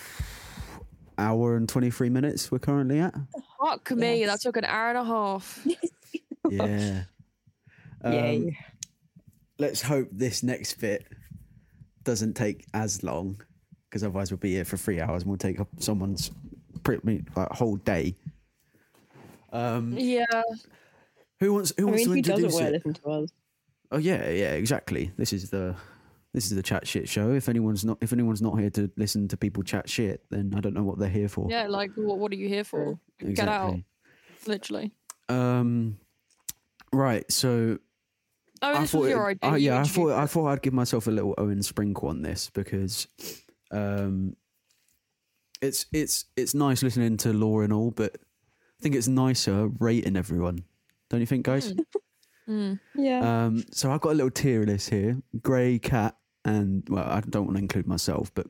Speaker 3: Hour and twenty-three minutes. We're currently at.
Speaker 2: fuck me, that
Speaker 1: Yes.
Speaker 2: took an hour and a half.
Speaker 3: Yeah. Um,
Speaker 1: Yay.
Speaker 3: let's hope this next bit doesn't take as long because otherwise we'll be here for three hours and we'll take up someone's pretty I mean, like whole day um
Speaker 2: yeah,
Speaker 3: who wants who
Speaker 1: I
Speaker 3: wants
Speaker 1: mean,
Speaker 3: to
Speaker 1: who doesn't
Speaker 3: introduce
Speaker 1: want to
Speaker 3: it
Speaker 1: listen to us?
Speaker 3: oh yeah yeah exactly this is the this is the chat shit show if anyone's not if anyone's not here to listen to people chat shit then i don't know what they're here for
Speaker 2: yeah. Like, what, what are you here for? Get out,
Speaker 3: exactly
Speaker 2: literally.
Speaker 3: um right so
Speaker 2: Oh, this was your
Speaker 3: it-
Speaker 2: idea.
Speaker 3: I-
Speaker 2: you
Speaker 3: yeah, I
Speaker 2: introduced
Speaker 3: thought I
Speaker 2: it.
Speaker 3: thought I'd give myself a little Owen sprinkle on this because um, it's it's it's nice listening to Law and all, but I think it's nicer rating everyone. Don't you think, guys?
Speaker 2: Mm.
Speaker 1: Yeah.
Speaker 3: Um, so I've got a little tier list here: Grey Cat and well, I don't want to include myself, but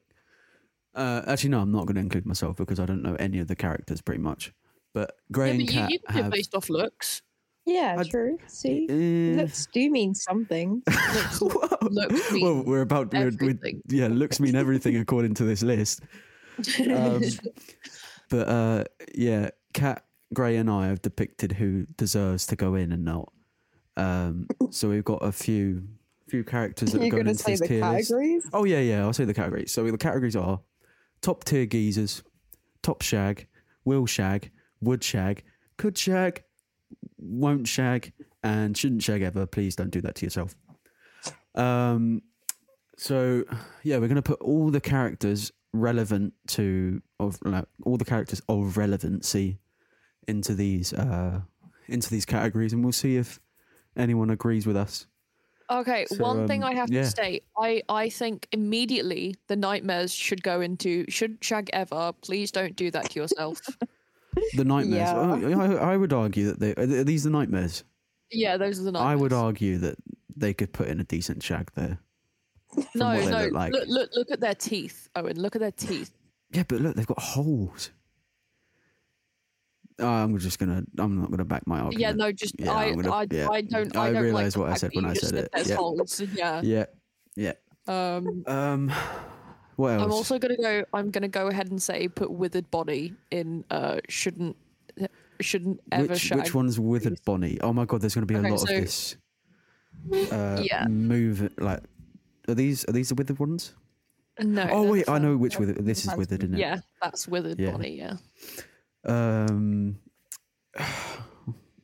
Speaker 3: Uh, actually, no, I'm not going to include myself because I don't know any of the characters pretty much. But Grey
Speaker 2: Yeah,
Speaker 3: and
Speaker 2: but you,
Speaker 3: Cat
Speaker 2: you can do it
Speaker 3: have.
Speaker 2: based off looks.
Speaker 1: Yeah,
Speaker 3: I- Um,
Speaker 1: true. See,
Speaker 3: Eh.
Speaker 1: looks do mean something.
Speaker 2: Looks-
Speaker 3: Whoa.
Speaker 2: looks mean
Speaker 3: well, we're about. We're, we're,
Speaker 2: everything.
Speaker 3: yeah, looks mean everything according to this list. Um, but uh, yeah, Cat, Grey, and I have depicted who deserves to go in and not. Um, so we've got a few few characters that are
Speaker 1: You're
Speaker 3: going
Speaker 1: gonna
Speaker 3: into
Speaker 1: say
Speaker 3: this
Speaker 1: the
Speaker 3: tier list.
Speaker 1: categories?
Speaker 3: Oh yeah, yeah. I'll say the categories. So the categories are top tier geezers, top shag, will shag, would shag, could shag, won't shag, and shouldn't shag ever. Please don't do that to yourself. Um. So yeah, we're gonna put all the characters relevant to of like, all the characters of relevancy into these uh into these categories, and we'll see if anyone agrees with us.
Speaker 2: Okay,
Speaker 3: So,
Speaker 2: one thing
Speaker 3: um,
Speaker 2: I have
Speaker 3: yeah.
Speaker 2: to say, I I think immediately the nightmares should go into should shag ever. Please don't do that to yourself.
Speaker 3: The nightmares.
Speaker 1: Yeah.
Speaker 3: Oh, I, I would argue that they are these the nightmares.
Speaker 2: yeah, those are the nightmares.
Speaker 3: I would argue that they could put in a decent shag there. from
Speaker 2: No,
Speaker 3: what they
Speaker 2: no.
Speaker 3: look like.
Speaker 2: Look, look, look at their teeth, Owen. Look at their teeth.
Speaker 3: Yeah, but look, they've got holes. Uh, I'm just gonna. I'm not gonna back my argument.
Speaker 2: Yeah, no, just
Speaker 3: Oh, Yeah,
Speaker 2: I,
Speaker 3: I'm gonna-
Speaker 2: I,
Speaker 3: yeah.
Speaker 2: I don't. I,
Speaker 3: I
Speaker 2: don't
Speaker 3: realised
Speaker 2: like
Speaker 3: what I
Speaker 2: the fact
Speaker 3: said
Speaker 2: that
Speaker 3: when
Speaker 2: you
Speaker 3: I
Speaker 2: just
Speaker 3: said it,
Speaker 2: There's
Speaker 3: yeah.
Speaker 2: holes. Yeah.
Speaker 3: Yeah.
Speaker 2: Um,
Speaker 3: Um. What else?
Speaker 2: I'm also gonna go. I'm gonna go ahead and say put withered body in. Uh, shouldn't shouldn't ever
Speaker 3: which,
Speaker 2: shag.
Speaker 3: which one's withered Bonnie? Oh my god, there's gonna be
Speaker 2: Okay,
Speaker 3: a lot
Speaker 2: so-
Speaker 3: of this. Uh,
Speaker 2: Yeah.
Speaker 3: Move like. Are these are these the withered ones?
Speaker 2: No.
Speaker 3: oh
Speaker 2: no,
Speaker 3: wait, I
Speaker 1: um,
Speaker 3: know which
Speaker 1: no,
Speaker 3: withered. This is
Speaker 1: that's-
Speaker 3: withered, isn't it?
Speaker 2: Yeah, that's withered
Speaker 3: Yeah.
Speaker 2: body. Yeah.
Speaker 3: Um.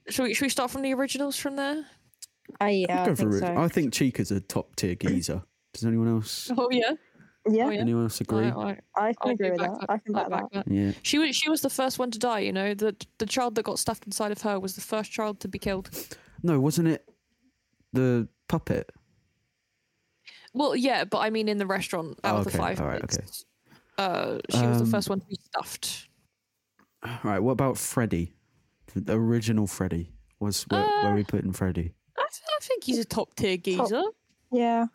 Speaker 2: Should we, should we start from the originals from there?
Speaker 1: I Uh, yeah,
Speaker 3: I'd
Speaker 1: I
Speaker 3: go
Speaker 1: think
Speaker 3: for Ru-
Speaker 1: so.
Speaker 3: I think Chica's a top tier geezer. Does anyone else?
Speaker 2: Oh yeah.
Speaker 1: yeah,
Speaker 2: Oh, yeah.
Speaker 3: Anyone else agree?
Speaker 2: I, I,
Speaker 1: I
Speaker 2: I'll
Speaker 1: can agree
Speaker 2: go
Speaker 1: with
Speaker 2: back
Speaker 1: that.
Speaker 2: to-
Speaker 1: I can
Speaker 2: I'll
Speaker 1: back that.
Speaker 3: Yeah.
Speaker 2: She was she was the first one to die. You know, the the child that got stuffed inside of her was the first child to be killed.
Speaker 3: No, wasn't it the puppet?
Speaker 2: Well, yeah, but I mean in the restaurant out
Speaker 3: Oh,
Speaker 2: of the
Speaker 3: okay,
Speaker 2: five.
Speaker 3: alright,
Speaker 2: kids,
Speaker 3: okay.
Speaker 2: Uh, she was the
Speaker 3: Um,
Speaker 2: first one to be stuffed.
Speaker 3: All right. What about Freddy? The original Freddy was where, where
Speaker 1: Uh.
Speaker 3: we put in Freddy.
Speaker 2: I, th- I think he's a top tier geezer.
Speaker 1: Yeah,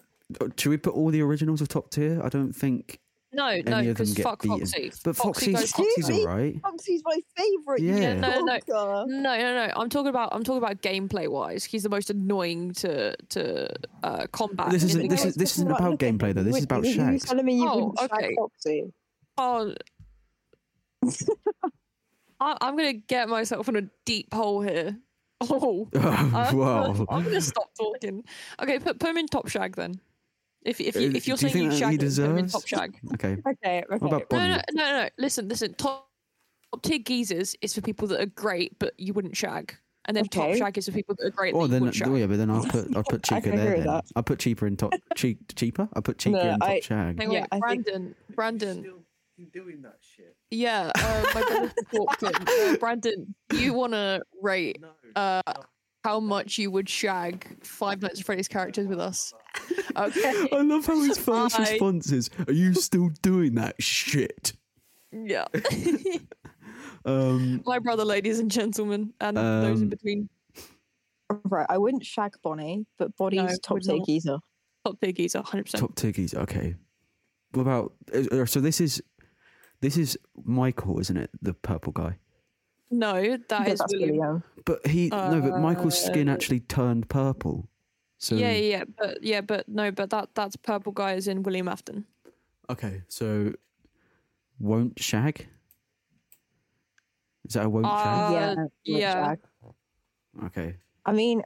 Speaker 3: Uh, Should we put all the originals of top tier? I don't think.
Speaker 2: No, no,
Speaker 3: Any of them
Speaker 2: because
Speaker 3: get
Speaker 2: fuck
Speaker 3: beaten.
Speaker 2: Foxy.
Speaker 3: But
Speaker 2: Foxy
Speaker 3: Foxy's
Speaker 2: goes
Speaker 1: Foxy-
Speaker 3: Foxy's all
Speaker 1: Excuse
Speaker 3: right.
Speaker 1: Foxy's my favorite.
Speaker 3: Yeah. Yeah,
Speaker 2: no, no.
Speaker 1: no.
Speaker 2: No, no, no. I'm talking about I'm talking about gameplay wise. He's the most annoying to to uh, combat.
Speaker 3: This
Speaker 2: in
Speaker 3: isn't-
Speaker 2: the
Speaker 3: this
Speaker 2: game.
Speaker 3: is- this isn't about gameplay, though. This is about
Speaker 1: You
Speaker 3: shags.
Speaker 1: telling me you
Speaker 2: Oh,
Speaker 1: wouldn't
Speaker 2: okay.
Speaker 1: shag Foxy?
Speaker 2: Oh. I, I'm gonna get myself in a deep hole here. Oh, I'm gonna-
Speaker 3: wow.
Speaker 1: Oh,
Speaker 2: I'm gonna stop talking. Okay, put, put him in top shag then. If if you
Speaker 3: Uh,
Speaker 2: if you're
Speaker 3: do you
Speaker 2: saying
Speaker 3: think
Speaker 2: you
Speaker 3: that
Speaker 2: shag,
Speaker 3: he
Speaker 2: him, put him in
Speaker 3: deserves-
Speaker 2: top shag.
Speaker 3: Okay.
Speaker 1: Okay, okay.
Speaker 3: What about
Speaker 2: No, no,
Speaker 3: Bonnie?
Speaker 2: no, no, no. Listen, listen. Top, top tier geezers is for people that are great, but you wouldn't shag. And then top
Speaker 1: Okay.
Speaker 2: shag is for people that are great,
Speaker 3: Oh,
Speaker 2: that you
Speaker 3: then
Speaker 2: would shag.
Speaker 3: oh, yeah, but then I'll put I'll put
Speaker 1: I
Speaker 3: Chica
Speaker 1: can agree
Speaker 3: there.
Speaker 1: with
Speaker 3: Then
Speaker 1: that.
Speaker 3: I put cheaper in top cheap cheaper. I put cheaper
Speaker 1: No,
Speaker 3: in top
Speaker 1: I-
Speaker 3: shag.
Speaker 2: Hang on,
Speaker 1: Yeah, I think-
Speaker 2: Brandon, Brandon. Yeah, uh, my brother walked in. Uh, Brandon, you want to rate uh, how much you would shag Five Nights at Freddy's characters with us? Okay.
Speaker 3: I love how his first
Speaker 2: I-
Speaker 3: response is, "Are you still doing that shit?"
Speaker 2: Yeah.
Speaker 3: Um,
Speaker 2: my brother, ladies and gentlemen, and those in
Speaker 3: Um,
Speaker 2: between.
Speaker 1: Right, I wouldn't shag Bonnie, but Bonnie's top
Speaker 2: would
Speaker 1: tier
Speaker 2: not.
Speaker 1: geezer.
Speaker 2: Top tier geezer, 100%.
Speaker 3: top tier geezer. Okay. What about uh, uh, so this is this is Michael, isn't it? The purple guy.
Speaker 2: No, that
Speaker 1: But
Speaker 2: is
Speaker 1: that's um,
Speaker 2: William.
Speaker 1: William.
Speaker 3: But he no, but Michael's skin
Speaker 2: Uh,
Speaker 3: actually turned purple. So
Speaker 2: Yeah, yeah, yeah, but yeah, but no, but that that's purple guy is in William Afton.
Speaker 3: Okay, so won't shag. Is that a won't
Speaker 2: Uh,
Speaker 1: yeah, would
Speaker 2: yeah.
Speaker 1: shag.
Speaker 2: Uh,
Speaker 3: shag? Okay.
Speaker 1: I mean,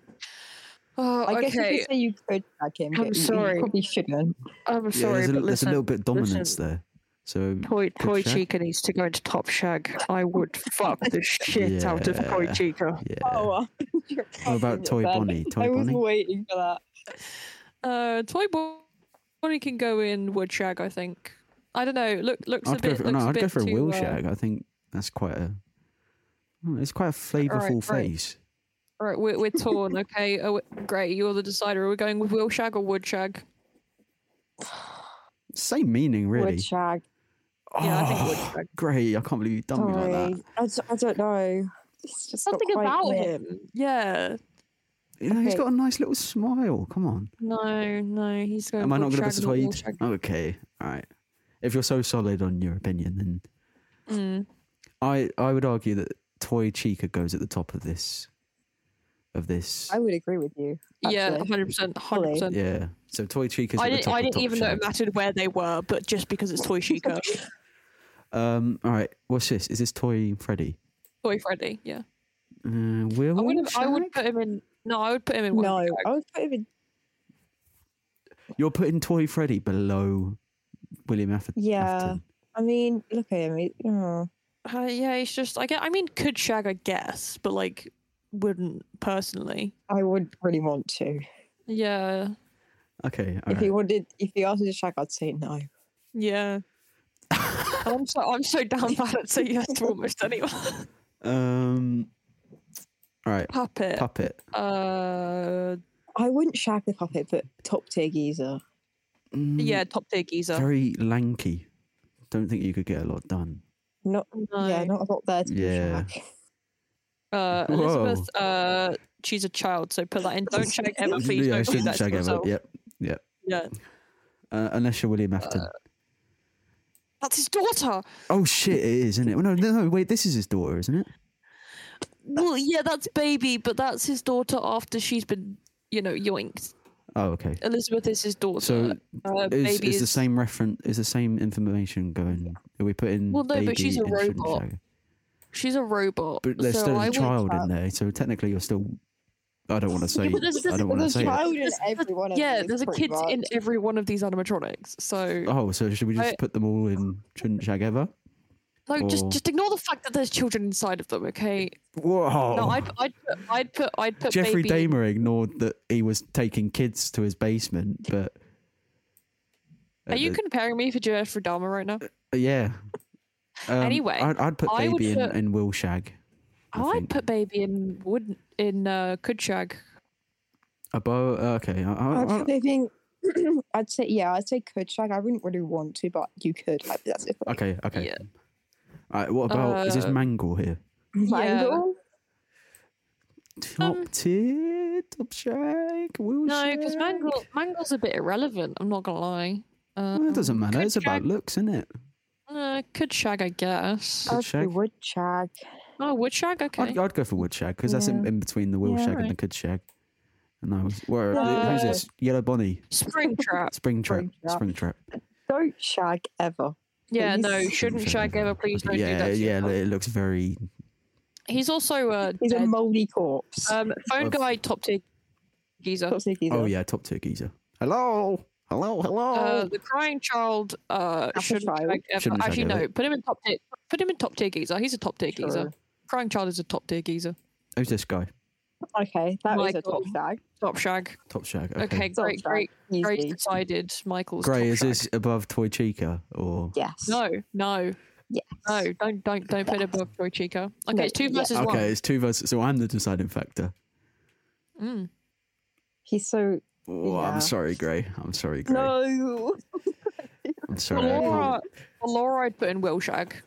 Speaker 2: Oh,
Speaker 1: I guess you
Speaker 2: okay.
Speaker 1: could say you could shag him.
Speaker 2: I'm
Speaker 1: but you- you
Speaker 2: sorry.
Speaker 1: probably shouldn't.
Speaker 2: I'm
Speaker 3: Yeah,
Speaker 2: sorry,
Speaker 3: there's,
Speaker 2: but
Speaker 3: a, there's a
Speaker 2: listen,
Speaker 3: little bit dominance
Speaker 2: listen.
Speaker 3: there. So
Speaker 6: Toy
Speaker 3: Good
Speaker 6: Toy
Speaker 3: shag.
Speaker 6: Chica needs to go into Top Shag. I would fuck the shit out of Toy
Speaker 3: Yeah.
Speaker 6: Chica.
Speaker 3: yeah.
Speaker 1: Oh, you're
Speaker 3: What about
Speaker 1: fucking
Speaker 3: Toy
Speaker 1: pathetic.
Speaker 3: Bonnie?
Speaker 1: I
Speaker 3: Toy
Speaker 1: was
Speaker 3: Bonnie.
Speaker 1: waiting for that.
Speaker 2: Uh, Toy Bo- Bonnie can go in wood shag, I think. I don't know. Look, looks a
Speaker 3: I'd go
Speaker 2: bit.
Speaker 3: for
Speaker 2: looks
Speaker 3: no.
Speaker 2: a
Speaker 3: I'd go
Speaker 2: bit
Speaker 3: for a
Speaker 2: too,
Speaker 3: will
Speaker 2: uh,
Speaker 3: shag. I think that's quite a. Hmm, It's quite a flavorful
Speaker 2: right.
Speaker 3: face.
Speaker 2: All right, we're, we're torn. Okay, oh, great. You're the decider. Are we going with will shag or wood shag?
Speaker 3: Same meaning, really.
Speaker 1: Would shag.
Speaker 2: Yeah, I think
Speaker 3: oh,
Speaker 2: would shag.
Speaker 3: great! I can't believe you've done me like that.
Speaker 1: Sorry. I, d- I don't know. It's just not
Speaker 2: Something
Speaker 1: quite
Speaker 2: about
Speaker 1: it.
Speaker 2: him. Yeah.
Speaker 3: You know, he's
Speaker 1: Okay.
Speaker 3: got a nice little smile. Come on.
Speaker 2: No, no, he's going.
Speaker 3: Am I
Speaker 2: wood
Speaker 3: not going to
Speaker 2: shag, not will
Speaker 3: persuade?
Speaker 2: shag.
Speaker 3: Okay. All right. if you're so solid on your opinion, then
Speaker 2: Mm.
Speaker 3: I I would argue that Toy Chica goes at the top of this. Of this,
Speaker 1: I would agree with you.
Speaker 2: Yeah,
Speaker 1: actually.
Speaker 2: hundred percent, hundred percent.
Speaker 3: yeah. So Toy Chica's
Speaker 2: I
Speaker 3: at the
Speaker 2: didn't.
Speaker 3: top
Speaker 2: I
Speaker 3: of
Speaker 2: didn't
Speaker 3: top
Speaker 2: even know
Speaker 3: shelf.
Speaker 2: it mattered where they were, but just because it's Toy Chica,
Speaker 3: Um, all right, what's this? Is this Toy Freddy?
Speaker 2: Toy Freddy. Yeah,
Speaker 3: Uh,
Speaker 2: I
Speaker 3: werewolf?
Speaker 2: would. have- I would put him in. No, I would put him in.
Speaker 1: No,
Speaker 2: One
Speaker 1: I would put him in.
Speaker 3: You're putting Toy Freddy below William Affer-
Speaker 1: Yeah.
Speaker 3: Afton.
Speaker 1: I mean, look at him. He, oh,
Speaker 2: uh, yeah, it's just. I get. I mean, could Shag? I guess, but like, wouldn't personally.
Speaker 1: I would really want to.
Speaker 2: Yeah.
Speaker 3: Okay. all
Speaker 1: if he
Speaker 3: right.
Speaker 1: wanted, if he asked me to shag, I'd say no.
Speaker 2: Yeah. And I'm so I'm so down bad at say yes to almost anyone.
Speaker 3: Um. All right.
Speaker 2: Puppet.
Speaker 3: Puppet.
Speaker 2: uh
Speaker 1: I wouldn't shag the puppet, but top tier geezer.
Speaker 3: Mm,
Speaker 2: yeah, top tier geezer.
Speaker 3: Very lanky. Don't think you could get a lot done.
Speaker 1: Not
Speaker 2: no.
Speaker 1: yeah, not a lot there to
Speaker 3: Yeah.
Speaker 1: be shag.
Speaker 2: uh Elizabeth uh she's a child, so put that in. Don't shag ever, please
Speaker 3: yeah,
Speaker 2: don't do
Speaker 3: shouldn't
Speaker 2: that to
Speaker 3: shag ever.
Speaker 2: yourself.
Speaker 3: Yep. Yep.
Speaker 2: Yeah.
Speaker 3: Uh, unless you're William Afton.
Speaker 2: Uh, That's his daughter.
Speaker 3: oh shit! It is, isn't it? Well, no, no, no. Wait, this is his daughter, isn't it?
Speaker 2: Well, yeah, that's baby, but that's his daughter after she's been, you know, yoinked.
Speaker 3: Oh, okay.
Speaker 2: Elizabeth is his daughter.
Speaker 3: So
Speaker 2: uh,
Speaker 3: is,
Speaker 2: baby
Speaker 3: is the same reference? Is the same information going? Are we putting?
Speaker 2: Well, no,
Speaker 3: baby
Speaker 2: but she's a
Speaker 3: in shouldn't
Speaker 2: robot.
Speaker 3: shag?
Speaker 2: she's a robot.
Speaker 3: But there's
Speaker 2: so
Speaker 3: still
Speaker 2: I
Speaker 3: a
Speaker 2: would-
Speaker 3: child in there, so technically you're still. I don't want to say.
Speaker 2: but there's-
Speaker 3: I
Speaker 2: there's-
Speaker 3: don't want to
Speaker 1: there's a
Speaker 3: say. it.
Speaker 1: child in
Speaker 2: There's-
Speaker 1: every one of
Speaker 2: Yeah,
Speaker 1: these,
Speaker 2: there's a
Speaker 1: pretty
Speaker 2: kid in
Speaker 1: much.
Speaker 2: every one of these animatronics. So
Speaker 3: Oh, so should we just
Speaker 2: I-
Speaker 3: put them all in? Shouldn't shag ever?
Speaker 2: No, just
Speaker 3: Or-
Speaker 2: just ignore the fact that there's children inside of them. Okay.
Speaker 3: Whoa!
Speaker 2: No, I'd I'd put I'd put I'd put
Speaker 3: Oh. Jeffrey
Speaker 2: baby in-
Speaker 3: Dahmer ignored that he was taking kids to his basement, but
Speaker 2: Are you
Speaker 3: Uh,
Speaker 2: comparing me for Jeffrey Dahmer right now?
Speaker 3: yeah. Um,
Speaker 2: Anyway,
Speaker 3: I'd, I'd put
Speaker 2: I would
Speaker 3: baby in,
Speaker 2: put-
Speaker 3: in Will Shag
Speaker 2: Oh, I'd
Speaker 3: think-
Speaker 2: put baby in wood in uh, Kudshag.
Speaker 3: above. uh, Okay, I, I, I,
Speaker 1: I'm thinking, I'd say yeah, I'd say could shag. I wouldn't really want to, but you could. Like, that's it.
Speaker 3: okay, okay.
Speaker 2: Yeah.
Speaker 3: All right, what about is this
Speaker 2: Uh,
Speaker 3: Mangle here?
Speaker 1: Mangle?
Speaker 3: Top
Speaker 2: um,
Speaker 3: tier, top shag, Will
Speaker 2: No, because
Speaker 3: Shag?
Speaker 2: Mangle Mangle's a bit irrelevant. I'm not gonna lie.
Speaker 3: Well, it doesn't
Speaker 2: Um,
Speaker 3: matter. It's about
Speaker 2: Kudshag-
Speaker 3: looks, isn't it?
Speaker 2: uh, Kudshag, I guess.
Speaker 3: Could
Speaker 1: I'd say
Speaker 3: shag.
Speaker 1: would shag.
Speaker 2: Oh, Woodshag. Okay.
Speaker 3: I'd, I'd go for wood shag because that's in,
Speaker 1: Yeah.
Speaker 3: in between the wheel
Speaker 1: Yeah,
Speaker 3: shag and the
Speaker 2: right.
Speaker 3: kid shag. And I was where
Speaker 1: Uh,
Speaker 3: who's this? Yellow Bonnie,
Speaker 2: Springtrap.
Speaker 3: spring trap,
Speaker 1: Spring Trap.
Speaker 3: spring trap.
Speaker 1: Don't shag ever.
Speaker 2: Yeah,
Speaker 1: He's-
Speaker 2: no, shouldn't shag ever. Please don't do
Speaker 3: yeah,
Speaker 2: that. to
Speaker 3: yeah,
Speaker 2: yourself.
Speaker 3: it looks very.
Speaker 2: He's also uh,
Speaker 1: He's a
Speaker 2: dead.
Speaker 1: moldy corpse.
Speaker 2: um, phone
Speaker 3: of-
Speaker 2: guy top tier geezer.
Speaker 1: Top tier geezer.
Speaker 3: Oh yeah, top tier geezer. Hello, hello, hello.
Speaker 2: Uh, the crying child uh,
Speaker 1: Oh. Apple
Speaker 2: shouldn't
Speaker 1: child.
Speaker 2: shag ever.
Speaker 3: Shouldn't shag
Speaker 2: Actually,
Speaker 3: ever.
Speaker 2: no. Put him in top tier. Put him in top tier geezer. He's a top tier geezer.
Speaker 1: Sure.
Speaker 2: Crying child is a top tier geezer.
Speaker 3: Who's this guy?
Speaker 1: Okay, that was a top
Speaker 2: Michael.
Speaker 1: shag.
Speaker 2: Top shag.
Speaker 3: Top shag.
Speaker 2: Okay,
Speaker 3: Okay.
Speaker 1: Top
Speaker 2: great,
Speaker 1: shag,
Speaker 2: great, great.
Speaker 1: easily.
Speaker 2: Decided Michael's
Speaker 3: Gray,
Speaker 2: top
Speaker 3: is
Speaker 2: shag.
Speaker 3: this above Toy Chica or?
Speaker 1: Yes.
Speaker 2: No, no,
Speaker 1: Yes.
Speaker 2: no. Don't, don't, don't put it above Joy Chica. Okay,
Speaker 1: No,
Speaker 2: it's two
Speaker 1: yeah.
Speaker 2: versus
Speaker 3: okay,
Speaker 2: one.
Speaker 3: it's two versus. So I'm the deciding factor.
Speaker 2: Mm.
Speaker 1: He's so
Speaker 3: Oh,
Speaker 1: Yeah.
Speaker 3: I'm sorry, Gray. I'm sorry, Gray.
Speaker 1: no.
Speaker 3: I'm sorry. I
Speaker 2: Laura, Laura, I'd put in Will Shag.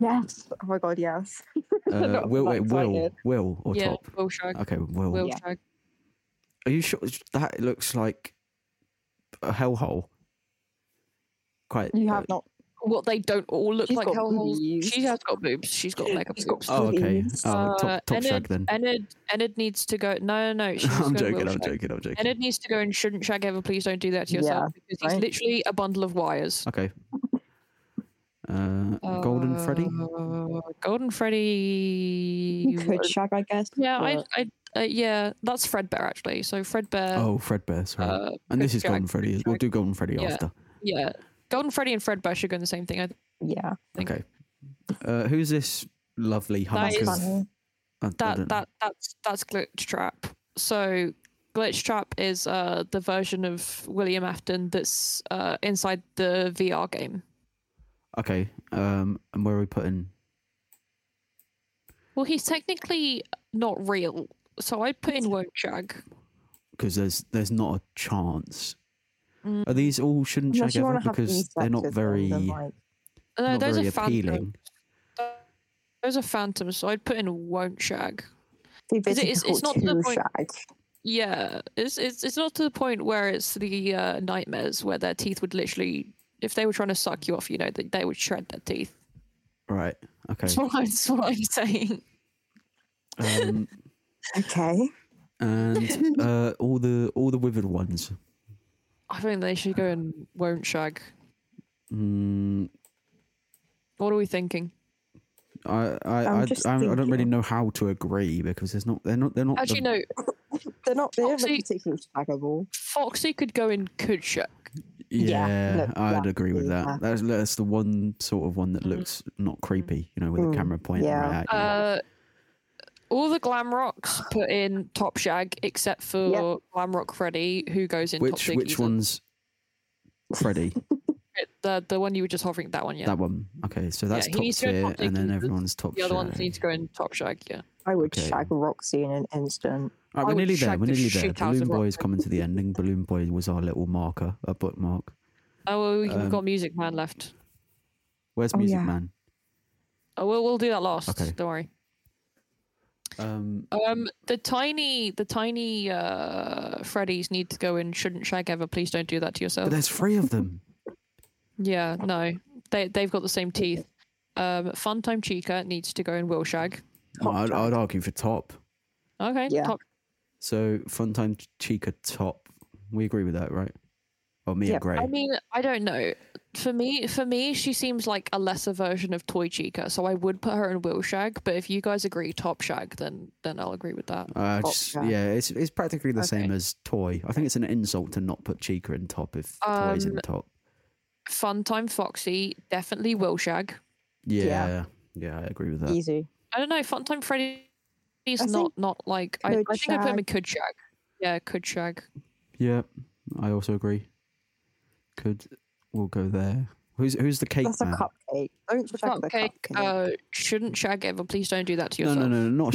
Speaker 1: Yes. Oh my god. Yes.
Speaker 3: can't- Uh,
Speaker 1: not
Speaker 3: will,
Speaker 1: that
Speaker 3: wait, will,
Speaker 1: excited.
Speaker 3: will, or
Speaker 2: yeah,
Speaker 3: top? Uh,
Speaker 2: Will Shag.
Speaker 3: Okay, will.
Speaker 2: Will
Speaker 1: Yeah.
Speaker 2: Shag.
Speaker 3: Are you sure that looks like a hellhole? Quite.
Speaker 1: You
Speaker 3: uh,
Speaker 1: have not.
Speaker 2: What they don't all look
Speaker 1: She's
Speaker 2: like
Speaker 1: got
Speaker 2: hellholes.
Speaker 1: boobies.
Speaker 2: She has got boobs. She's got mega
Speaker 1: She's got
Speaker 2: boobs.
Speaker 3: Oh, okay.
Speaker 1: Please.
Speaker 3: Oh,
Speaker 2: Uh,
Speaker 3: top, top
Speaker 2: Enid-
Speaker 3: shag then.
Speaker 2: Enid, Enid needs to go. No, no, no. she needs to
Speaker 3: I'm
Speaker 2: go and
Speaker 3: joking.
Speaker 2: will
Speaker 3: I'm
Speaker 2: shag.
Speaker 3: joking. I'm joking.
Speaker 2: Enid needs to go and shouldn't shag ever. Please don't do that to yourself because he's
Speaker 1: right.
Speaker 2: literally a bundle of wires.
Speaker 3: Okay. Uh, Golden Freddy.
Speaker 2: Uh, Golden Freddy.
Speaker 1: You could shag, I guess.
Speaker 2: Yeah, I,
Speaker 1: but-
Speaker 2: I, uh, yeah, that's Fredbear actually. So Fredbear.
Speaker 3: Oh, Fredbear. Sorry.
Speaker 2: uh,
Speaker 3: and this is
Speaker 2: Jack,
Speaker 3: Golden Freddy. We'll
Speaker 2: Jack.
Speaker 3: do Golden Freddy
Speaker 2: Yeah.
Speaker 3: after.
Speaker 2: yeah, Golden Freddy and Fredbear should go in the same thing. I,
Speaker 1: yeah.
Speaker 2: Thank
Speaker 3: Okay. Uh, who's this lovely
Speaker 2: That
Speaker 3: hunk
Speaker 2: is-
Speaker 3: of?
Speaker 1: Funny.
Speaker 3: I- I
Speaker 2: that
Speaker 3: don't
Speaker 2: that that's that's Glitch Trap. So Glitch Trap is uh the version of William Afton that's uh inside the VR game.
Speaker 3: know. Okay. Um, and where are we putting?
Speaker 2: Well, he's technically not real. So I put in won't shag.
Speaker 3: Because there's there's not a chance.
Speaker 2: Mm.
Speaker 3: Are these all shouldn't
Speaker 1: Unless
Speaker 3: shag
Speaker 1: you
Speaker 3: ever
Speaker 1: want to have
Speaker 3: because they're not
Speaker 1: insects on
Speaker 3: very
Speaker 1: them, like-
Speaker 2: No,
Speaker 3: not
Speaker 2: those
Speaker 3: very
Speaker 2: are phantoms.
Speaker 3: appealing.
Speaker 2: Those are phantoms. So I'd put in won't shag.
Speaker 1: See,
Speaker 2: 'Cause it
Speaker 1: basically
Speaker 2: is-
Speaker 1: called
Speaker 2: it's not to the
Speaker 1: two
Speaker 2: point-
Speaker 1: shag.
Speaker 2: Yeah, it's it's it's not to the point where it's the uh, nightmares where their teeth would literally If they were trying to suck you off, you know that they would shred their teeth.
Speaker 3: Right. Okay.
Speaker 2: That's what, I'm- that's what I'm saying.
Speaker 3: Um,
Speaker 1: Okay.
Speaker 3: and uh, all the all the withered ones.
Speaker 2: I think they should go and won't shag.
Speaker 3: Mm,
Speaker 2: What are we thinking?
Speaker 3: I I
Speaker 1: I'm
Speaker 3: I,
Speaker 1: just
Speaker 3: I, I don't really
Speaker 1: thinking.
Speaker 3: know how to agree because there's not they're not they're not the-
Speaker 2: Actually, no.
Speaker 1: They're not. They're not
Speaker 2: Actually-
Speaker 1: particularly shaggable.
Speaker 7: Foxy could go in could shag.
Speaker 1: Yeah,
Speaker 3: Yeah,
Speaker 1: look,
Speaker 3: I'd
Speaker 1: yeah,
Speaker 3: agree with that.
Speaker 1: yeah.
Speaker 3: That's, that's the one sort of one that
Speaker 2: Mm-hmm.
Speaker 3: looks not creepy, you know, with
Speaker 1: Mm,
Speaker 3: a camera pointing
Speaker 1: yeah.
Speaker 3: right at you.
Speaker 7: Uh,
Speaker 2: All the glam rocks put in top shag except for glam rock Freddy, who goes in top
Speaker 3: which
Speaker 2: shag.
Speaker 3: which one's Freddy?
Speaker 2: The the one you were just hovering. That one, yeah.
Speaker 3: That one. Okay, so that's
Speaker 2: he
Speaker 3: top
Speaker 2: needs to go
Speaker 3: tier,
Speaker 2: top tier
Speaker 3: and then
Speaker 2: because
Speaker 3: everyone's top
Speaker 2: the other ones
Speaker 3: shag.
Speaker 2: need to go in top shag. Yeah.
Speaker 1: I would
Speaker 3: Okay.
Speaker 1: shag Roxy in an instant.
Speaker 3: Right,
Speaker 2: I
Speaker 3: we're
Speaker 2: would
Speaker 3: nearly there.
Speaker 2: shag
Speaker 3: We're
Speaker 2: the
Speaker 3: nearly there.
Speaker 2: shit out of
Speaker 3: Balloon
Speaker 2: Rock
Speaker 3: Boy's coming to the ending. Balloon Boy was our little marker, a bookmark.
Speaker 2: Oh, well, we- we've
Speaker 3: Um,
Speaker 2: got Music Man left.
Speaker 3: Where's
Speaker 1: Oh,
Speaker 3: Music
Speaker 1: yeah.
Speaker 3: Man?
Speaker 2: Oh, we'll we'll do that last.
Speaker 3: Okay.
Speaker 2: Don't worry.
Speaker 3: Um,
Speaker 2: Um, the tiny the tiny uh Freddies need to go in. Shouldn't shag ever. Please don't do that to
Speaker 3: but
Speaker 2: yourself.
Speaker 3: there's three of them.
Speaker 2: Yeah. No. They they've got the same teeth. Um, Fun Time Chica needs to go in. Will shag.
Speaker 3: Well,
Speaker 1: Top
Speaker 3: I'd,
Speaker 1: shag.
Speaker 3: I'd argue for top.
Speaker 2: Okay.
Speaker 1: Yeah.
Speaker 2: Top.
Speaker 3: So Funtime Ch- Chica top. We agree with that, right? Or me
Speaker 1: Yeah,
Speaker 3: and Gray.
Speaker 2: I mean, I don't know. For me, for me, she seems like a lesser version of Toy Chica, so I would put her in Will Shag. But if you guys agree Top Shag, then then I'll agree with that.
Speaker 3: Uh,
Speaker 1: Top
Speaker 3: just,
Speaker 1: Jack.
Speaker 3: yeah, it's it's practically the same
Speaker 2: Okay.
Speaker 3: as toy. I think it's an insult to not put Chica in top if toy's in
Speaker 2: Um,
Speaker 3: top.
Speaker 2: Fun Time Foxy definitely Will Shag.
Speaker 3: Yeah,
Speaker 1: yeah.
Speaker 3: yeah, I agree with that.
Speaker 1: Easy.
Speaker 2: I don't know. Fun Time Freddy's
Speaker 1: I think
Speaker 2: not not like I, I
Speaker 1: could
Speaker 2: think I put him
Speaker 1: shag.
Speaker 2: in Could Shag. Yeah, Could Shag.
Speaker 3: Yeah, I also agree. Could we'll go there? Who's who's the cake
Speaker 1: That's a
Speaker 3: man?
Speaker 1: cupcake. Don't shag
Speaker 2: Cupcake.
Speaker 1: the cupcake.
Speaker 2: Uh, shouldn't Shag ever. Please don't do that to
Speaker 3: No,
Speaker 2: yourself.
Speaker 3: no, no, no, not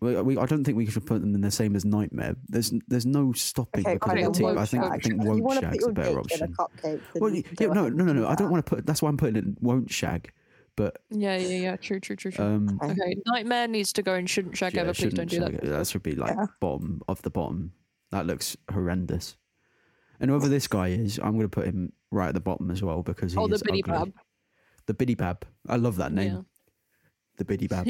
Speaker 3: we, we, I don't think we should put them in the same as nightmare. There's there's no stopping
Speaker 1: okay,
Speaker 3: because
Speaker 2: I
Speaker 3: of the
Speaker 2: don't
Speaker 3: team.
Speaker 2: want
Speaker 3: I think I
Speaker 2: shag.
Speaker 3: think
Speaker 1: If you
Speaker 3: won't
Speaker 1: want to put
Speaker 3: shag's a
Speaker 1: your dick
Speaker 3: better
Speaker 1: in a
Speaker 3: option.
Speaker 1: cupcake. then
Speaker 3: Well, y-
Speaker 1: go
Speaker 3: yeah, no,
Speaker 1: ahead
Speaker 3: no, no,
Speaker 1: and
Speaker 3: no. I don't
Speaker 1: that.
Speaker 3: want to put. That's why I'm putting it in won't shag. But
Speaker 2: Yeah, yeah, yeah. True, true, true, true.
Speaker 3: um,
Speaker 1: Okay.
Speaker 2: okay, Nightmare needs to go and shouldn't Shag
Speaker 3: Yeah,
Speaker 2: ever. Please don't
Speaker 3: shouldn't
Speaker 2: do that.
Speaker 3: shag it. That should be like
Speaker 1: Yeah.
Speaker 3: bottom of the bottom. That looks horrendous. And whoever this guy is, I'm going to put him right at the bottom as well because he's
Speaker 2: Oh, the Biddy
Speaker 3: ugly.
Speaker 2: Bab.
Speaker 3: The Biddy Bab. I love that name.
Speaker 2: Yeah.
Speaker 3: The Biddy Bab.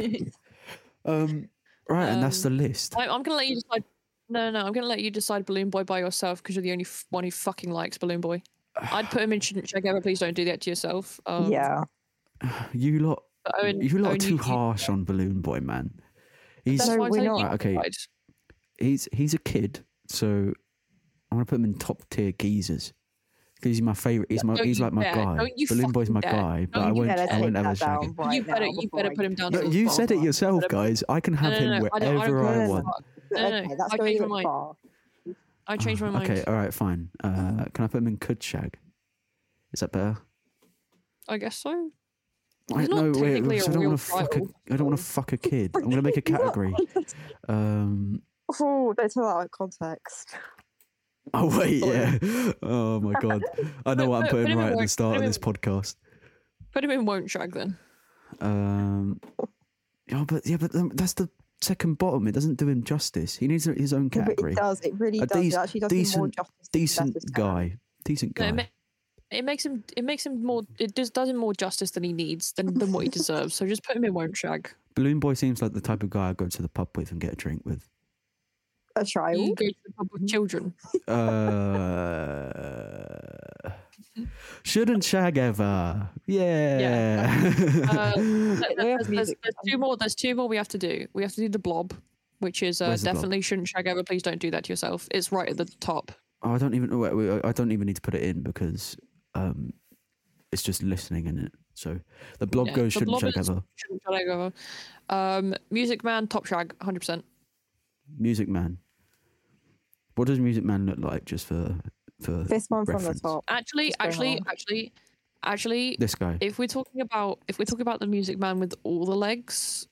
Speaker 3: um, right, and that's the list.
Speaker 2: I, I'm gonna let you decide. No, no, I'm gonna let you decide Balloon Boy by yourself because you're the only f- one who fucking likes Balloon Boy. I'd put him in shouldn't check ever. Please don't do that to yourself. Um,
Speaker 1: Yeah.
Speaker 3: You lot,
Speaker 2: but Owen,
Speaker 3: you lot are
Speaker 2: Owen,
Speaker 3: too
Speaker 2: you-
Speaker 3: harsh on Balloon Boy, man. He's
Speaker 2: That's
Speaker 1: No,
Speaker 2: why I'm
Speaker 1: we're
Speaker 2: saying
Speaker 1: not.
Speaker 2: you
Speaker 3: Right, okay.
Speaker 2: decide.
Speaker 3: he's he's a kid, so I'm going to put him in top tier geezers. Because he's my favorite. He's my.
Speaker 2: Don't
Speaker 3: He's
Speaker 2: you
Speaker 3: like my
Speaker 2: dare.
Speaker 3: guy.
Speaker 2: Don't you
Speaker 3: Balloon Boy's
Speaker 2: fucking
Speaker 3: my
Speaker 2: dare.
Speaker 3: guy, but
Speaker 2: Don't
Speaker 3: I
Speaker 2: you
Speaker 3: won't.
Speaker 1: better
Speaker 3: I
Speaker 1: take
Speaker 3: won't ever
Speaker 1: that
Speaker 3: shag
Speaker 1: down
Speaker 3: him.
Speaker 1: right
Speaker 2: You better,
Speaker 1: now
Speaker 2: you
Speaker 1: before
Speaker 2: better
Speaker 1: I
Speaker 2: put him down.
Speaker 1: get
Speaker 3: No,
Speaker 2: to
Speaker 1: this
Speaker 2: the
Speaker 3: you
Speaker 1: far.
Speaker 3: said it yourself,
Speaker 2: But-
Speaker 3: guys. I can have
Speaker 2: no,
Speaker 3: him
Speaker 2: no, no, I don't- I
Speaker 3: wherever
Speaker 2: don't
Speaker 3: I,
Speaker 1: care if
Speaker 3: want.
Speaker 1: I-
Speaker 2: No, no,
Speaker 1: Okay,
Speaker 2: no,
Speaker 1: that's
Speaker 2: I
Speaker 1: going
Speaker 2: changed
Speaker 1: a
Speaker 2: my
Speaker 1: bit
Speaker 2: mind.
Speaker 1: far.
Speaker 2: I changed my
Speaker 3: Ah,
Speaker 2: mind.
Speaker 3: Okay, all right, fine. Uh, can I put him in Kudshag? Is that better?
Speaker 2: I guess so. He's
Speaker 3: Wait,
Speaker 2: not technically
Speaker 3: because
Speaker 2: a
Speaker 3: I don't
Speaker 2: real
Speaker 3: want to fuck.
Speaker 2: child,
Speaker 3: A, I don't want to fuck a kid. I'm gonna make a
Speaker 1: You are-
Speaker 3: category. Um.
Speaker 1: Oh, don't tell that out of context.
Speaker 3: Oh wait, yeah. Oh my god. I know what I'm
Speaker 2: Put- put
Speaker 3: putting
Speaker 2: him in
Speaker 3: right at the
Speaker 2: work,
Speaker 3: start
Speaker 2: put
Speaker 3: of
Speaker 2: him
Speaker 3: this
Speaker 2: in-
Speaker 3: podcast.
Speaker 2: Put him in won't shag then.
Speaker 3: Um. Yeah, but yeah, but um, that's the second bottom. It doesn't do him justice. He needs his own
Speaker 1: No, but
Speaker 3: category.
Speaker 1: it does. It really
Speaker 3: A
Speaker 1: does.
Speaker 3: dec-
Speaker 1: it actually does do more
Speaker 3: decent-
Speaker 1: justice. to the
Speaker 3: Decent
Speaker 1: Justice Tower.
Speaker 3: guy. Decent
Speaker 2: No, it,
Speaker 3: guy.
Speaker 2: ma- it makes him. It makes him more. It just does him more justice than he needs than than what he deserves. So just put him in won't shag.
Speaker 3: Balloon Boy seems like the type of guy I go to the pub with and get a drink with.
Speaker 1: A
Speaker 2: You
Speaker 1: child.
Speaker 2: go to the pub with children.
Speaker 3: Uh, shouldn't shag ever. Yeah.
Speaker 2: Uh, Th-
Speaker 1: We
Speaker 2: th-
Speaker 1: have
Speaker 2: there's, there's,
Speaker 1: music
Speaker 2: there's
Speaker 1: on.
Speaker 2: two more. There's two more we have to do. We have to do the blob, which is uh,
Speaker 3: Where's the blob?
Speaker 2: definitely shouldn't shag over. Please don't do that to yourself. It's right at the top.
Speaker 3: oh, I don't even. oh, Wait, wait, I don't even need to put it in because um, it's just listening in it. So the blob
Speaker 2: Yeah,
Speaker 3: goes
Speaker 2: the
Speaker 3: shouldn't
Speaker 2: blob
Speaker 3: shag
Speaker 2: is-
Speaker 3: ever.
Speaker 2: Shouldn't shag over. Um, Music Man, top shag, hundred percent.
Speaker 3: Music man. What does Music Man look like? Just for
Speaker 2: Mm.
Speaker 3: for
Speaker 1: This one from the
Speaker 3: reference.
Speaker 1: top.
Speaker 2: Actually,
Speaker 1: What's going
Speaker 2: actually,
Speaker 1: on?
Speaker 2: actually, actually,
Speaker 3: this guy.
Speaker 2: if we're talking about if we're talking about the Music Man with all the legs,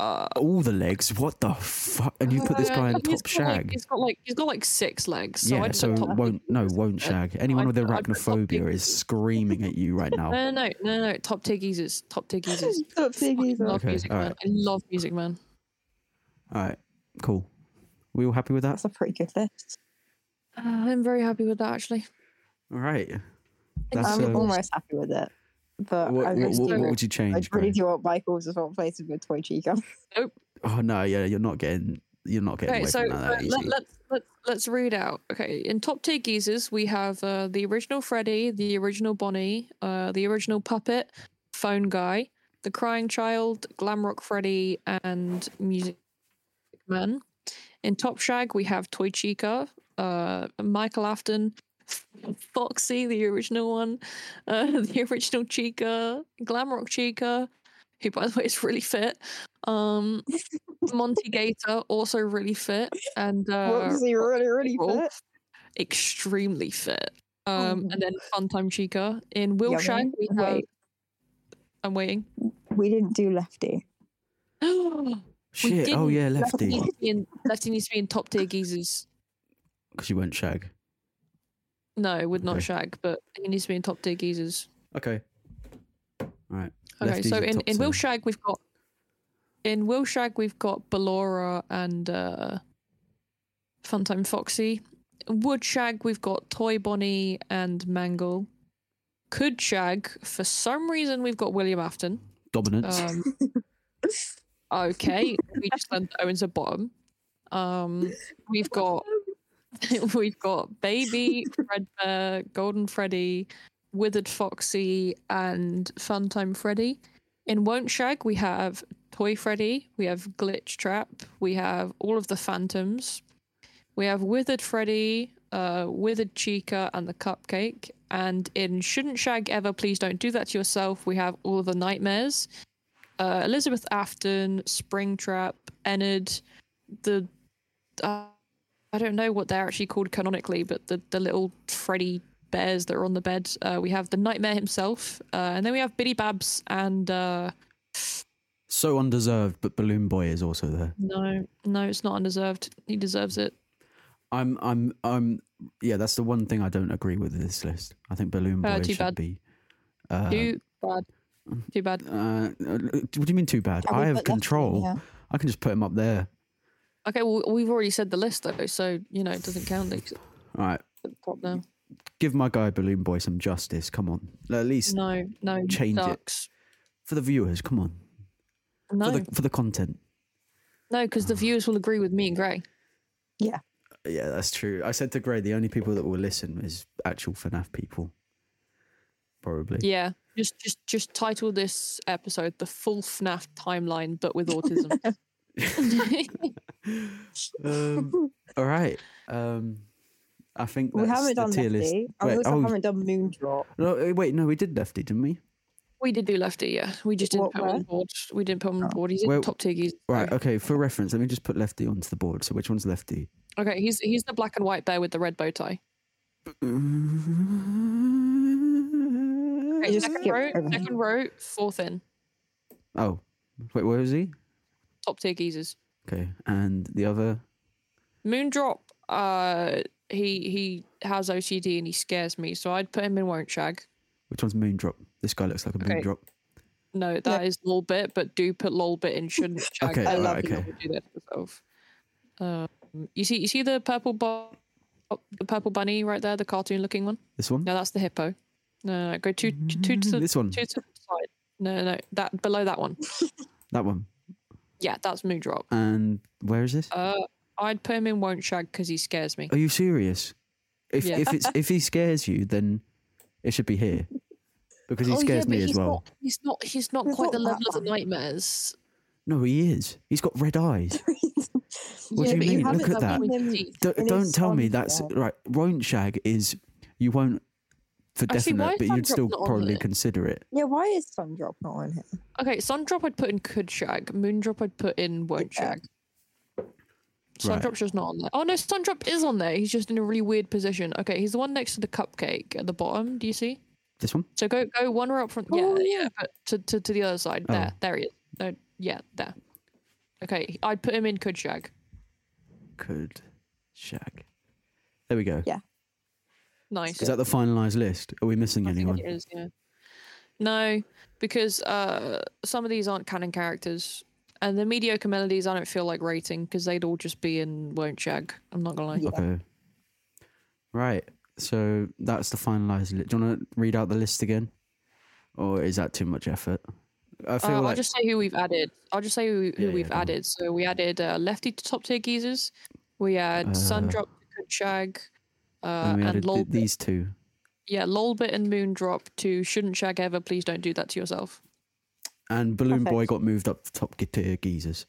Speaker 2: uh,
Speaker 3: All the legs. What the fuck? And you put this guy in
Speaker 2: uh, he's
Speaker 3: top
Speaker 2: got, like-
Speaker 3: shag.
Speaker 2: he's got like he's got like six legs. So
Speaker 3: yeah,
Speaker 2: I'd
Speaker 3: so
Speaker 2: put top
Speaker 3: won't no
Speaker 2: legs.
Speaker 3: won't shag. Anyone
Speaker 2: I'd
Speaker 3: with
Speaker 2: put- I'd put top
Speaker 3: arachnophobia is
Speaker 2: legs.
Speaker 3: screaming at you right now.
Speaker 2: No, no, no, no, no. Top tier geezers. Top tier geezers.
Speaker 1: Top tier
Speaker 2: Fucking
Speaker 1: geezers.
Speaker 2: Love
Speaker 3: Okay,
Speaker 2: Music
Speaker 3: all
Speaker 2: Man.
Speaker 3: right.
Speaker 2: I love Music Man.
Speaker 3: All right, cool. We all happy with that?
Speaker 1: That's a pretty good list.
Speaker 2: Uh, I'm very happy with that actually.
Speaker 3: All right. That's,
Speaker 2: Um,
Speaker 1: I'm
Speaker 3: uh,
Speaker 1: almost happy with it. But
Speaker 3: what, what,
Speaker 1: I'm
Speaker 3: what,
Speaker 1: still,
Speaker 3: what would you
Speaker 1: I
Speaker 3: change?
Speaker 1: really
Speaker 3: Gray?
Speaker 1: do want Michael's as well placing with Toy Chica.
Speaker 3: Oh no, yeah, you're not getting, you're not getting
Speaker 2: Okay,
Speaker 3: away
Speaker 2: so
Speaker 3: from that,
Speaker 2: uh,
Speaker 3: that
Speaker 2: let,
Speaker 3: easy.
Speaker 2: let's let's let's read out. Okay, in top tier geezers, we have uh, the original Freddy, the original Bonnie, uh, the original Puppet, Phone Guy, the Crying Child, Glamrock Freddy, and Music Man. In top shag, we have Toy Chica, uh, Michael Afton, Foxy, the original one, uh, the original Chica, Glamrock Chica, who by the way is really fit. Um, Monty Gator, also really fit, and uh,
Speaker 1: Whoops, you really, really
Speaker 2: Roll.
Speaker 1: fit.
Speaker 2: extremely fit. Um, and then Funtime Chica. In
Speaker 1: Yeah,
Speaker 2: Will
Speaker 1: we
Speaker 2: Shag,
Speaker 1: need-
Speaker 2: we have.
Speaker 1: Wait,
Speaker 2: I'm waiting.
Speaker 1: we didn't do Lefty.
Speaker 2: We
Speaker 3: Shit.
Speaker 2: didn't-
Speaker 3: Oh yeah,
Speaker 2: Lefty
Speaker 3: lefty.
Speaker 2: needs to be in, Lefty needs to be in top tier geezers.
Speaker 3: Because you went shag.
Speaker 2: No, would not
Speaker 3: Okay.
Speaker 2: shag, but he needs to be in top tier geezers.
Speaker 3: Okay. All right.
Speaker 2: Okay,
Speaker 3: Lefty's
Speaker 2: so
Speaker 3: the
Speaker 2: in,
Speaker 3: top
Speaker 2: in
Speaker 3: tier.
Speaker 2: Wilshag we've got in Wilshag we've got Ballora and uh Funtime Foxy. In Woodshag we've got Toy Bonnie and Mangle. Could Shag, for some reason we've got William Afton.
Speaker 3: Dominance.
Speaker 2: Um Okay. we just learned that Owen's a bottom. Um we've got we've got Baby, Fredbear, Golden Freddy, Withered Foxy, and Funtime Freddy. In Won't Shag, we have Toy Freddy, we have Glitch Trap, we have all of the Phantoms, we have Withered Freddy, uh, Withered Chica, and the Cupcake. And in Shouldn't Shag Ever, Please Don't Do That to Yourself, we have all of the Nightmares, uh, Elizabeth Afton, Springtrap, Ennard, the. Uh, I don't know what they're actually called canonically, but the, the little Freddy bears that are on the bed. Uh, we have the Nightmare himself, uh, and then we have Biddy Babs and uh,
Speaker 3: so undeserved, but Balloon Boy is also there.
Speaker 2: no, no, it's not undeserved. He deserves it.
Speaker 3: I'm, I'm, I'm. Yeah, that's the one thing I don't agree with this list. I think Balloon Boy
Speaker 2: Uh, too
Speaker 3: should
Speaker 2: bad.
Speaker 3: be. Uh,
Speaker 2: Too bad. Too bad.
Speaker 3: uh, what do you mean too bad?
Speaker 1: Can we
Speaker 3: I have
Speaker 1: put Lefty in
Speaker 3: control.
Speaker 1: here?
Speaker 3: I can just put him up there.
Speaker 2: Okay, well we've already said the list though, so you know it doesn't count. It's at
Speaker 3: All right,
Speaker 2: the top now.
Speaker 3: give my guy Balloon Boy some justice. Come on, at least
Speaker 2: No, no.
Speaker 3: Change it.
Speaker 2: ducks.
Speaker 3: for the viewers. Come on,
Speaker 2: No,
Speaker 3: for the for the content.
Speaker 2: no, because the viewers will agree with me and Gray.
Speaker 3: Yeah, that's true. I said to Gray, the only people that will listen is actual FNAF people. Probably.
Speaker 2: Yeah, just just just title this episode the full FNAF timeline, but with autism.
Speaker 3: um, all right. Um, I think
Speaker 1: We
Speaker 3: that's
Speaker 1: haven't
Speaker 3: the
Speaker 1: done
Speaker 3: tier list.
Speaker 1: Lefty. and
Speaker 3: Wait,
Speaker 1: we also
Speaker 3: oh,
Speaker 1: haven't done Moondrop.
Speaker 3: no, eh, wait, no, we did Lefty, didn't we?
Speaker 2: We did do Lefty, yeah. We just didn't
Speaker 1: What
Speaker 2: put him on
Speaker 1: were?
Speaker 2: board. We didn't put him on
Speaker 1: Oh.
Speaker 2: board. He's in
Speaker 3: Well-
Speaker 2: top tier. Um, He's
Speaker 3: Right. Okay. For reference, let me just put Lefty onto the board. So which one's Lefty?
Speaker 1: uh,
Speaker 2: Okay, he's he's the black and white bear with the red bow tie. Okay,
Speaker 1: just
Speaker 2: second
Speaker 1: skip
Speaker 2: row,
Speaker 1: everything.
Speaker 2: second row, fourth in
Speaker 3: Oh, wait. Where is he?
Speaker 2: top tier geezers.
Speaker 3: Okay. And the other.
Speaker 2: Moondrop, uh, he he has OCD and he scares me, so I'd put him in won't shag.
Speaker 3: Which one's Moondrop? This guy looks like a
Speaker 2: Okay.
Speaker 3: Moondrop.
Speaker 2: No, that is lol bit, but do put lol bit in shouldn't shag.
Speaker 3: Okay,
Speaker 2: I
Speaker 1: alright,
Speaker 2: love
Speaker 3: okay.
Speaker 2: people who do that to themselves. Um, you see, you see the purple bo- oh, the purple bunny right there, the cartoon looking one.
Speaker 3: This one.
Speaker 2: No, that's the hippo. No, no, no. go two, two to the
Speaker 3: This one.
Speaker 2: two to the side. No, no, no, that below that one.
Speaker 3: That one.
Speaker 2: Yeah, that's Moondrop.
Speaker 3: And where is this?
Speaker 2: Uh, I'd put him in won't shag because he scares me.
Speaker 3: Are you serious? If
Speaker 2: Yeah.
Speaker 3: if it's if he scares you, then it should be here because he scares me
Speaker 2: Oh,
Speaker 3: as
Speaker 2: he's
Speaker 3: well.
Speaker 2: Not, he's not. He's not
Speaker 1: We've
Speaker 2: quite the
Speaker 1: got
Speaker 2: level
Speaker 1: that
Speaker 2: of the
Speaker 1: one.
Speaker 2: nightmares.
Speaker 3: No, he is. He's got red eyes. What
Speaker 2: yeah, but
Speaker 3: do you mean?
Speaker 2: haven't
Speaker 3: Look at that.
Speaker 2: done
Speaker 1: that.
Speaker 2: it.
Speaker 3: Don't,
Speaker 1: It
Speaker 3: don't
Speaker 1: is
Speaker 3: tell me
Speaker 1: on
Speaker 3: that's
Speaker 1: there.
Speaker 3: right. Won't shag is you won't for
Speaker 2: Actually, why
Speaker 3: definite,
Speaker 2: is
Speaker 3: but you'd
Speaker 2: Thundrop
Speaker 3: still
Speaker 2: not on
Speaker 3: probably
Speaker 2: there?
Speaker 3: consider it.
Speaker 1: Yeah, why is Sundrop not on here?
Speaker 2: Okay, Sundrop I'd put in could shag. Moondrop I'd put in won't
Speaker 1: Yeah.
Speaker 2: shag.
Speaker 3: Right.
Speaker 2: Sundrop's just not on there. Oh no, Sundrop is on there. He's just in a really weird position. Okay, he's the one next to the cupcake at the bottom. Do you see?
Speaker 3: This one.
Speaker 2: So go go one row up front. Yeah,
Speaker 1: Oh,
Speaker 2: yeah. But to, to to the other side.
Speaker 3: Oh.
Speaker 2: There, there he is. No, yeah, there. Okay, I'd put him in could shag.
Speaker 3: Could shag. There we go.
Speaker 1: Yeah.
Speaker 2: Nice.
Speaker 3: Is that the finalized list? Are we missing
Speaker 2: I think
Speaker 3: anyone?
Speaker 2: it is, yeah. No, because uh, some of these aren't canon characters, and the mediocre melodies I don't feel like rating because they'd all just be in won't shag. I'm not gonna lie.
Speaker 1: Yeah.
Speaker 3: Okay. Right. So that's the finalized list. Do you want to read out the list again, or is that too much effort? I feel
Speaker 2: Uh, I'll
Speaker 3: like
Speaker 2: just say who we've added. I'll just say who, who
Speaker 3: Yeah, yeah,
Speaker 2: we've
Speaker 3: go on.
Speaker 2: added. So we added uh, Lefty to top tier geezers. We had
Speaker 3: Uh,
Speaker 2: Sundrop to Shag. Uh,
Speaker 3: and we
Speaker 2: and
Speaker 3: added th-
Speaker 2: Lolbit.
Speaker 3: these two.
Speaker 2: yeah, Lolbit and Moondrop to shouldn't shag ever. Please don't do that to yourself.
Speaker 3: And Balloon Boy
Speaker 1: Perfect.
Speaker 3: got moved up to top tier geezers.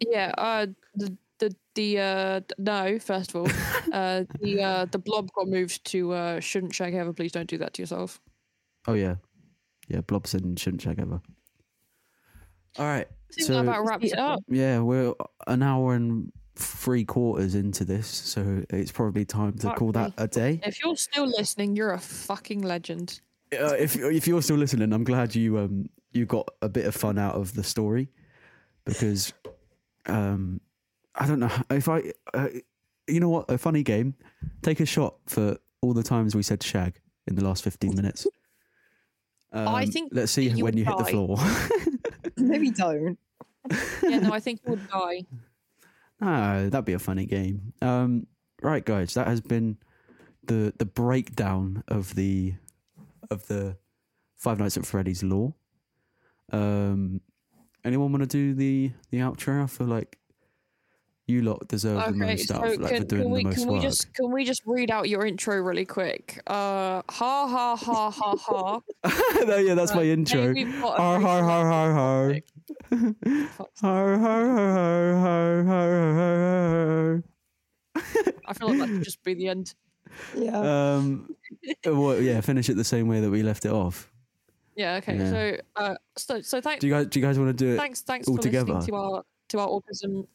Speaker 2: Yeah, uh, the the the uh, d- no. First of all, uh, the uh, the blob got moved to uh, shouldn't shag ever. Please don't do that to yourself.
Speaker 3: Oh yeah, yeah. Blobson and shouldn't check ever. All right.
Speaker 2: I think
Speaker 3: So-
Speaker 2: that about wraps it up.
Speaker 3: Yeah, we're an hour and three quarters into this, so it's probably time to call that a day.
Speaker 2: If you're still listening, you're a fucking legend.
Speaker 3: Uh, if if you're still listening, I'm glad you um you got a bit of fun out of the story because um I don't know if I uh, you know what a funny game. Take a shot for all the times we said shag in the last 15 minutes.
Speaker 8: I
Speaker 3: Um,
Speaker 8: think
Speaker 3: let's see
Speaker 8: you
Speaker 3: when you hit the
Speaker 8: die.
Speaker 3: floor.
Speaker 1: Maybe don't.
Speaker 2: Yeah, no, I think you'll die.
Speaker 3: Ah, that'd be a funny game. Um, right, guys, that has been the the breakdown of the of the Five Nights at Freddy's lore. Um, anyone want to do the the outro? I feel like you lot deserve the
Speaker 2: Okay,
Speaker 3: most
Speaker 2: so
Speaker 3: out of like, for
Speaker 2: can,
Speaker 3: doing
Speaker 2: can we
Speaker 3: the most
Speaker 2: can
Speaker 3: work.
Speaker 2: we just can we just read out your intro really quick? Uh, ha ha ha ha ha.
Speaker 3: no, yeah, that's my intro.
Speaker 2: Hey, we've got a
Speaker 3: Har har har har har. Har har har har har har har
Speaker 2: I feel like that should just be the end.
Speaker 1: Yeah.
Speaker 3: har. Um, well, yeah, finish it the same way that we left it off.
Speaker 2: Yeah. Okay.
Speaker 3: Yeah.
Speaker 2: So, uh, so so thank,
Speaker 3: Do you guys do you guys want to do it?
Speaker 2: thanks thanks
Speaker 3: all
Speaker 2: for listening
Speaker 3: together?
Speaker 2: to our to our autism.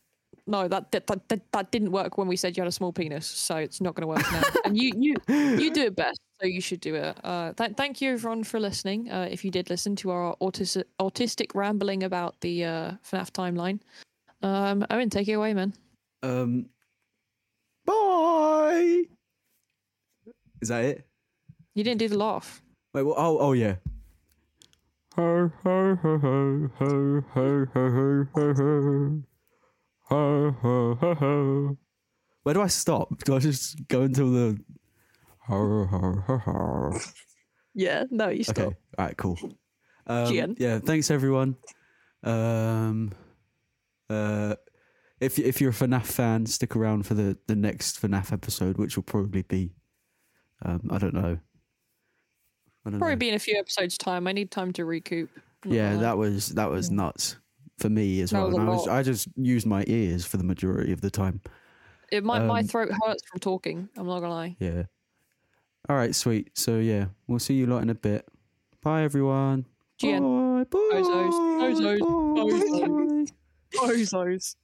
Speaker 2: No, that that, that that that didn't work when we said you had a small penis, so it's not going to work now. and you you you do it best, so you should do it. Uh, th- thank you everyone for listening. Uh, if you did listen to our autis- autistic rambling about the uh, FNAF timeline, um, Owen, take it away, man.
Speaker 3: Um, bye. Is that it?
Speaker 2: You didn't do the laugh.
Speaker 3: Wait. Well, oh. Oh yeah. Ho ho ho ho ho ho ho ho ho ho ho ho ho. Where do I stop? Do I just go until the? Ho ho ho ho.
Speaker 2: Yeah. No, you
Speaker 3: Okay. All right. Cool. Um,
Speaker 2: Gian.
Speaker 3: yeah. Thanks everyone. Um, uh, if if you're a FNAF fan, stick around for the the next FNAF episode, which will probably be, um, I don't know. I don't
Speaker 2: Probably
Speaker 3: know.
Speaker 2: be in a few episodes' time. I need time to recoup. I'm not
Speaker 3: yeah,
Speaker 2: gonna lie.
Speaker 3: that was that was nuts for me as
Speaker 2: That
Speaker 3: well.
Speaker 2: was a
Speaker 3: And I was
Speaker 2: lot.
Speaker 3: I just used my ears for the majority of the time.
Speaker 2: It might my
Speaker 3: um,
Speaker 2: throat hurts from talking. I'm not gonna lie.
Speaker 3: Yeah. All right. Sweet. So yeah, we'll see you lot in a bit. Bye everyone.
Speaker 2: Gian.
Speaker 3: Bye. Bye.
Speaker 2: Ozos. Ozos.
Speaker 3: Bye.
Speaker 2: Ozos.
Speaker 3: Bye.
Speaker 2: Bozos.